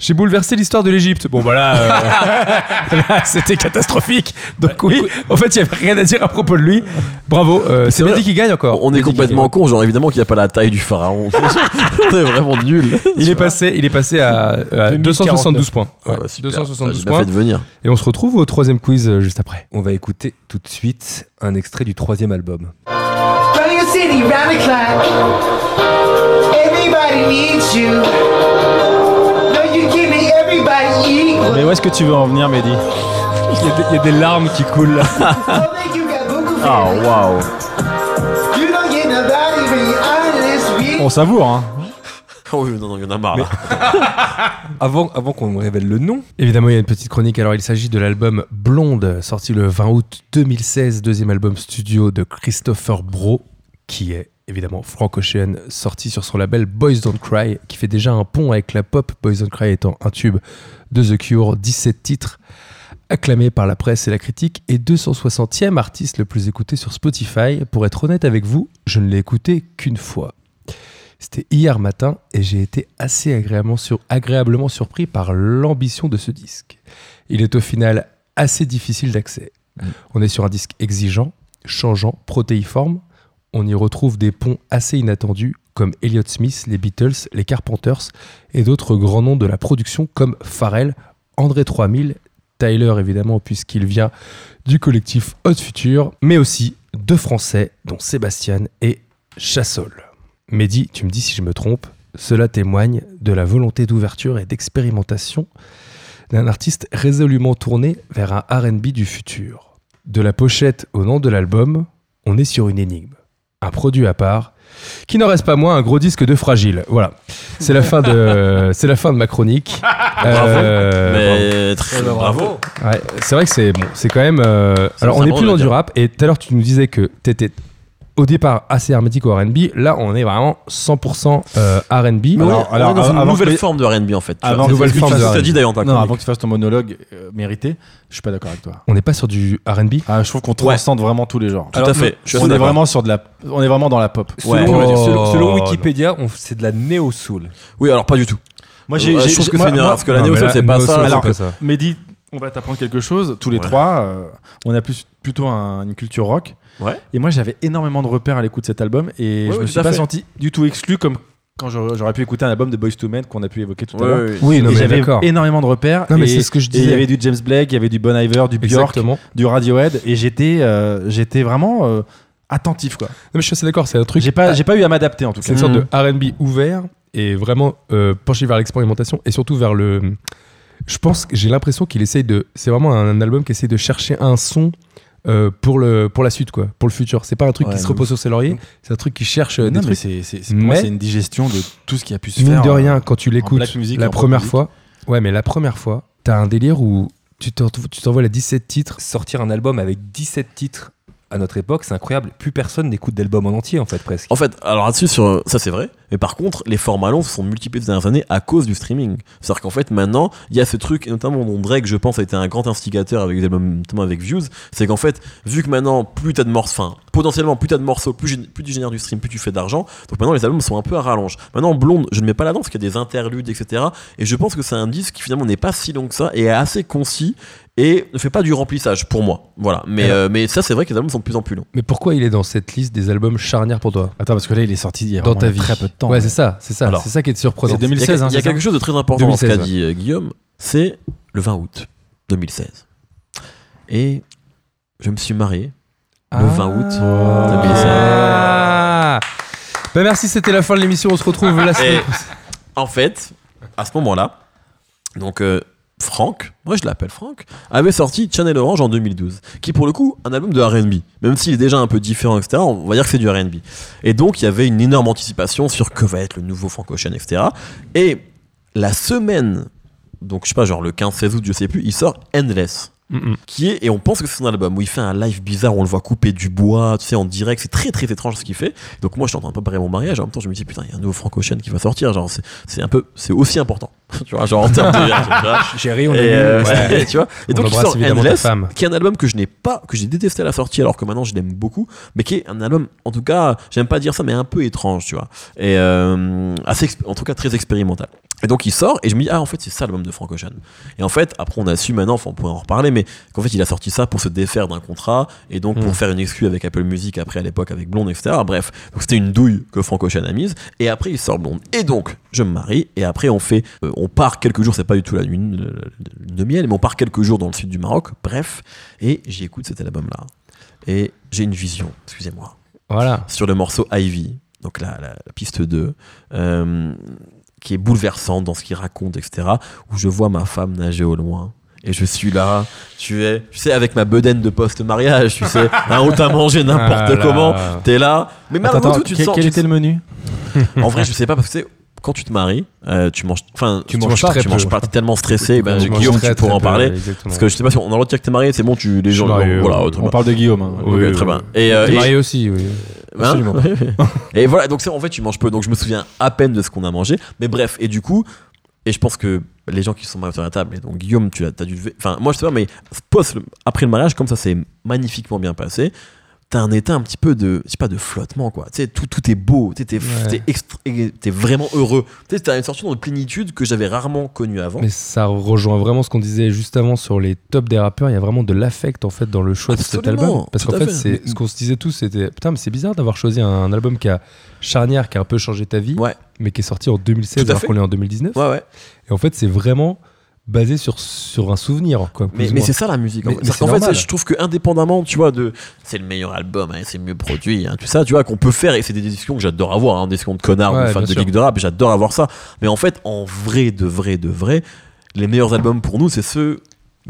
J'ai bouleversé l'histoire de l'Égypte. Bon, bah là, euh, là, c'était catastrophique. Donc, oui, en fait, il n'y avait rien à dire à propos de lui. Bravo, euh, c'est vrai. Mehdi qui gagne Oh, encore. On est Mehdi qui complètement con, genre évidemment qu'il n'y a pas la taille du pharaon. on est vraiment nul. gagne. Il est, passé, il est passé à, à 272 points. Ouais, Ah, 272 points. fait venir. Et on se retrouve au troisième quiz euh, juste après. On va écouter tout de suite un extrait du troisième album. Running a city round the clock. Everybody needs you. No, you give me everybody equal. Mais où est-ce que tu veux en venir, Mehdi Il y, a des, larmes qui coulent Don't think you got Google Ah family. waouh. You don't get nobody when you're out of this week. On savoure, hein Oh oui, non, non, il y en a marre. là. Avant, avant qu'on révèle le nom, Évidemment, il y a une petite chronique. Alors, il s'agit de l'album Blonde, sorti le 20 août 2016, deuxième album studio de Christopher Bro, qui est évidemment franco-ocean, sorti sur son label Boys Don't Cry, qui fait déjà un pont avec la pop, Boys Don't Cry étant un tube de The Cure, 17 titres acclamés par la presse et la critique, et 260e artiste le plus écouté sur Spotify. Pour être honnête avec vous, je ne l'ai écouté qu'une fois. C'était hier matin et j'ai été assez agréablement, sur- agréablement surpris par l'ambition de ce disque. Il est au final assez difficile d'accès. On est sur un disque exigeant, changeant, protéiforme. On y retrouve des ponts assez inattendus comme Elliott Smith, les Beatles, les Carpenters et d'autres grands noms de la production comme Pharrell, André 3000, Tyler évidemment puisqu'il vient du collectif Haute Future, mais aussi deux Français dont Sébastien et Chassol. Mehdi, tu me dis si je me trompe, cela témoigne de la volonté d'ouverture et d'expérimentation d'un artiste résolument tourné vers un RB du futur. De la pochette au nom de l'album, on est sur une énigme. Un produit à part, qui n'en reste pas moins un gros disque de fragile. Voilà. C'est la fin de, c'est la fin de ma chronique. Euh, Mais très bravo. Ouais, c'est vrai que c'est bon, c'est quand même. euh, C'est alors on vraiment est plus de dans le du dire. rap et tout à l'heure tu nous disais que t'étais au départ assez hermétique au R&B. Là on est vraiment 100% euh, R&B. Alors, Alors, alors, dans une avant nouvelle que- forme de RB en fait. tu Avant vois. que- C'est ce que nouvelle tu- forme c'est ce que de t'as dit d'ailleurs dans ta Non, chronique. avant que tu fasses ton monologue euh, mérité, je suis pas d'accord avec toi. On n'est pas sur du R&B. Ah, je trouve qu'on transcende vraiment tous les genres. Tout à fait. Je suis on assez est d'accord. vraiment sur de la, on est vraiment dans la pop. Ouais. selon, Oh, selon- selon non. Wikipédia, on- c'est de la néo-soul. Oui, alors pas du tout. Moi, Ouais, je trouve que c'est une erreur parce que la Non, néo mais là, c'est pas néo-soul, ça. c'est alors pas que- ça. Mehdi, on va t'apprendre quelque chose. Tous les Ouais. trois, euh, on a plus, plutôt un- une culture rock. Ouais. Et moi, j'avais énormément de repères à l'écoute de cet album et Ouais, je ouais, me tout suis à pas fait. senti du tout exclu comme quand j'aurais j'aurais pu écouter un album de Boys to Men qu'on a pu évoquer tout à Ouais, l'heure. ouais, ouais. Oui, non, Et mais j'avais d'accord. énormément de repères. Non, mais et- c'est ce que je et Il disais. y avait du James Blake, il y avait du Bon Iver, du Bjork, Exactement. du Radiohead, et j'étais, euh, j'étais vraiment euh, attentif quoi. Non, mais je suis assez d'accord, c'est un truc. J'ai pas, j'ai pas eu à m'adapter en tout C'est cas. une sorte de RB ouvert et vraiment euh, penché vers l'expérimentation et surtout vers le. Je pense que j'ai l'impression qu'il essaye de. C'est vraiment un, album qui essaye de chercher un son euh, pour, le, pour la suite, quoi, pour le futur. C'est pas un truc Ouais, qui se de repose sur ses lauriers, c'est un truc qui cherche euh, Non, des mais trucs. c'est, c'est, c'est- pour moi, Mais- c'est une digestion de tout ce qui a pu se Mine faire. de euh, rien, quand tu black l'écoutes music, en la pop première music. fois, ouais, mais la première fois, t'as un délire où tu te retrouves- tu t'envoies les 17 titres. Sortir un album avec 17 titres à notre époque, c'est incroyable. Plus personne n'écoute d'album en entier, en fait, presque. En fait, alors là-dessus, sur, ça c'est vrai, mais par contre, les formats longs se sont multipliés ces dernières années à cause du streaming. C'est-à-dire qu'en fait, maintenant, il y a ce truc, et notamment dont Drake, je pense, a été un grand instigateur avec des albums, notamment avec Views, c'est qu'en fait, vu que maintenant, plus t'as de morceaux, enfin, potentiellement, plus t'as de morceaux, plus, gén- plus tu génères du stream, plus tu fais d'argent, donc maintenant les albums sont un peu à rallonge. Maintenant, Blonde, je ne mets pas la danse, parce qu'il y a des interludes, etc. Et je pense que c'est un disque qui finalement n'est pas si long que ça et est assez concis et ne fait pas du remplissage pour moi. Voilà, mais, Alors- euh, mais ça, c'est vrai que les albums sont de plus en plus longs. Mais pourquoi il est dans cette liste des albums charnières pour toi Attends, parce que là, il est sorti il y a dans vraiment ta vie très peu de temps. hein. Ouais, c'est ça, c'est ça, Alors, c'est ça qui est surprenant. c'est 2016, Il y a, hein, il y a c'est quelque chose de très important dans 2016, ce qu'a dit euh, Guillaume, c'est le 20 août 2016. Et je me suis marié le 20 août 2016. Ah. Bah, merci, c'était la fin de l'émission. On se retrouve la semaine Et en fait, à ce moment-là, donc euh, Franck, moi je l'appelle Franck, avait sorti Channel Orange en 2012, qui est pour le coup un album de RB. Même s'il est déjà un peu différent, etc., on va dire que c'est du RB. Et donc il y avait une énorme anticipation sur que va être le nouveau Frank Ocean, etc. Et la semaine, donc je sais pas, genre le 15-16 août, je sais plus, il sort Endless Mm, mm. qui est, et on pense que c'est son album, où il fait un live bizarre, on le voit couper du bois, tu sais, en direct, c'est très très étrange ce qu'il fait. Donc moi, je suis en train de préparer mon mariage, en même temps, je me dis, putain, il y a un nouveau Franco Ocean qui va sortir, genre, c'est- c'est un peu, c'est aussi important, tu vois, genre en termes de. tu vois. Jerry, on Et, est euh, nul. Ouais. tu vois. Et On donc il embrasse sort évidemment ta Endless, femme. qui est un album que je n'ai pas, que j'ai détesté à la sortie, alors que maintenant je l'aime beaucoup, mais qui est un album, en tout cas, j'aime pas dire ça, mais un peu étrange, tu vois, et euh, assez, exp- en tout cas très expérimental. Et donc il sort, et je me dis ah en fait c'est ça l'album de Frank Ocean. Et en fait après on a su maintenant, enfin on pourrait en reparler, mais qu'en fait il a sorti ça pour se défaire d'un contrat et donc Mm. pour faire une excuse avec Apple Music après à l'époque avec Blonde etc. Bref, donc c'était une douille que Frank Ocean a mise et après il sort Blonde. Et donc je me marie et après on fait, euh, on part quelques jours, c'est pas du tout la nuit de, de- de miel, mais on part quelques jours dans le sud du Maroc. Bref, et j'écoute cet album là et j'ai une vision, excusez-moi Voilà. sur le morceau Ivy, donc la, la- la piste 2, euh, qui est bouleversante dans ce qu'il raconte, etc., où je vois ma femme nager au loin. Et je suis là, tu es, tu sais, avec ma bedaine de post-mariage, tu sais, un haut à manger n'importe Ah là. comment, t'es là. Mais Attends, malgré attends, tout, tu te quel, sens. quel tu était te- le menu En vrai, je sais pas, parce que tu sais, quand tu te maries, euh, tu manges. Enfin, Tu manges très pas, tu peu. manges pas, t'es tellement stressé, ben, Tu manges Guillaume, très, tu pourras très en peu, parler. euh, exactement. Parce que je sais pas si on a le droit de dire que t'es marié, c'est bon, tu, les gens. Je suis marié, voilà, oui. autrement. On parle de Guillaume. hein. Oui, Oui, très oui. bien. Et, euh, T'es et- marié aussi, oui. Hein et voilà, donc c'est- en fait, tu manges peu. Donc je me souviens à peine de ce qu'on a mangé. Mais bref, et du coup, et je pense que les gens qui sont mariés autour de la table, et donc Guillaume, tu as, dû. lever- Enfin, moi je sais pas, mais post, après le mariage, comme ça c'est magnifiquement bien passé, t'as un état un petit peu de, je sais pas, de flottement quoi. Tu sais, tout, tout est beau, tu sais, t'es Ouais. t'es extra- et t'es vraiment heureux. Tu sais, t'as une sorte de plénitude que j'avais rarement connue avant. Mais ça rejoint vraiment ce qu'on disait juste avant sur les tops des rappeurs. Il y a vraiment de l'affect en fait dans le choix de cet Absolument, album. Parce tout qu'en à fait, fait. c'est ce qu'on se disait tous, c'était putain, mais c'est bizarre d'avoir choisi un album qui a charnière, qui a un peu changé ta vie, Ouais. mais qui est sorti en 2016 Tout à alors fait. qu'on est en 2019. Ouais, ouais. Et en fait, c'est vraiment basé sur, sur un souvenir. Quoi, Mais, plus ou mais moins. c'est ça la musique. en Mais- fait. mais C'est-à-dire c'est qu'en fait, normal. c'est- je trouve que indépendamment, tu vois, de c'est le meilleur album, hein, c'est le mieux produit, hein, tout ça, tu vois, qu'on peut faire. Et c'est des discussions que j'adore avoir, hein, des discussions de connards Ouais, ou de fans bien de sûr. geeks de rap, j'adore avoir ça. Mais en fait, en vrai, de vrai, de vrai, les meilleurs albums pour nous, c'est ceux.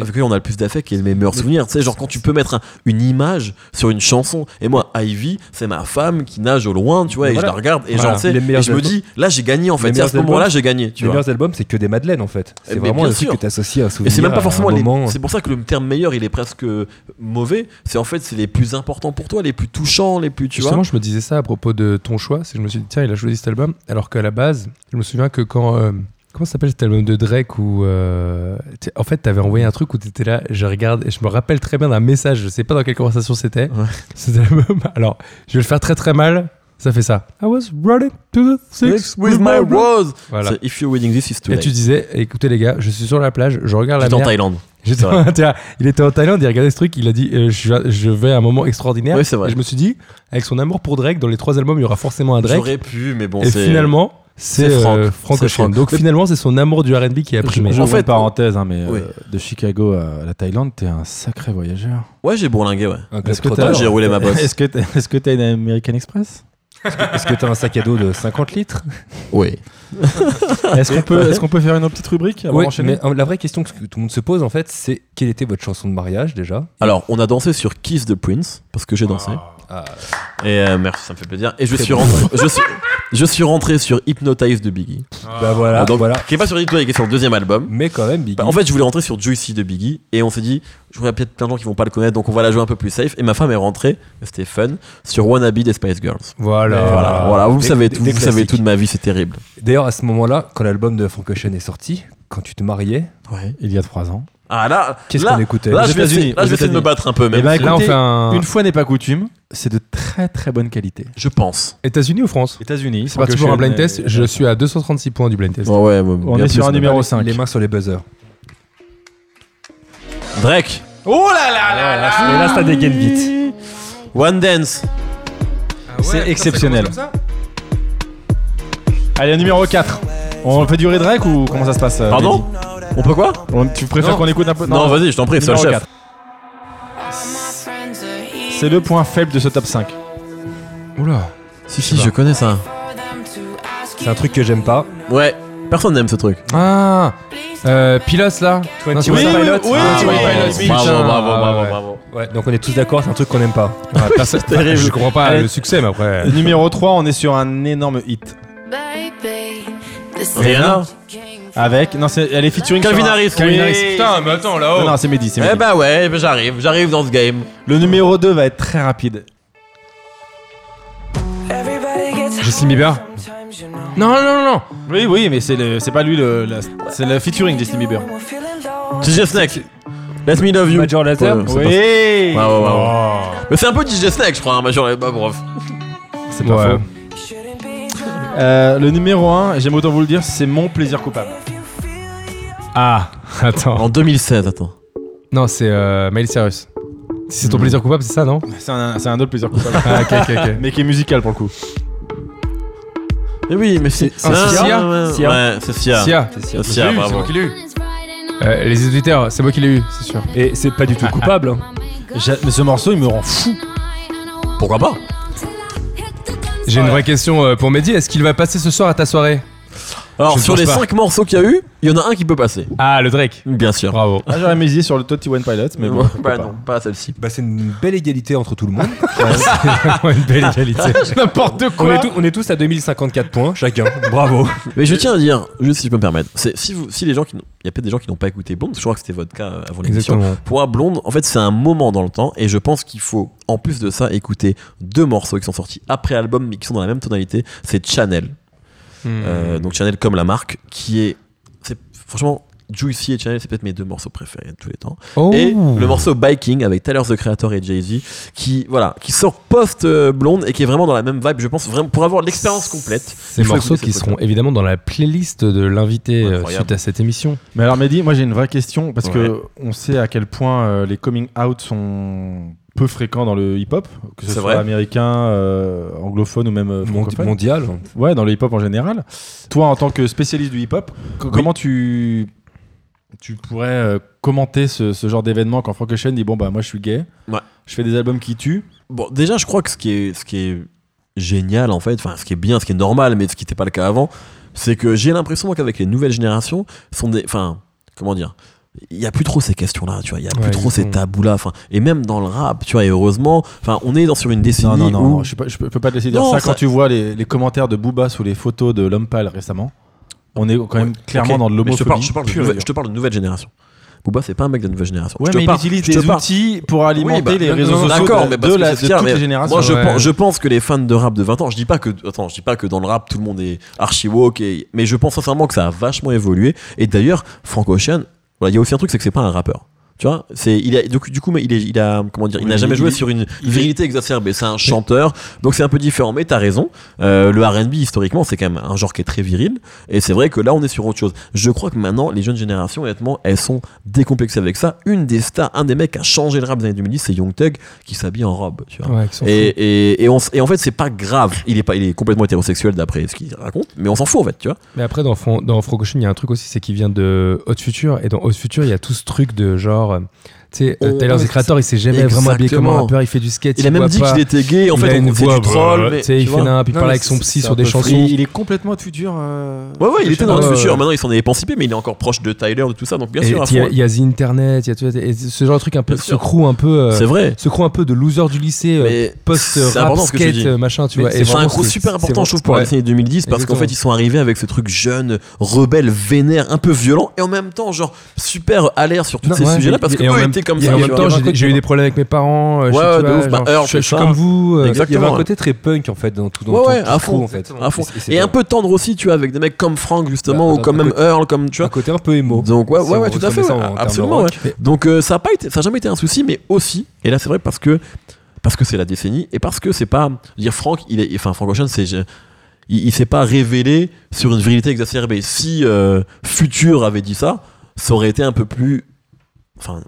Avec lesquels on a le plus d'affect et les meilleurs souvenirs. Tu sais, genre quand tu peux mettre un- une image sur une chanson. Et moi, Ivy, c'est ma femme qui nage au loin, tu vois, et Voilà. je la regarde. Et Voilà. genre, tu sais, Les et meilleurs je me albums. dis, là, j'ai gagné en fait. Les C'est à meilleurs ce moment-là, albums. j'ai gagné. Tu Les vois. meilleurs albums, c'est que des madeleines, en fait. C'est Mais vraiment bien un truc sûr. que t'associes à un Et souvenir. c'est même à pas un forcément les. moment. C'est pour ça que le terme meilleur, il est presque mauvais. C'est en fait, c'est les plus importants pour toi, les plus touchants, les plus. Tu Justement, vois je me disais ça à propos de ton choix. C'est que je me suis dit, tiens, il a choisi cet album. Alors qu'à la base, je me souviens que quand. euh, comment ça s'appelle cet album de Drake où. euh, tu- en fait, t'avais envoyé un truc où t'étais là, je regarde, et je me rappelle très bien d'un message, je sais pas dans quelle conversation c'était. Ouais. Cet album. Alors, je vais le faire très très mal. Ça fait ça. I was running to the six with my rope. rose. Voilà. C'est If you're winning this is too Et late. tu disais, écoutez les gars, je suis sur la plage, je regarde la J'étais en mer. Thaïlande. J'étais C'est vrai. tu vois, il était en Thaïlande, il regardait ce truc, il a dit euh, je, vais- je vais à un moment extraordinaire. Oui, c'est vrai. Et je me suis dit, avec son amour pour Drake, dans les trois albums, il y aura forcément un Drake. J'aurais pu, mais bon. et c'est- finalement, c'est C'est Franck. euh, Frank C'est Ocean. Franck. Donc Mais- finalement, c'est son amour du RB qui a primé. Je En en fait, fait- une parenthèse, hein, mais euh, Oui. de Chicago à la Thaïlande, t'es un sacré voyageur. Ouais, j'ai bourlingué, ouais. Un Est-ce que globe-trotter. t'as- J'ai roulé ma bosse. Est-ce que t'as est-ce que t'as une American Express Est-ce que t'as un sac à dos de 50 litres Oui. Est-ce qu'on peut, est qu'on peut faire une autre petite rubrique avant Oui, d'enchaîner mais euh, la vraie question que tout le monde se pose en fait, c'est quelle était votre chanson de mariage déjà Alors, on a dansé sur Kiss the Prince, parce que j'ai dansé. Ah. Et euh, merci, ça me fait plaisir. Et je Très suis, bon. rentré, je, suis, je suis rentré sur Hypnotize de Biggie. Bah voilà, Donc, voilà. Qui est pas sur Hypnotize, qui est sur le deuxième album. Mais quand même, Biggie. Bah, en fait, je voulais rentrer sur Juicy de Biggie et on s'est dit, je vois peut-être plein de gens qui vont pas le connaître, donc on va la jouer un peu plus safe. Et ma femme est rentrée, c'était fun, sur Wannabe des Spice Girls. Voilà. Voilà, voilà, vous Oh des- savez des- tout, des vous savez classiques. tout de ma vie, c'est terrible. D'ailleurs, à ce moment-là, quand l'album de Frank Ocean est sorti, quand tu te mariais, Ouais. Il y a trois ans. Ah là, qu'est-ce là, qu'on écoutait Aux là, je vais États-Unis, essayer, là, aux je vais essayer de me États-Unis. battre un peu, même. Eh ben, Là, on écoutez, fait un. Une fois n'est pas coutume, c'est de très très bonne qualité. Je pense. États-Unis ou France États-Unis, C'est parti pour un blind test. Je suis à 236 points du blind test. ouais, On est sur un numéro 5. Les mains sur les buzzers. Drake, Oh là là là là Et là, ça dégaine vite. One Dance. C'est exceptionnel. Allez, numéro 4. On fait durer Drake ou comment ça se passe euh, Pardon On peut quoi Mehdi On- Tu préfères Non. qu'on écoute un peu Non, vas-y, je t'en prie, c'est le Numéro chef. 4. C'est le point faible de ce top 5. Oula. Si, si, je connais ça. C'est un truc que j'aime pas. Ouais, personne n'aime ce truc. Ah euh, Pilos là Non, c'est One pas ça. Pilots. oui, Ah, oui, ouais, oui, oui. Pilots, Bah, bravo, putain. bravo, bravo, Ah, ouais. bravo. Ouais, donc on est tous d'accord, c'est un truc qu'on aime pas. Ouais, personne- terrible. Je comprends pas Allez. le succès, mais après. Numéro 3, on est sur un énorme hit. Rihanna Avec. Non, c'est- elle est featuring. Calvin sur un- Harris. Calvin oui. Harris. Putain, mais attends Non, là-haut. non, c'est Mehdi. c'est Eh Mehdi. bah ouais, bah j'arrive, j'arrive dans ce game. Le numéro 2 va être très rapide. Justin Bieber Non, non, non, non. Oui, oui, mais c'est le- c'est pas lui le. la- C'est le featuring Justin Bieber. DJ Snake. Let me love you. Major Lazer Ouais, c'est Oui. pas- Ouais, ouais, ouais, ouais. Mais c'est un peu DJ Snake, je crois, hein, Major Bah, bref. C'est pas Ouais. faux. Euh, le numéro 1, j'aime autant vous le dire, c'est mon plaisir coupable. Ah, attends. En 2016, attends. Non, c'est euh, Miley Cyrus. Si c'est ton plaisir coupable, c'est ça, non C'est un, c'est un autre plaisir coupable. Ah, ok, ok, ok. mais qui est musical pour le coup. Mais Eh oui, mais c'est. Ah, c'est Sia Ouais, Sia. Ouais, c'est Sia. Sia. C'est Sia, bravo. qui l'ai eu. Euh, les auditeurs, c'est moi qui l'ai eu, c'est sûr. Ah, Et c'est pas du tout coupable. hein. Mais ce morceau, il me rend fou. Pourquoi pas J'ai une vraie question euh, pour Mehdi. Est-ce qu'il va passer ce soir à ta soirée Alors, Je ne sur pense les pas. 5 morceaux qu'il y a eu, il y en a un qui peut passer. Ah, le Drake. Bien sûr. Bravo. Ah, j'aurais misé sur le Totti One Pilot, mais bon. bah pourquoi pas. non, pas celle-ci. Bah, c'est une belle égalité entre tout le monde. Vraiment une belle égalité. N'importe on, est quoi. tous- on est tous à 2054 points chacun. Bravo. Mais je tiens à dire, juste si je peux me permettre, c'est si vous, si les gens qui, n'ont- il y a peut-être des gens qui n'ont pas écouté Blonde, je crois que c'était votre cas euh, avant l'émission. Exactement. Pour moi, Blonde, en fait, c'est un moment dans le temps, et je pense qu'il faut, en plus de ça, écouter deux morceaux qui sont sortis après album, mais qui sont dans la même tonalité. C'est Chanel, Hmm. Mm. Euh, donc Chanel comme la marque, qui est, c'est franchement. Juicy et Chanel, c'est peut-être mes deux morceaux préférés de tous les temps. Oh. Et le morceau Biking avec Tyler the Creator et Jay-Z, qui, voilà, qui sort post-blonde et qui est vraiment dans la même vibe, je pense, vraiment, pour avoir l'expérience complète. Ces il faut morceaux écouter qui cette seront évidemment dans la playlist de l'invité euh, Incroyable. suite à cette émission. Mais alors, Mehdi, moi j'ai une vraie question parce que Ouais. on sait à quel point euh, les coming out sont peu fréquents dans le hip-hop, que ce C'est soit vrai. américain, euh, anglophone ou même euh, Mon- francophone. mondial. Ouais, dans le hip-hop en général. Toi, en tant que spécialiste du hip-hop, co- comment tu, tu pourrais euh, commenter ce, ce genre d'événement quand Frank Ocean dit Bon, bah, moi, je suis gay, Ouais. je fais des albums qui tuent. Bon, déjà, je crois que ce qui est, ce qui est génial, en fait, enfin, ce qui est bien, ce qui est normal, mais ce qui n'était pas le cas avant, c'est que j'ai l'impression moi, qu'avec les nouvelles générations, sont des. Enfin, comment dire il y a plus trop ces questions-là, tu vois. Il y a plus Ouais, trop ces exactement. tabous-là. Enfin, et même dans le rap, tu vois. Et heureusement, enfin, on est dans sur une décennie Non, non, non, où- non, je, suis pas- je peux- je peux pas te laisser dire Non, ça, ça- quand tu vois les, les commentaires de Booba sous les photos de l'homme pâle récemment. On est quand même clairement Ok, dans de mais Je te l'homophobie. parle, je te parle de pure et nouvelle- dure. je te parle de nouvelle génération. Booba, c'est pas un mec de la nouvelle génération. Ouais, je te mais parle, il utilise je te des parle- outils pour alimenter Oui, bah, les non, réseaux non, sociaux d'accord, de, mais parce de que la- c'est de fier, toutes mais les générations. Moi, je, Ouais. pense, je pense que les fans de rap de 20 ans, je dis pas que, attends, je dis pas que dans le rap tout le monde est archi woke, et- mais je pense sincèrement que ça a vachement évolué. Et d'ailleurs, Frank Ocean, voilà, il y a aussi un truc, c'est que c'est pas un rappeur. Tu vois, c'est il a donc du coup mais il est, il a comment dire, il n'a Oui, jamais joué il- sur une virilité exacerbée. C'est un chanteur, donc c'est un peu différent. Mais t'as raison. euh, le R&B historiquement, c'est quand même un genre qui est très viril. Et c'est vrai que là, on est sur autre chose. Je crois que maintenant, les jeunes générations, honnêtement, elles sont décomplexées avec ça. Une des stars, un des mecs qui a changé le rap des années 2010, c'est Young Thug qui s'habille en robe. Tu vois. Ouais, ils sont Et, et, et on s- et en fait, c'est pas grave. Il est, pas, il est complètement hétérosexuel d'après ce qu'il raconte, mais on s'en fout en fait, tu vois. Mais après, dans, Fran- dans Francochine, il y a un truc aussi, c'est qu'il vient de Hot Future. Et dans Hot Future, il y a tout ce truc de genre. euh, Tu sais, euh, On- Tyler the Creator, il s'est jamais vraiment habillé comme Oh, un Exactement. rappeur. Il fait du skate. Il a même boit dit pas, qu'il était gay. En il a fait, on une c'est voix, du troll. brrr, mais tu sais, tu il fait vois. nain, puis il Non, parle mais avec son c'est- psy c'est sur un des peu chansons. Il, il est complètement de futur. euh, Ouais, ouais, il était dans Ouais, le ouais, futur. ouais. Maintenant, il s'en est émancipé, mais il est encore proche de Tyler, de tout ça. Donc, bien Et sûr, à Il y, a- fond. il y a The Internet, il y a tout- et ce genre de truc un peu, Bien ce sûr. crew un peu, euh, c'est vrai. ce crew un peu de loser du lycée, euh, Mais c'est post-rap, important ce que tu skate, dis. euh, machin, tu Mais vois. C'est un gros super important, je trouve, pour les années 2010, parce qu'en Exactement. fait, ils sont arrivés avec ce truc jeune, rebelle, vénère, un peu violent, et en même temps, genre, super alerte sur tous ces sujets-là, parce que eux étaient comme ça. En tu même vois. temps, j'ai- j'ai eu des problèmes avec mes parents. euh, Ouais, je sais, tu ouais, de vois, ouf, bah, genre, Earl, je- je ça. suis comme vous. Il euh, y avait Exactement. un côté très punk en fait dans tout dans Ouais, tout- ouais, tout à le crew, fond. en fait. À fond. c'est Et un pas mal. peu tendre aussi, tu vois, avec des mecs comme Frank, justement, Bah, ou comme d'un même Earl, comme, tu un vois. côté un peu émo. Donc, ouais, Si ouais, on ouais, tout à reconnaît fait, ça ouais, en termes de absolument, rock. ouais. Donc, euh, ça a pas été, ça a jamais été un souci, mais aussi, et là, c'est vrai, parce que, parce que c'est la décennie, et parce que c'est pas, dire Frank, il est, enfin, Frank Ocean, c'est, je- il, il s'est pas révélé sur une virilité exacerbée. Si euh, Futur avait dit ça, ça aurait été un peu plus, enfin,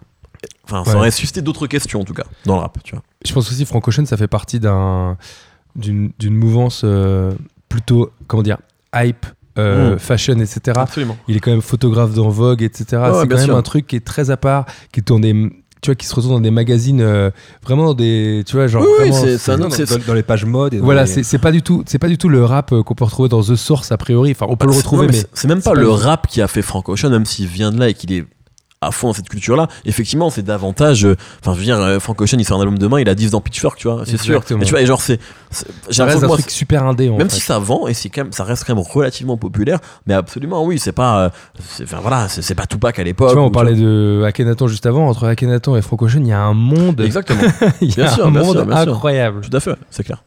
enfin, ça Ouais. aurait suscité d'autres questions, en tout cas, dans le rap, tu vois. Je pense aussi Frank Ocean, ça fait partie d'un d'une d'une mouvance euh, plutôt comment dire hype, euh, Mm. fashion, etc. Absolument. Il est quand même photographe dans Vogue, etc. c'est quand bien même sûr. un truc qui est très à part, qui est dans des tu vois qui se retrouve dans des magazines euh, vraiment dans des tu vois genre Oui, oui, vraiment, c'est- c'est un Non, autre- non, dans, dans les pages mode. et dans voilà les- c'est c'est pas du tout c'est pas du tout le rap euh, qu'on peut retrouver dans The Source a priori enfin on Bah, peut le c'est- retrouver non, mais mais, c'est- c'est même pas, c'est pas le une- rap qui a fait Frank Ocean, même s'il vient de là et qu'il est à fond dans cette culture-là. Effectivement, c'est davantage. euh, Enfin, je veux dire, euh, Frank Ocean, il sort un album demain, il a 10 dans Pitchfork, tu vois, c'est sûr. Exactement. Mais tu vois, et genre, c'est. c'est- J'ai l'impression ça reste que un moi, truc super indé en même fait. si ça vend et c'est quand même, ça reste quand même relativement populaire, mais absolument, oui, c'est pas. euh, c'est- Enfin, voilà, c'est c'est pas Tupac à l'époque. tu vois, ou- on parlait de Akhenaton juste avant. Entre Akhenaton et Frank Ocean, il y a un monde, Exactement, il y a bien sûr, un bien sûr, monde bien sûr. incroyable. tout à fait, c'est clair.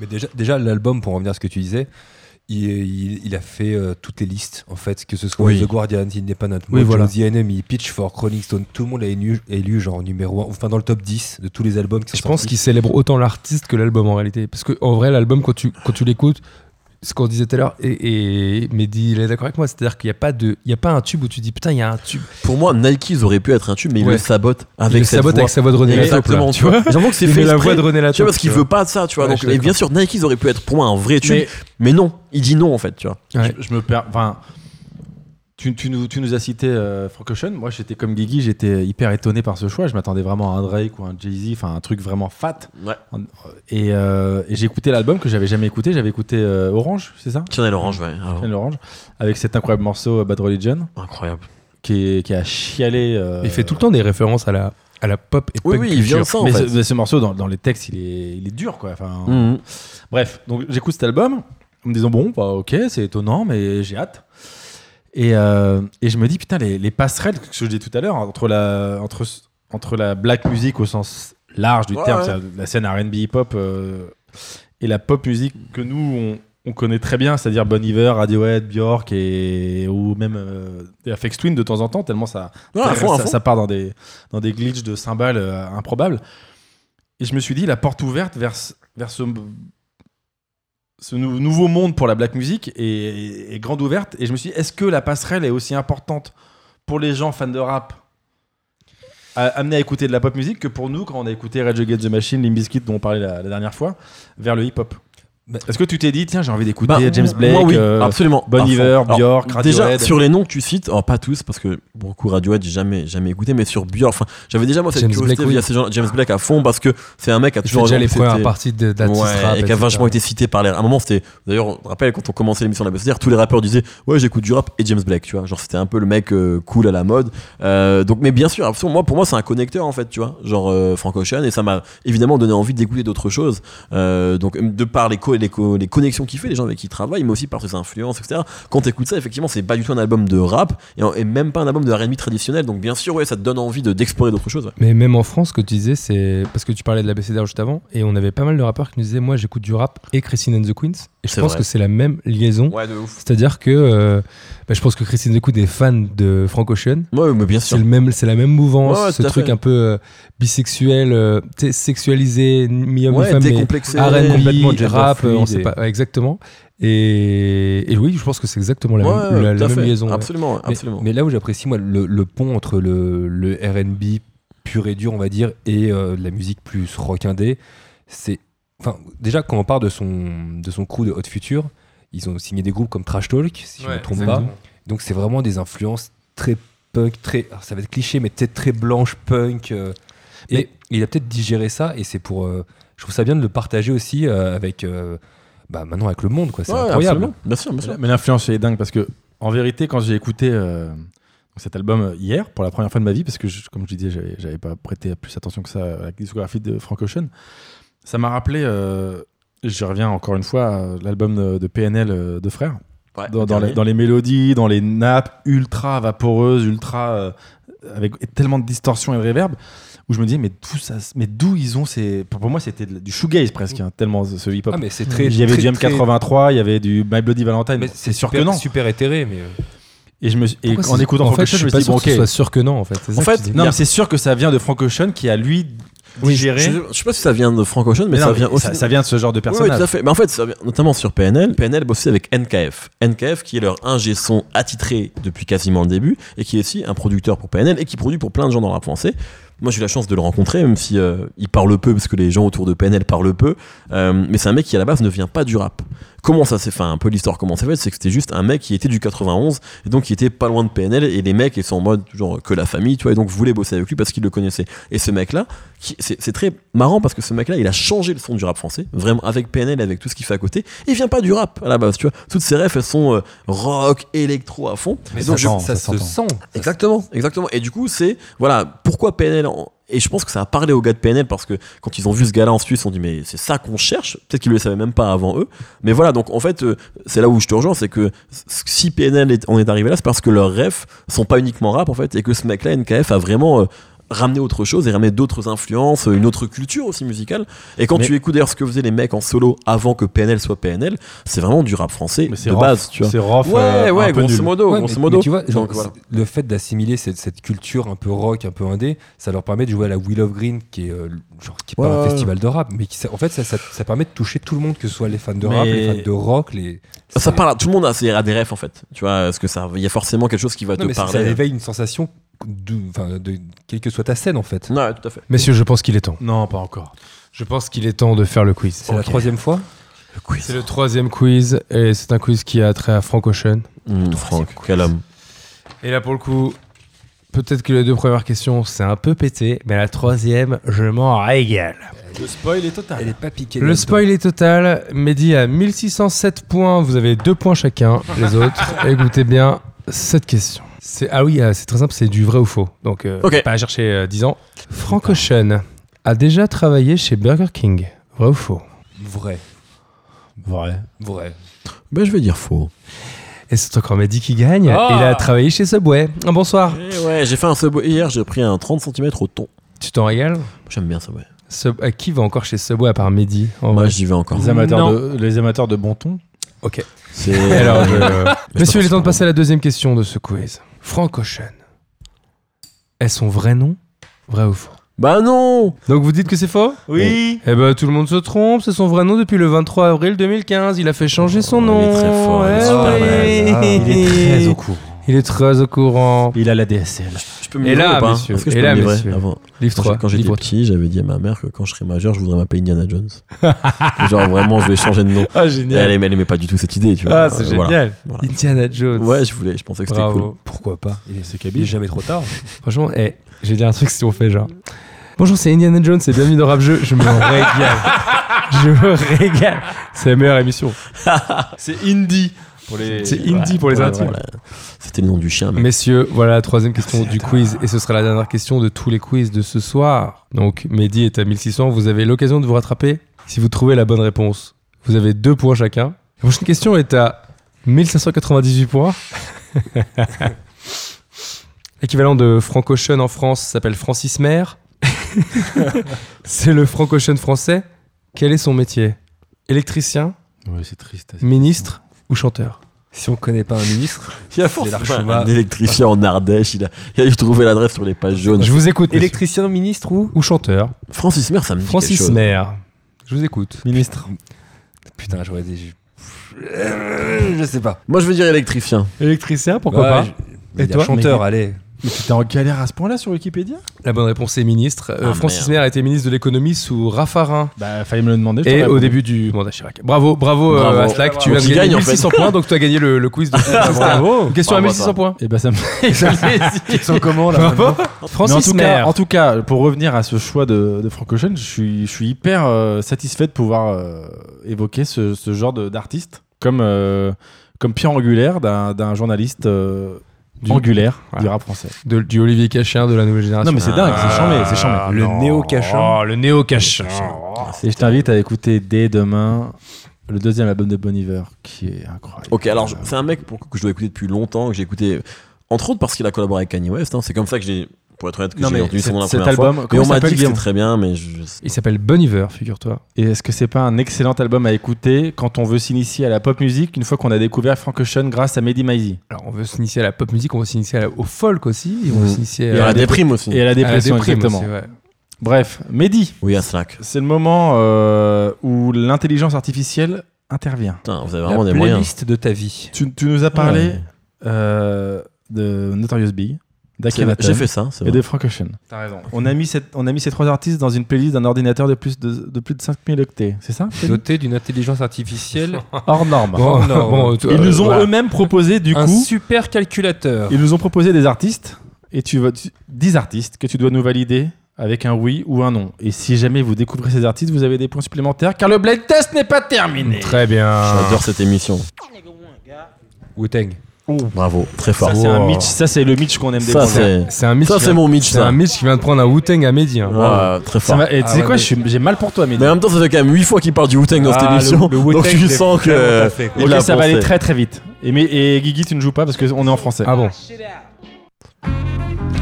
Mais déjà, déjà l'album, pour revenir à ce que tu disais, il, il- il a fait euh, toutes les listes, en fait, que ce soit Oui. The Guardian, Independent, Oui, Mojo, voilà. The Enemy, Pitchfork, Rolling Stone, tout le monde l'a élu, élu genre numéro 1, enfin dans le top 10 de tous les albums qui sont Je pense sortis. qu'il célèbre autant l'artiste que l'album en réalité. Parce que en vrai, l'album, quand tu, quand tu l'écoutes, ce qu'on disait tout à l'heure, et, et Mehdi, il est d'accord avec moi, c'est-à-dire qu'il n'y a, pas de- il y a pas un tube où tu dis putain, il y a un tube. Pour moi, Nike, ils auraient pu être un tube, mais ils Ouais. le sabotent Avec avec cette sabote voix. avec sa voix de René Latour. Exactement, là, tu vois. J'ai l'impression que c'est Il fait met la exprès. voix de René Latour. Tu vois, parce qu'il tu veut pas de ça, tu vois. Ouais, donc, je suis et d'accord. bien sûr, Nike, ils auraient pu être pour moi un vrai tube, Mais- mais, non, il dit non en fait, tu vois. Ouais. je, je me perds. Enfin, tu, tu nous, tu nous as cité euh, Frank Ocean. Moi, j'étais comme Guigui, j'étais hyper étonné par ce choix. Je m'attendais vraiment à un Drake ou un Jay-Z, enfin un truc vraiment fat. Ouais. Et, euh, et j'ai écouté l'album que j'avais jamais écouté. J'avais écouté euh, Orange, c'est ça Chanel Orange, ouais. alors, Channel Orange, avec cet incroyable morceau euh, Bad Religion incroyable. qui, est- qui a chialé. euh, Il fait tout le temps des références à la, à la pop et Oui, punk oui, il vient de culture. ça en mais, fait. ce, mais ce morceau dans, dans les textes, il est, il est dur quoi. Enfin, Mhm. Bref, donc j'écoute cet album en me disant bon, bah, ok, c'est étonnant, mais j'ai hâte. Et, euh, et je me dis putain, les, les passerelles, ce que je disais tout à l'heure, entre la, entre, entre la black music au sens large du Ouais, terme, ouais. c'est-à-dire la scène RB hip-hop euh, et la pop music que nous, on, on connaît très bien, c'est-à-dire Bon Iver, Radiohead, Bjork et, ou même euh, FX Twin de temps en temps, tellement ça, Non, à fond, à ça, fond. ça part dans des, dans des glitches de cymbales euh, improbables. Et je me suis dit, la porte ouverte vers, ce- vers ce, ce nou- nouveau monde pour la black music est, est- est grande ouverte. Et je me suis dit, est-ce que la passerelle est aussi importante pour les gens fans de rap à- amenés à écouter de la pop music que pour nous quand on a écouté Rage Against the Machine, Limp Bizkit dont on parlait la, la dernière fois, vers le hip-op Bah- Est-ce que tu t'es dit, tiens, j'ai envie d'écouter Bah, James moi, Blake, oui, euh, absolument. Bon À fond. Iver, Alors, Björk, Déjà, Radiohead. sur les noms que tu cites, alors pas tous, parce que beaucoup Radiohead, j'ai jamais, jamais écouté, mais sur Björk, enfin, j'avais déjà moi cette James curiosité Blake, oui. via ces gens- James Black à fond, parce que c'est un mec qui a Je fais toujours déjà les raison, premières c'était- parties de- d'artistes Ouais, rap. et qui a etc. vachement été cité par les. À un moment, c'était. D'ailleurs, on te rappelle quand on commençait l'émission de la BCDR, tous les rappeurs disaient Ouais, j'écoute du rap et James Blake, tu vois. Genre, c'était un peu le mec euh, cool à la mode. Euh, donc, mais bien sûr, absolument, moi, pour moi, c'est un connecteur, en fait, tu vois. Genre, euh, Frank Ocean, et ça m'a évidemment donné envie d'écouter d'autres choses. Euh, donc, de par les, co- les, co- les connexions qu'il fait, les gens avec qui il travaille, mais aussi par ses influences, etc. Quand t'écoutes ça, effectivement, c'est pas du tout un album de rap et, et même pas un album de RB traditionnel. Donc, bien sûr, ouais, ça te donne envie de- d'explorer d'autres choses. ouais. Mais même en France, ce que tu disais, c'est parce que tu parlais de la BCDR juste avant, et on avait pas mal de rappeurs qui nous disaient Moi, j'écoute du rap et Christine and the Queens. Et je C'est pense vrai. que c'est la même liaison. Ouais, de ouf. C'est-à-dire que euh, bah, je pense que Christine Decoud est fan de Frank Ocean. Ouais, mais bien C'est sûr. le même, c'est la même mouvance, Ouais, ouais, ce tout à truc fait. un peu euh, bisexuel, euh, tu sais, sexualisé, mi-homme Ouais, mi-femme, mais décomplexé. R&B, complètement gender rap, euh, fluide on sait et- pas ouais, exactement. Et, et oui, je pense que c'est exactement la Ouais, même, la- tout la à même fait. liaison. ouais. Absolument, Mais- absolument. Mais, là où j'apprécie, moi, le, le pont entre le, le RB pur et dur, on va dire, et euh, la musique plus rock indé, c'est. Enfin, déjà, quand on part de son, de son crew de Hot Future, ils ont signé des groupes comme Trash Talk, si je ne me trompe pas. Donc, c'est vraiment des influences très punk, très. alors, ça va être cliché, mais peut-être très blanche punk. euh, Mais- et il a peut-être digéré ça, et c'est pour. euh, je trouve ça bien de le partager aussi euh, avec. euh, bah, maintenant, avec le monde, quoi. C'est Ouais, incroyable. absolument. Bien sûr, bien sûr. Mais l'influence elle est dingue parce que en vérité quand j'ai écouté euh, cet album euh, hier pour la première fois de ma vie parce que je- comme je disais j'avais, j'avais pas prêté plus attention que ça à la discographie de Frank Ocean, ça m'a rappelé euh, je reviens encore une fois à l'album de, de PNL euh, de Frères Ouais, dans, dans les, dernier. dans les mélodies, dans les nappes ultra vaporeuses, ultra euh, avec tellement de distorsion et de réverb où je me dis mais d'où ça mais d'où ils ont ces pour pour moi c'était de- du shoegaze presque hein, tellement ce ce hip-hop. Ah, mais c'est très. il y avait très, du très- M83, il y avait du My Bloody Valentine. Mais c'est sûr que non. Super éthéré, mais. euh, Et, je me, suis- et Pourquoi en c'est- écoutant en Frank fait, je Ocean, je suis me pas suis dit, sûr bon, que ce soit ok. sûr que non, en fait. C'est ça En que tu fait, dis. non, mais c'est sûr que ça vient de Frank Ocean qui a lui digéré. Je, je sais pas si ça vient de Frank Ocean, mais, Mais non, ça vient aussi. ça, vient de ce genre de Ouais, ouais, personnage. tout à fait. Mais en fait, ça vient notamment sur PNL. PNL bosse aussi avec NKF. NKF qui est leur ingé son attitré depuis quasiment le début et qui est aussi un producteur pour PNL et qui produit pour plein de gens dans le rap français. Moi, j'ai eu la chance de le rencontrer, même si euh, il parle peu, parce que les gens autour de PNL parlent peu. Euh, mais c'est un mec qui, à la base, ne vient pas du rap. Comment ça s'est fait Un peu l'histoire, comment ça s'est fait C'est que c'était juste un mec qui était du 91, et donc qui était pas loin de PNL, et les mecs, ils sont en mode, genre, que la famille, tu vois, et donc voulaient bosser avec lui parce qu'ils le connaissaient. Et ce mec-là, qui- c'est c'est très marrant parce que ce mec-là, il a changé le son du rap français, vraiment, avec PNL, avec tout ce qu'il fait à côté. Il vient pas du rap, à la base, tu vois. Toutes ses refs, elles sont euh, rock, électro à fond. Mais Et ça, donc, je- s'entend, ça, ça se sent. Exactement, exactement. Et du coup, c'est voilà pourquoi PNL. en- Et je pense que ça a parlé aux gars de PNL parce que quand ils ont vu ce gars-là en Suisse, on dit mais c'est ça qu'on cherche. Peut-être qu'ils le savaient même pas avant eux. Mais voilà, donc en fait, euh, c'est là où je te rejoins, c'est que c- si PNL est- on est arrivé là, c'est parce que leurs refs sont pas uniquement rap en fait, et que ce mec-là, NKF, a vraiment euh, ramené autre chose et ramené d'autres influences, euh, une autre culture aussi musicale. Et quand Mais- tu écoutes d'ailleurs ce que faisaient les mecs en solo avant que PNL soit PNL, c'est vraiment du rap français Mais de c'est rough, base, tu vois. C'est rough. euh, Ouais, un ouais, peu grosso nul. modo, Ouais, mais- grosso modo. mais tu vois, genre, Donc, voilà. c'est- le fait d'assimiler cette, cette culture un peu rock, un peu indé, ça leur permet de jouer à la Wheel of Green, qui est, euh, genre, qui est Ouais, pas un ouais. festival de rap, mais qui, ça- en fait, ça, ça- ça permet de toucher tout le monde, que ce soit les fans de rap, Mais- les fans de rock, les. Ah, Ça c'est- parle à tout le monde, hein, c'est à des refs en fait. Tu vois, parce que ça, il y a forcément quelque chose qui va Non, mais te ça, ça parler. éveille une sensation, de, enfin, de, quelle que soit ta scène, en fait. Ouais, tout à fait. Messieurs, je pense qu'il est temps. Non, pas encore. Je pense qu'il est temps de faire le quiz. C'est la troisième fois C'est le troisième quiz et c'est un quiz qui a trait à Frank Ocean. Mmh, Franck, quel homme. Et là pour le coup, peut-être que les deux premières questions c'est un peu pété, mais la troisième, je m'en régale. Le spoil est total. Elle est pas piquée. Le là-dedans. spoil est total. Mehdi à 1607 points. Vous avez deux points chacun, les autres. Écoutez bien cette question. C'est, ah oui, euh, c'est très simple, c'est du vrai ou faux. Donc, euh, Ok. pas à chercher euh, 10 ans. Frank Ocean a déjà travaillé chez Burger King. Vrai ou faux Vrai. Vrai. Vrai. Ben, je vais dire faux. Et c'est encore Mehdi qui gagne. Ah Il a travaillé chez Subway. Ah, bonsoir. Eh ouais, j'ai fait un sub hier, j'ai pris un 30 cm au thon. Tu t'en régales J'aime bien ça, ouais. Sub- euh, Qui va encore chez Subway à part Mehdi en Moi, vrai j'y vais encore. Les amateurs, de, les amateurs de bon ton. Ok. C'est. Alors, je- Mais Messieurs, il est temps de c'est passer à la deuxième question de ce quiz. Frank Ocean. Est son vrai nom Vrai ou faux Bah non Donc vous dites que c'est faux Oui. Eh ben tout le monde se trompe, c'est son vrai nom depuis le 23 avril 2015, il a fait changer son Oh, il nom. est très fort, il est Eh super oui. balèze. Il est très au courant. Il est très au courant. Il a la DSL. Je peux Et me livrer là, ou pas messieurs, Est-ce que je et peux là, me livrer messieurs. avant Livre Quand 3. j'ai- Quand j'étais livre petit, j'avais dit à ma mère que quand je serais majeur, je voudrais m'appeler Indiana Jones. Genre, vraiment, je vais changer de nom. Ah Et génial. Elle aimait, elle aimait pas du tout cette idée, tu vois. Ah c'est Euh, voilà. génial. Voilà. Indiana Jones. Ouais, je voulais, je pensais que c'était Bravo. cool. Pourquoi pas Il est, C'est il est Kaby. jamais trop tard. Franchement, eh, j'ai dit un truc si on fait genre. Bonjour, c'est Indiana Jones et bienvenue dans Rap Jeu. Je me régale. Je me régale. C'est la meilleure émission. C'est indie. Pour les... C'est indie pour les Ouais, intimes. voilà. C'était le nom du chien, mais Messieurs, voilà la troisième question du quiz et ce sera la dernière question de tous les quiz de ce soir. Donc Mehdi est à 1600, vous avez l'occasion de vous rattraper si vous trouvez la bonne réponse. Vous avez deux points chacun. La prochaine question est à 1598 points. L'équivalent de Frank Ocean en France s'appelle Francis Maire. C'est le Frank Ocean français. Quel est son métier Électricien, Ouais, c'est triste. Ministre ou chanteur Si on connaît pas un ministre, Il y a forcément un électricien en Ardèche. Il a, il a dû trouver l'adresse sur les pages jaunes. Je vous écoute. monsieur. électricien, ministre ou Ou chanteur Francis Mer, ça me dit quelque Francis chose. Maire. Je vous écoute. Ministre. putain, j'aurais dit je sais pas. Moi, je veux dire électricien. Électricien, pourquoi Ouais, pas je- mais Et il y a toi chanteur, allez. Mais tu t'es en galère à ce point-là sur Wikipédia La bonne réponse est ministre. Euh, Ah, Francis merde. Maire a été ministre de l'économie sous Raffarin. Bah, fallait me le demander. Et au début du mandat Chirac. Bravo, bravo, euh, Bravo. Aslak, tu Donc, as il gagné gagne, en fait. 1600 points, donc tu as gagné le, le quiz de Une question à Bravo, 1600 ça. points. Et bah, ça me Ils sont comment Bravo. Mais en Francis tout, cas, Maire. en tout cas, pour revenir à ce choix de, de Frank Ocean, je suis, je suis hyper euh, satisfait de pouvoir euh, évoquer ce, ce genre de- d'artiste comme, euh, comme pierre angulaire d'un d'un journaliste euh, Du- angulaire Ouais. du rap français. De- du Olivier Cachin de la nouvelle génération. Non, mais c'est dingue, c'est chambé, c'est chambé. Le néo-Cachin. le néo-Cachin. Et je t'invite à écouter dès demain le deuxième album de Bon Iver qui est incroyable. Ok, alors Euh. je- c'est un mec pour, que je dois écouter depuis longtemps, que j'ai écouté, entre autres parce qu'il a collaboré avec Kanye West. hein. C'est comme ça que j'ai, pour être honnête, que Non, j'ai mais entendu son cet- nom la cet première album, fois. Et comment on m'a s'appelle, dit que Guillaume c'était très bien, mais je. je- Il s'appelle Bon Iver, figure-toi. Et est-ce que c'est pas un excellent album à écouter quand on veut s'initier à la pop musique une fois qu'on a découvert Frank Ocean grâce à Mehdi Maizi Alors, on veut s'initier à la pop musique, on veut s'initier à la- au folk aussi, et on veut Mhm. s'initier Il y à, a la à déprime aussi. et à la dépression déprime exactement. aussi, ouais. Bref, Mehdi, Oui, à Slack. c'est le moment euh, où l'intelligence artificielle intervient. Putain, vous avez La vraiment des moyens. playlist de ta vie. Tu, tu nous as parlé Ouais. euh, de Notorious Big, C'est- d'Akhenaton J'ai fait ça, c'est et vrai. de Frank Ocean. T'as raison. On a, mis cette- on a mis ces trois artistes dans une playlist d'un ordinateur de plus de, de plus de 5000 octets, c'est ça Félix Doté d'une intelligence artificielle. Hors norme. Bon, non. tu- Ils nous ont euh, voilà. eux-mêmes proposé du un coup, super calculateur. ils nous ont proposé des artistes et tu vas tu- 10 artistes que tu dois nous valider avec un oui ou un non. Et si jamais vous découvrez ces artistes, vous avez des points supplémentaires car le blind test n'est pas terminé. Mm, Très bien. Ah. J'adore cette émission. wu Bravo, très fort. Ça c'est un Mitch, ça c'est le Mitch qu'on aime Ça, découvrir. c'est. C'est un Mitch. Ça, qui c'est vient- mon Mitch, c'est ça. un Mitch qui vient de prendre un Wu-Tang à Mehdi. hein. Ah, Ça Très fort. m'a- et tu Ah sais ouais, quoi, mais- je suis- j'ai mal pour toi, mais. Mais en même temps, ça fait quand même 8 fois qu'il parle du Wu-Tang dans cette Ah, le- émission. le donc Wu-Tang, tu je l'ai sens que. vraiment pas fait. il Ok, l'a ça va aller pensé. très très vite. Et, mais, et Guigui, tu ne joues pas parce qu'on est en français. Ah bon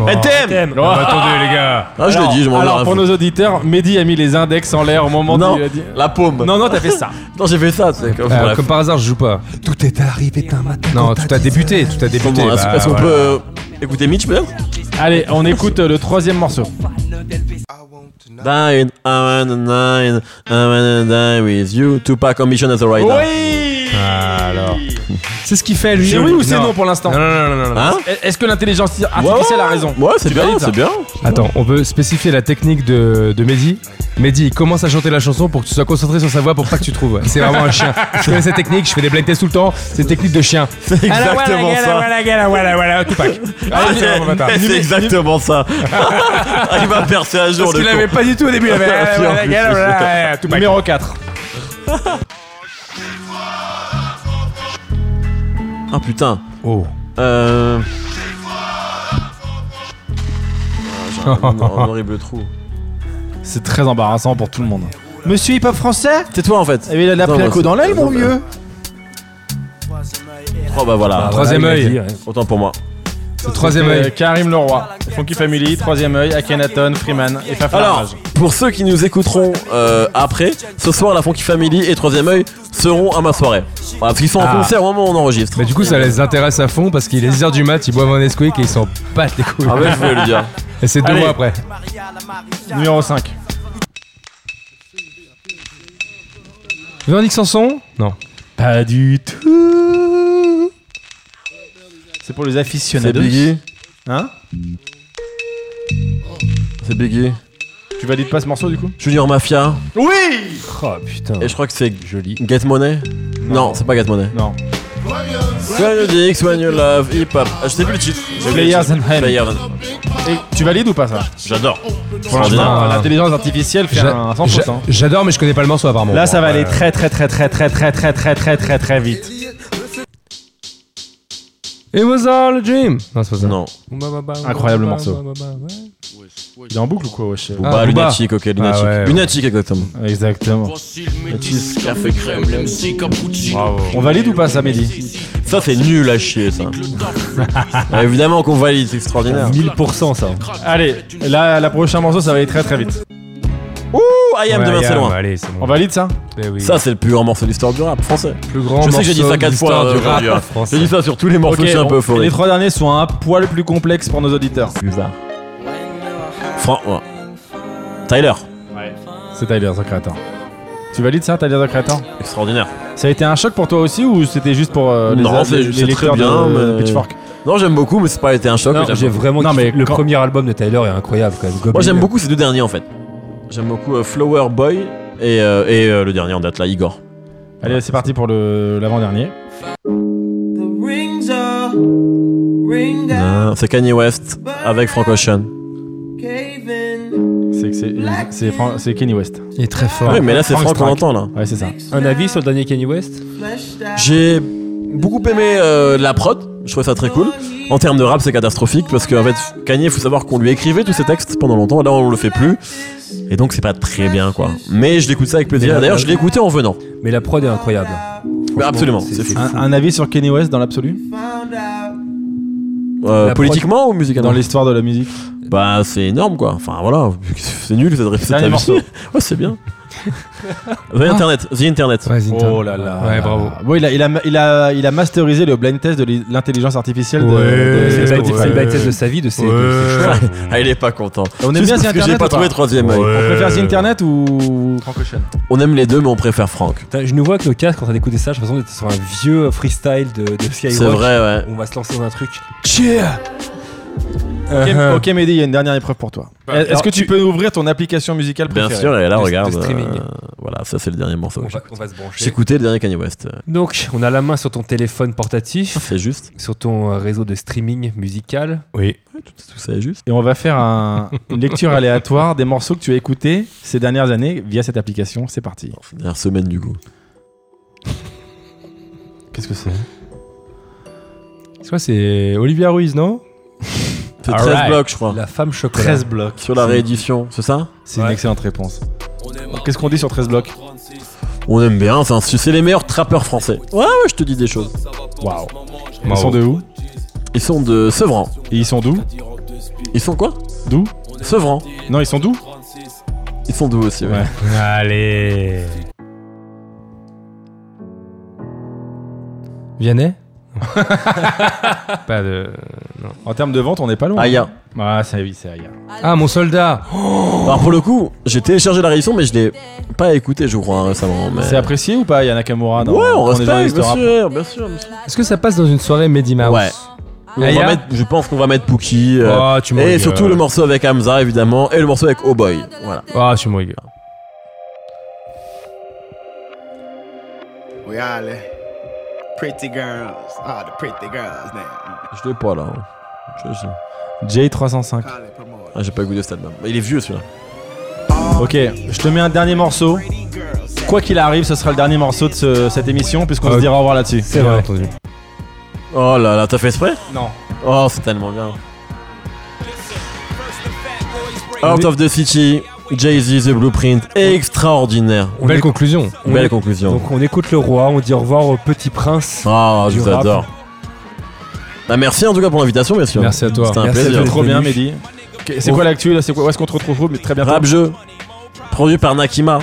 Oh. NTM Ah, bah, attendez, les gars. Ah, je l'ai dit, je m'en Alors, vais pour nos auditeurs, Mehdi a mis les index en l'air au moment Non. où il a dit. La paume. Non, non, t'as fait ça. Non, j'ai fait ça, c'est comme. Euh, bref. comme par hasard, je joue pas. Tout est arrivé d'un matin. Non, tout a débuté, tout a débuté. Comment, Est-ce bah, est-ce qu'on voilà. peut euh, écouter Mitch peut-être Allez, on écoute euh, le troisième morceau. Dying, I wanna dine, I wanna die with you. Tupac on mission as a rider. Oui Alors. C'est ce qu'il fait lui. C'est oui ou c'est non pour l'instant Non, non, non, non, non, non. Hein Est-ce que l'intelligence artificielle a raison Ouais, c'est bien, valides ça c'est bien. Attends, on peut spécifier la technique de, de Mehdi. Mehdi, il commence à chanter la chanson pour que tu sois concentré sur sa voix pour pas que tu trouves. C'est vraiment un chien. Je connais cette technique, je fais des blind tests tout le temps. C'est une technique de chien. C'est exactement ça. Ah, Voilà, voilà, voilà, voilà, Tupac. Allez, euh, on va pas. C'est c'est exactement ça. Ah, Il va percer un jour Parce le qu'il l'avait con. pas du tout au début. Il avait, Puis en plus, voilà, voilà, voilà, voilà, Tupac. Numéro 4. Ah putain. Oh. Euh. Ah, j'ai un- un horrible trou. C'est très embarrassant pour tout le monde. Monsieur hip-hop français Tais-toi en fait. Eh, Il a la Non, bah, placo c'est- dans l'aile, mon non, bah, vieux Oh bah Ah, voilà. Troisième œil. Autant pour moi. Le troisième Euh, œil. Karim Leroy, Funky Family, Troisième œil, Akhenaton, Freeman et Fafla Alors, pour ceux qui nous écouteront euh, après, ce soir la Funky Family et Troisième Oeil seront à ma soirée. Voilà, parce qu'ils sont Ah. en concert au moment où on enregistre. Mais du coup, ça les intéresse à fond parce qu'il est 10h du mat, ils boivent un Nesquik et ils s'en battent les couilles. Ah ouais, je voulais le dire. Et c'est deux Allez. mois après. Numéro 5. Véronique Sanson Non. Pas du tout. C'est pour les aficionados. Hein C'est Biggie. Tu valides pas ce morceau du coup Junior Mafia. Oh putain. Et je crois que c'est Joli. Get Money. Non, c'est pas Get Money. Non. When you dig, when you love, hip hop. Ah, je sais plus le titre. J'ai oublié Players le titre. and Hand. Players and- Et tu valides ou pas ça J'adore. Franchement, Extraordinaire. euh, L'intelligence artificielle fait J'a- un 100%. j'a- J'adore, mais je connais pas le morceau apparemment. Là, ça va aller très très très très très très très très très très très vite. It was all a dream. Non, c'est pas ça. Non. Incroyable Bah, morceau. Il est en boucle ou quoi, wesh Booba, Booba. Bah, Ah Lunatic, ok, Lunatic. ouais, ouais. Lunatic, exactement. Exactement. Café crème. On valide ou pas ça, Mehdi Ça, c'est nul à chier, ça. Ah, évidemment qu'on valide, c'est extraordinaire. 1000% ça. Allez, là, la prochain morceau, ça va aller très très vite. I am Ouais, de allez, Marcelin. Allez, c'est bon. On valide ça Eh oui. Ça, c'est le plus grand morceau de l'histoire du rap français. plus grand je sais que j'ai dit morceau ça quatre de fois, l'histoire euh, du rap aujourd'hui, hein. français. J'ai dit ça sur tous les morceaux, je suis un bon. peu faux. Et Les trois derniers sont un poil plus complexes pour nos auditeurs. Franck, ouais. Tyler, C'est Tyler, The Creator. Tu valides ça, Tyler, The Creator extraordinaire. Ça a été un choc pour toi aussi ou c'était juste pour euh, les, Non, les- c'est- les c'est lecteurs très bien, de, mais- Pitchfork Non, j'aime beaucoup, mais c'est pas été un choc. Non, mais j'aime j'ai beaucoup. vraiment Non, kiffé. mais le quand- premier album de Tyler est incroyable quand même. Moi, Goblin. j'aime beaucoup ces deux derniers en fait. J'aime beaucoup euh, Flower Boy et, euh, et, euh, le dernier en date là, Igor. Allez, c'est parti pour le- l'avant-dernier. Ah, c'est Kanye West avec Frank Ocean. C'est que c'est- c'est Fran- c'est Kenny West. Il est très fort. Ouais, mais là, c'est Frank Frank qu'on Frank. entend là. Ouais, c'est ça. Un avis sur le dernier Kanye West J'ai beaucoup aimé euh, la prod, je trouvais ça très cool. En termes de rap, c'est catastrophique parce qu'en fait, Kanye, il faut savoir qu'on lui écrivait tous ses textes pendant longtemps, là on le fait plus. Et donc, c'est pas très bien quoi. Mais je l'écoute ça avec Mais plaisir. la- D'ailleurs, je l'ai écouté en venant. Mais la prod est incroyable. Mais absolument, c'est- c'est c'est fou. Un, un avis sur Kenny West dans l'absolu la Euh, prod- politiquement ou musicalement Dans l'histoire de la musique Bah, c'est énorme quoi. Enfin voilà, c'est nul cette réponse. Dernier morceau. Ouais, c'est bien. The Internet, The Internet. Ouais, Zinta. Oh là là. Ouais, bravo. Bon, il a, il, a, il, a, il a masterisé le blind test de l'i- l'intelligence artificielle. de- Ouais. de- C'est de- le ouais, back- c'est le back test ouais. de sa vie, de ses. de ses choix. Ouais. Ah, il est pas content. On aime Juste bien parce si que Internet. j'ai pas ou trouvé troisième. œil. On préfère si Internet ou Frank Ocean On aime les deux, mais on préfère Franck. Putain, Je nous vois avec nos casques en train d'écouter ça, j'ai l'impression d'être sur un vieux freestyle de, de Skyrock. C'est vrai, ouais. On va se lancer dans un truc. Ok, Euh, ok, Mehdi, oh, il y a une dernière épreuve pour toi. Est-ce alors, que tu peux ouvrir ton application musicale Bien préférée sûr, et là, de regarde. streaming. euh, voilà, ça, c'est le dernier morceau. On que j'ai- va, on va se brancher. J'ai écouté le dernier Kanye West. euh, Donc, on a la main sur ton téléphone portatif, C'est juste. sur ton euh, réseau de streaming musical. Oui. Tout ça est juste. Et on va faire un- une lecture aléatoire des morceaux que tu as écoutés ces dernières années via cette application. C'est parti. Enfin, Dernière semaine, du coup. Qu'est-ce que c'est C'est quoi C'est Olivia Ruiz, non C'est All 13 right. blocs, je crois. La femme chocolat. 13 blocs. Sur la réédition, c'est ça C'est une Ouais. excellente réponse. Qu'est-ce qu'on dit sur 13 blocs On aime bien, enfin, c'est c'est les meilleurs trappeurs français. Ouais, ouais, je te dis des choses. Waouh. Ils sont de où Ils sont de Sevran. Et ils sont d'où Ils sont quoi D'où Sevran. Non, ils sont d'où Ils sont d'où aussi, ouais. Ouais. Allez. Vianney Pas de. En termes de vente, on n'est pas loin. Aya. Ah, c'est oui, c'est Aya. Ah, mon soldat Alors, pour le coup, j'ai téléchargé la réédition, mais je l'ai pas écouté, je crois, hein, récemment. mais- C'est apprécié ou pas, Aya Nakamura dans- Ouais, Ah dans on les respecte, journalistes bien rap sûr, bien sûr. bien sûr. Est-ce que ça passe dans une soirée Mehdi Mouse Ah, Ouais. On va Aya hein. mettre- je pense qu'on va mettre Pookie. euh, Oh, tu et m'engueules. surtout le morceau avec Hamza, évidemment, et le morceau avec Oh Boy. Voilà. Ah, tu m'engueules. We all the pretty girls, all the pretty girls now. Je l'ai pas là. hein. Je- je- J305. All the promoters. Ah, j'ai pas goûté cet album. Mais Il est vieux celui-là. Ok, je te mets un dernier morceau. Quoi qu'il arrive, ce sera le dernier morceau de ce- cette émission puisqu'on Ah, se dira au revoir là-dessus. C'est vrai. entendu. Oh là là, t'as fait exprès Non. Oh, c'est tellement bien. Out of the City, Jay-Z, The Blueprint, extraordinaire. On Belle écoute- conclusion. on Belle écoute- conclusion. Donc, on écoute le roi, on dit au revoir au petit prince. Ah, je du vous rap. adore. Bah, merci en tout cas pour l'invitation, bien sûr. Merci à toi. C'était un Merci à plaisir. toi. Trop bien, Venu. Mehdi. Ok, C'est quoi l'actu là C'est quoi Où est-ce qu'on te retrouve Mais très bientôt. Rap jeu, produit par Nakima.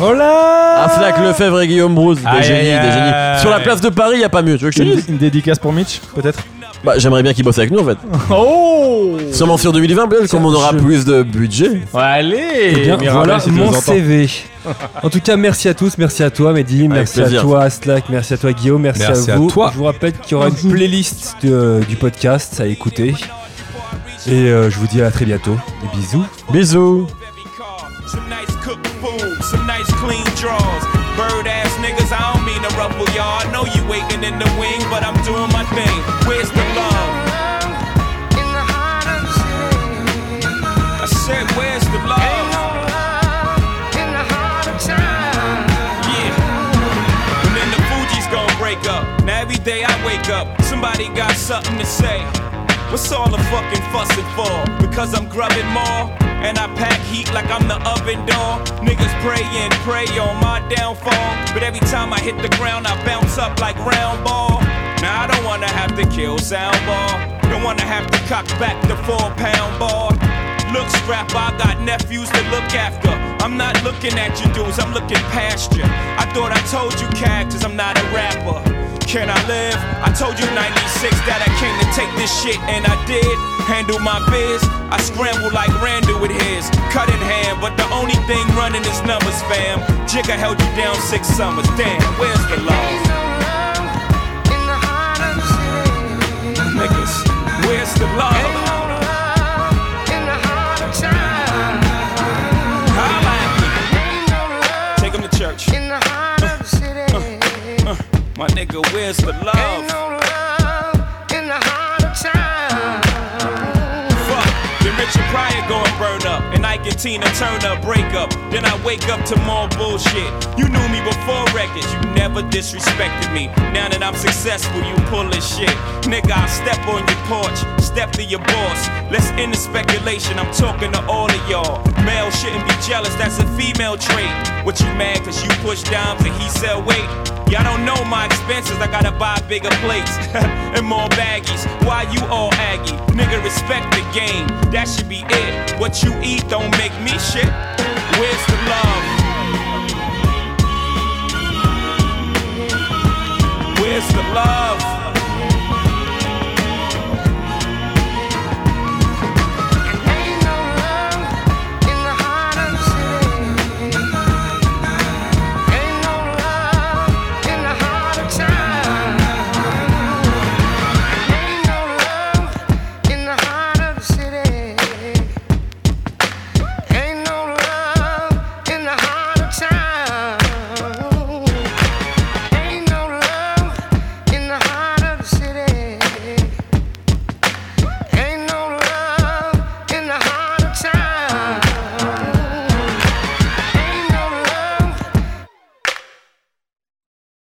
Oh là Aflac, Lefebvre et Guillaume Brousse, des Aïe, génies, aïe, des aïe. génies. Sur la place de Paris, y a pas mieux, tu veux que je te Une, dise une dédicace pour Mitch, peut-être Bah, j'aimerais bien qu'il bosse avec nous en fait. Oh Sûrement sur 2020, peut-être, comme on aura je- plus de budget. Allez Eh bien, Mirabel, voilà si tu nous mon entends. CV. En tout cas, merci à tous, merci à toi, Mehdi, merci à plaisir. toi, Slack, merci à toi, Guillaume, merci, Merci à vous. toi. Je vous rappelle qu'il y aura une playlist de- du podcast à écouter. Et euh, je vous dis à très bientôt. Des bisous. Bisous. every car. Some nice cooked food, some nice clean draws. Bird ass niggas, I don't mean to ruffle y'all. I know you waiting in the wing, but I'm doing my thing. Where's the love? I said, where's the love? Yeah. And then the Fuji's gonna break up. Now every day I wake up, somebody got something to say. What's all the fucking fussing for? Because I'm grubbing more. And I pack heat like I'm the oven door. Niggas prayin', pray on my downfall. But every time I hit the ground, I bounce up like round ball. Now I don't wanna have to kill sound ball. Don't wanna have to cock back the four pound ball. Look, scrap, I got nephews to look after. I'm not looking at you dudes, I'm looking past you. I thought I told you characters, I'm not a rapper. Can I live? I told you 96 that I came to take this shit, and I did. Handle my biz, I scramble like Randall with his. Cut in hand, but the only thing running is numbers, fam. Jigga held you down six summers, damn, where's the love? Niggas, where's the love? Holla. Take 'em to church. My nigga, where's the love? Fuck, then Richard Pryor going burn up, and Ike and Tina Turner break up. Then I wake up to more bullshit. You knew me before records, you never disrespected me. Now that I'm successful, you pulling shit. Nigga, I step on your porch, step to your boss. Let's end the speculation, I'm talking to all of y'all. Male shouldn't be jealous, that's a female trait. What you mad cause you push dimes and he sell weight? Y'all don't know my expenses, I gotta buy bigger plates and more baggies. Why you all aggy? Nigga, respect the game, that should be it. What you eat don't make me shit. Where's the love? Where's the love?